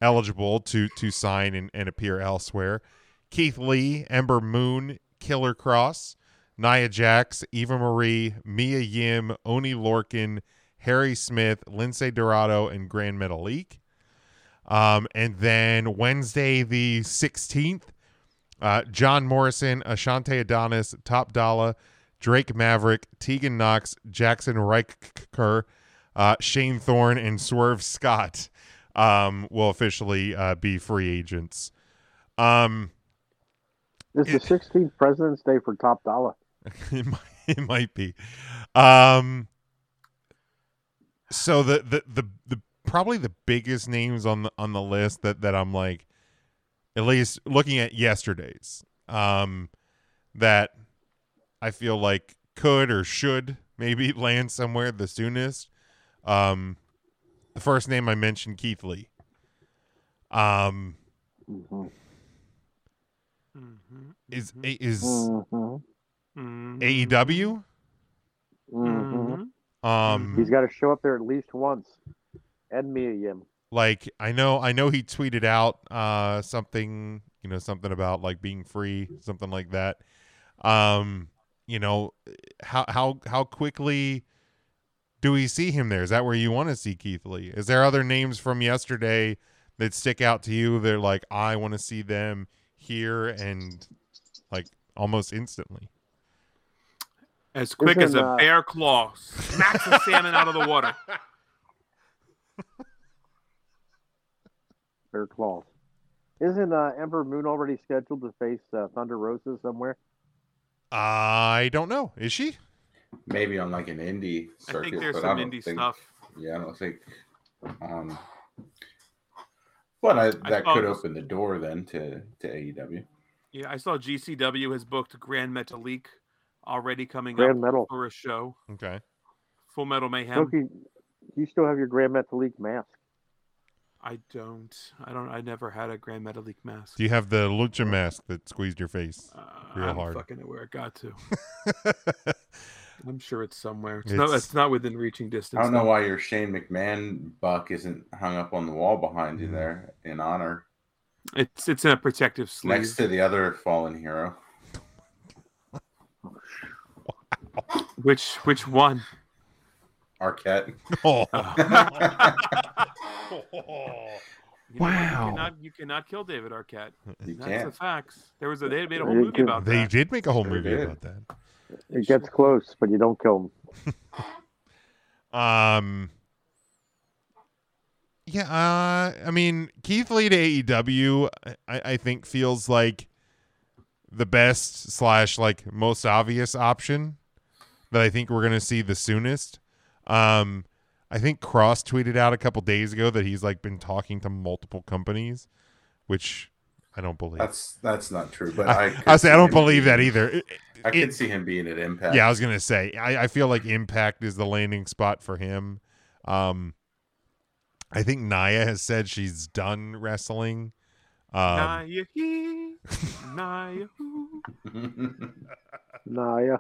eligible to to sign and, and appear elsewhere: Keith Lee, Ember Moon, Killer Cross, Nia Jax, Eva Marie, Mia Yim, Oni Lorkin, Harry Smith, Lindsay Dorado, and Grand Metalik. Um, and then Wednesday the 16th, uh, John Morrison, Ashante Adonis, Top Dollar, Drake Maverick, Tegan Knox, Jackson Riker, uh, Shane Thorne, and Swerve Scott um, will officially uh, be free agents. Um, Is the 16th President's Day for Top Dollar? it, might, it might be. Um, so the, the the the probably the biggest names on the on the list that that I'm like, at least looking at yesterday's, um, that I feel like could or should maybe land somewhere the soonest. Um, the first name I mentioned, Keith Lee. Um, Mm-hmm. is is AEW? Mm-hmm. Um, Mm-hmm. He's got to show up there at least once. And me and him. like I know I know he tweeted out uh something, you know, something about like being free, something like that. Um, you know, how how how quickly do we see him there? Is that where you want to see Keith Lee? Is there other names from yesterday that stick out to you? They're like I want to see them here and like almost instantly. As quick as Isn't, a uh, bear claw smacks the salmon out of the water. Bear claws. Isn't uh, Ember Moon already scheduled to face uh, Thunder Rosa somewhere? I don't know. Is she? Maybe on like an indie circuit. there's but I some don't indie think, stuff. Yeah, I don't think. Um, but I, that thought could it was- open the door then to to E AEW. Yeah, I saw GCW has booked Grand Metalik already coming Grand up Metal. for a show. Okay. Full Metal Mayhem. Don't you, you still have your Grand Metalik mask. I don't. I don't. I never had a Grand Metalik mask. Uh, Do you have the lucha mask that squeezed your face real I'm hard? fucking aware it got to. I'm sure it's somewhere. It's, not. It's- It's not within reaching distance. I don't know though. why your Shane McMahon buck isn't hung up on the wall behind you there in honor. It's it's in a protective sleeve. Next to the other fallen hero. Which which one? Arquette. Oh. You know what? Wow. You cannot, you cannot kill David Arquette. You That's the can't. facts. There was a they made a whole You movie can- about They that. did make a whole Sure movie did. about that. It gets close, but you don't kill him. Um, yeah, E uh, I mean, Keith Lee to AEW, I, I think feels like the best slash like most obvious option that I think we're gonna see the soonest. Um, I think Cross tweeted out a couple days ago that he's like been talking to multiple companies, which I don't believe. That's that's not true. But I I, could I, say I see don't him believe that being- either. It- I it- could see him being at Impact. yeah, I was gonna say. I, I feel like Impact is the landing spot for him. Um, I think Naya has said she's done wrestling. Um, Naya-hee, Naya-hoo. Naya.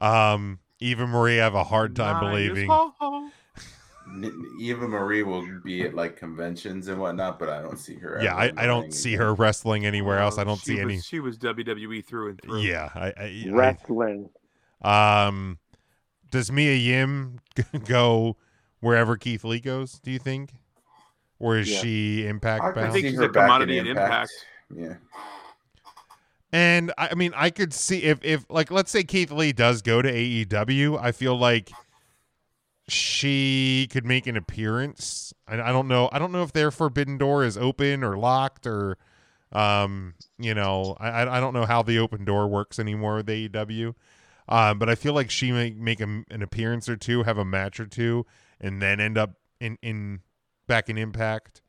um, Eva Marie, I have a hard time believing. N- Eva Marie will be at like conventions and whatnot, but I don't see her. Yeah, ever I, in I the don't ring see again. her wrestling anywhere else. Oh, I don't she see was, any. She was WWE through and through. Yeah, I, I wrestling. um, does Mia Yim go wherever Keith Lee goes? Do you think, or is Yeah. she Impact? I could bound? see her back in Yeah. And I I mean, I could see if if like let's say Keith Lee does go to AEW, I feel like she could make an appearance. I, I don't know. I don't know if their forbidden door is open or locked or um you know I I I don't know how the open door works anymore with AEW. Um, but I feel like she may make a, an appearance or two, have a match or two, and then end up in in back in Impact.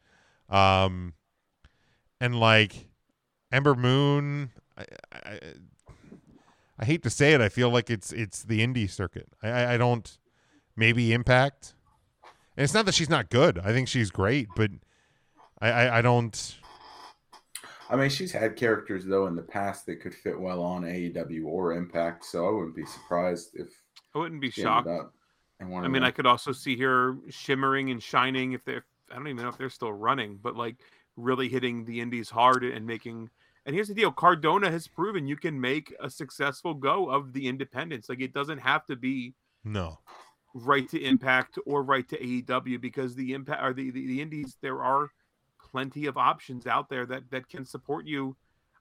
Um, and like Ember Moon, I, I, I hate to say it, I feel like it's it's the indie circuit. I- I, I don't maybe Impact, and it's not that she's not good. I think she's great, but I I, I don't. I mean, she's had characters though in the past that could fit well on AEW or Impact, so I wouldn't be surprised if I wouldn't be she shocked. ended up in one I of mean, them. I could also see her shimmering and shining if they're, I don't even know if they're still running, but like really hitting the indies hard and making. And here's the deal Cardona has proven you can make a successful go of the independents. Like, it doesn't have to be No. right to impact or right to AEW because the impact or the, the, the indies, there are plenty of options out there that, that can support you.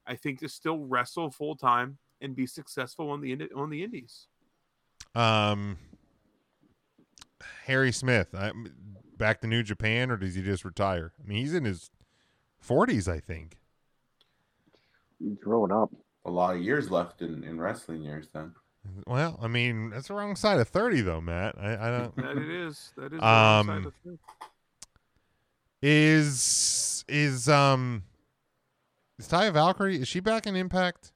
I think to still wrestle full time and be successful on the indi- on the indies. Um, Harry Smith, I, back to New Japan, or does he just retire? I mean, he's in his forties, I think. He's growing up. a lot of years left in, in wrestling years then. Well, I mean, that's the wrong side of thirty, though, Matt. I, I don't. That it is. That is the wrong um, side of things. is is um is Taya Valkyrie is she back in Impact?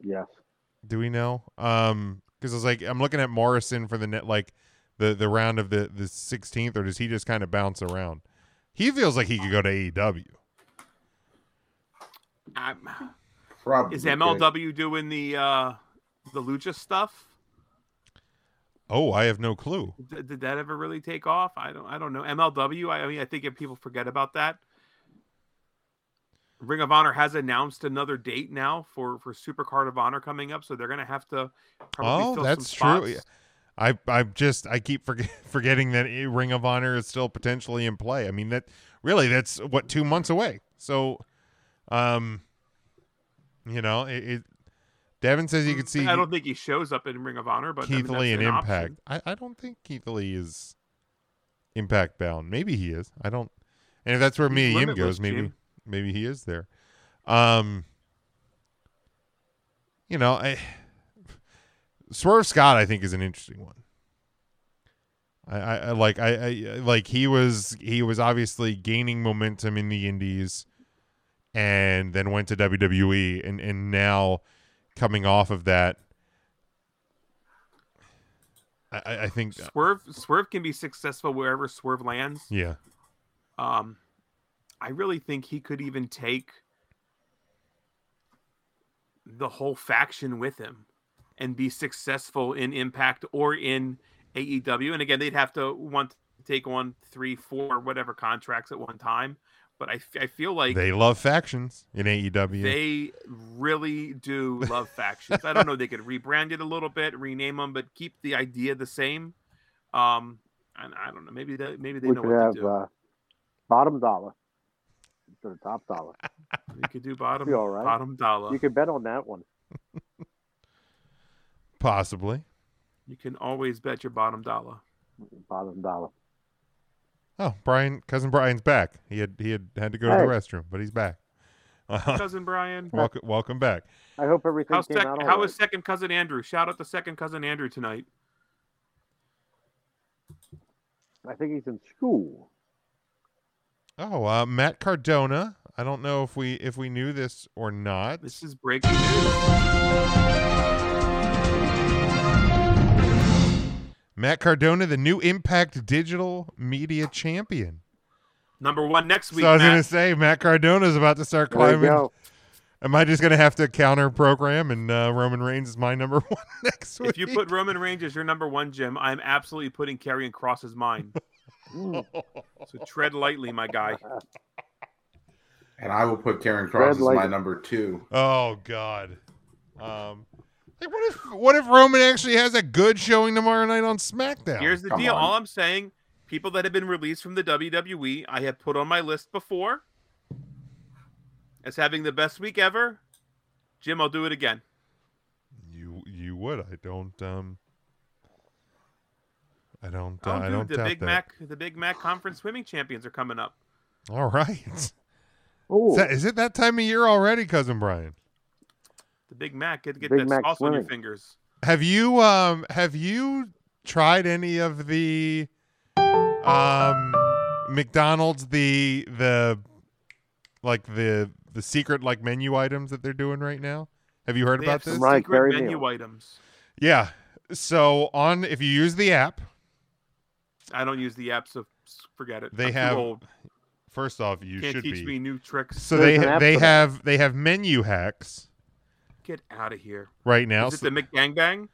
Yes. Do we know? Um, because it's like I'm looking at Morrison for the net, like the the round of the the 16th, or does he just kind of bounce around? He feels like he could go to E AEW. I'm, Probably is MLW doing the uh the lucha stuff? Oh, I have no clue. Did, did that ever really take off? I don't I don't know. MLW, I, I mean I think if people forget about that. Ring of Honor has announced another date now for for Super Card of Honor coming up, so they're going to have to probably Oh, fill that's some true. Yeah. spots. I I just I keep forget, forgetting that eh, Ring of Honor is still potentially in play. I mean that really that's what two months away. So, um, you know it. it Devin says you could see Mm, I don't think he shows up in Ring of Honor, but I mean, Keith Lee that's and an option. Impact. I, I don't think Keith Lee is Impact bound. Maybe he is. I don't. And if that's where He's Mia Yim limitless, goes, maybe Jim. maybe he is there. Um, you know, I, Swerve Scott, I think, is an interesting one. I, I, I like I, I like he was he was obviously gaining momentum in the Indies, and then went to WWE, and and now coming off of that, I- I, I think uh, Swerve Swerve can be successful wherever Swerve lands. yeah. Um, I really think he could even take the whole faction with him and be successful in Impact or in AEW. And again, they'd have to want to take on three, four, whatever contracts at one time. But I, f- I feel like they love factions in E AEW. they really do love factions. I don't know. They could rebrand it a little bit, rename them, but keep the idea the same. Um, and I don't know. Maybe that maybe they we know could what have to do. uh, bottom dollar instead of top dollar. you could do bottom Be all right. bottom dollar. You could bet on that one. Possibly. You can always bet your bottom dollar. Bottom dollar. Oh, Brian, cousin Brian's back. He had he had had to go to Hey. the restroom, but he's back. Cousin Brian. welcome welcome back. I hope everything How's came sec- out all how right. is second cousin Andrew? Shout out to second cousin Andrew tonight. I think he's in school. Oh, uh, Matt Cardona. I don't know if we if we knew this or not. This is breaking news. Matt Cardona, the new Impact Digital Media Champion. Number one next week. So I was gonna Matt. say Matt Cardona's about to start There you climbing. go. Am I just gonna have to counter program and uh, Roman Reigns is my number one next week? If you put Roman Reigns as your number one, Jim, I'm absolutely putting Karrion Cross as mine. so tread lightly, my guy. And I will put Karen Cross as light. my number two. Oh God. Um, like, what if what if Roman actually has a good showing tomorrow night on SmackDown? Here's the deal. All I'm saying, people that have been released from the WWE, I have put on my list before as having the best week ever. Jim, I'll do it again. You you would. I don't. Um. I don't. Uh, Oh, I dude, don't the doubt Big that. Mac, the Big Mac Conference swimming champions are coming up. All right. Is, that, is it that time of year already, cousin Brian? The Big Mac, get, get Big that Mac sauce on your swimming. fingers. Have you um have you tried any of the um McDonald's the the like the the secret like menu items that they're doing right now? Have you heard They about have this? secret menu items. Yeah. So on if you use the app, I don't use the app, so forget it. they I'm too have old. first off you Can't should teach be me new tricks. So There's an they app they for that. have they have menu hacks Get out of here. right now. Is so- it the McGangbang?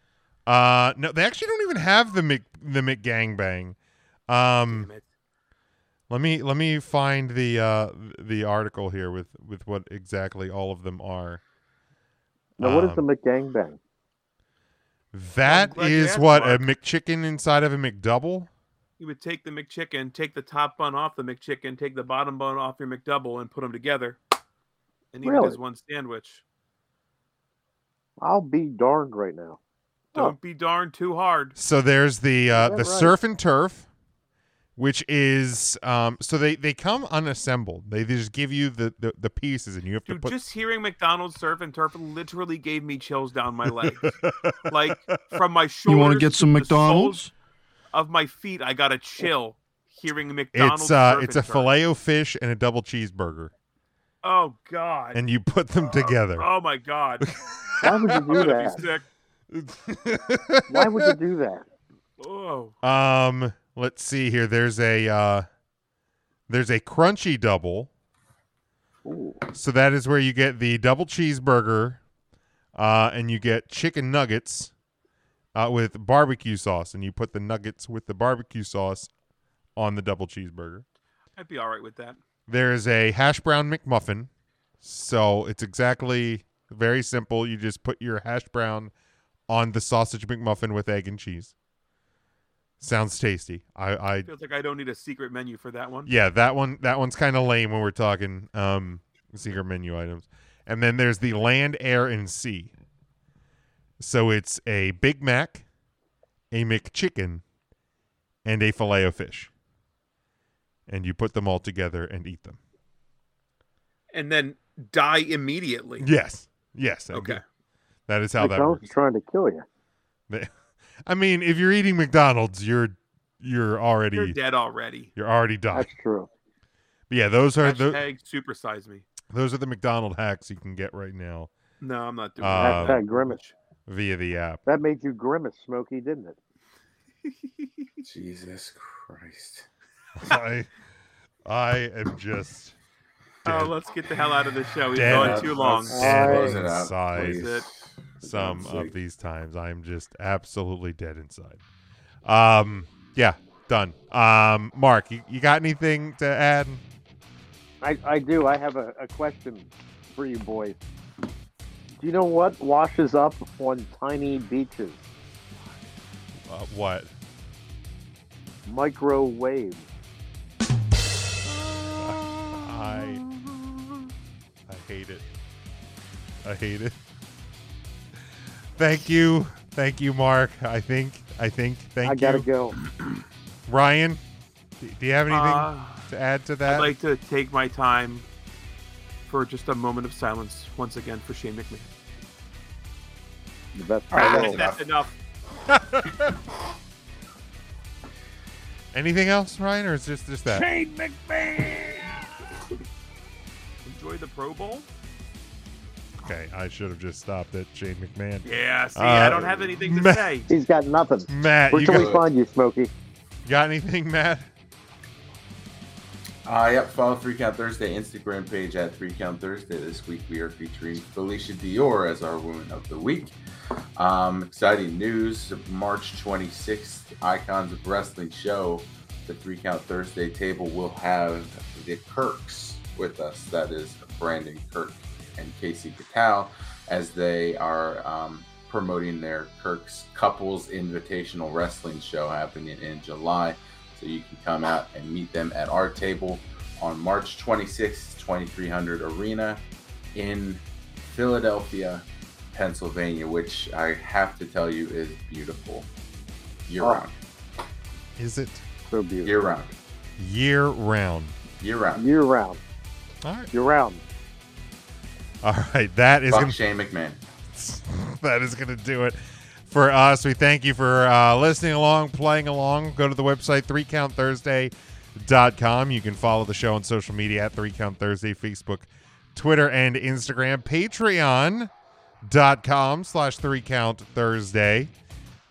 Uh, no, they actually don't even have the Mc, the McGangbang. Um, let me let me find the uh the article here with with what exactly all of them are. Now, what is Um, the McGangbang? That glad you is asked, what Mark. a McChicken inside of a McDouble. You would take the McChicken, take the top bun off the McChicken, take the bottom bun off your McDouble, and put them together, and eat it Really? as one sandwich. I'll be darned right now. Don't be darn too hard. So there's the uh, that the right? surf and turf, which is um, so they they come unassembled. They, they just give you the, the the pieces and you have to Dude, put. just hearing McDonald's surf and turf literally gave me chills down my legs, like from my shoulders. You want to get some to the soles McDonald's? Of my feet, I got a chill hearing McDonald's. it's uh surf it's a and turf. filet o fish and a double cheeseburger, Oh God! and you put them together. Oh my God! Why would you I'm do gonna that? be sick. Why would you do that? Oh, Um, let's see here. There's a uh, there's a crunchy double. So that is where you get the double cheeseburger, uh, and you get chicken nuggets uh, with barbecue sauce, and you put the nuggets with the barbecue sauce on the double cheeseburger. I'd be all right with that. There is a hash brown McMuffin. So it's exactly very simple. You just put your hash brown on the sausage McMuffin with egg and cheese. Sounds tasty. I, I Feels like I don't need a secret menu for that one. yeah, that one that one's kind of lame when we're talking um secret menu items. And then there's the land, air, and sea. So it's a Big Mac, a McChicken, and a filet o fish. And you put them all together and eat them. and then die immediately. Yes. Yes. I Okay. get- That is how that McDonald's works. is trying to kill you. They- I mean, if you're eating McDonald's, you're you're already You're dead already. You're already dying. That's true. But yeah, those are the Hashtag supersize me. those are the McDonald hacks you can get right now. No, I'm not doing uh, Hashtag grimace. via the app. That made you grimace, Smokey, didn't it? Jesus Christ. I I am just that. Oh, let's get the hell out of this show. We've dead gone too long. dead Close it out, inside please. That's some Sweet. of these times. I'm just absolutely dead inside. Um, yeah, done. Um, Mark, you, you got anything to add? I, I do. I have a, a question for you boys. Do you know what washes up on tiny beaches? Uh, what? Microwave. I I hate it. I hate it. Thank you. Thank you, Mark. I think I think thank you. I gotta go. Ryan, Do you have anything Uh, to add to that? I'd like to take my time for just a moment of silence once again for Shane McMahon. The best All right, part I of think it. that's enough. anything else, Ryan, or is just just that? Shane McMahon. Enjoy the Pro Bowl. Okay, I should have just stopped at Shane McMahon. Yeah, see, I don't have anything to Matt- say. He's got nothing. Matt, where you can got- we find you, Smokey? Got anything, Matt? Uh, yep, follow Three Count Thursday Instagram page at Three Count Thursday. This week we are featuring Felicia Dior as our Woman of the Week. Um, exciting news March 26th, Icons of Wrestling show. The Three Count Thursday table will have the Kirks with us. That is Brandon Kirk and Casey Catal as they are um, promoting their Kirk's Couples Invitational Wrestling show happening in July. So you can come out and meet them at our table on March 26th, 2300 Arena in Philadelphia, Pennsylvania, which I have to tell you is beautiful year Oh. round. Is it so beautiful? Year round. Year round. Year round. Year round. All right. Year round. All right, that is Fuck gonna- Shane McMahon. that is going to do it for us. We thank you for uh, listening along, playing along. Go to the website, 3countthursday.com. You can follow the show on social media at 3countthursday, Facebook, Twitter, and Instagram. Patreon.com slash 3countthursday.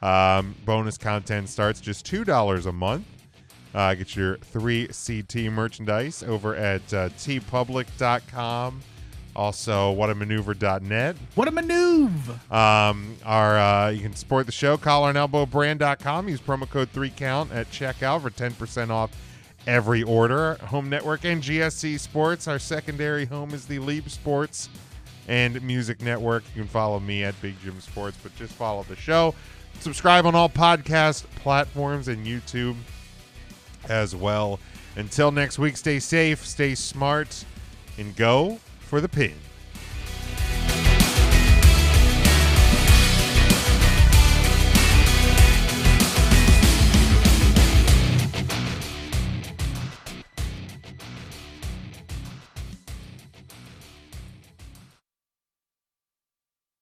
Um, bonus content starts just $2 a month. Uh, get your 3CT merchandise over at uh, tpublic.com. Also, whatamaneuver.net. What a maneuver. Um, our, uh, you can support the show, collar and elbow brand.com. Use promo code 3count at checkout for 10% off every order. Home Network and GSC Sports. Our secondary home is the Leap Sports and Music Network. You can follow me at Big Jim Sports, but just follow the show. Subscribe on all podcast platforms and YouTube as well. Until next week, stay safe, stay smart, and go for the pin.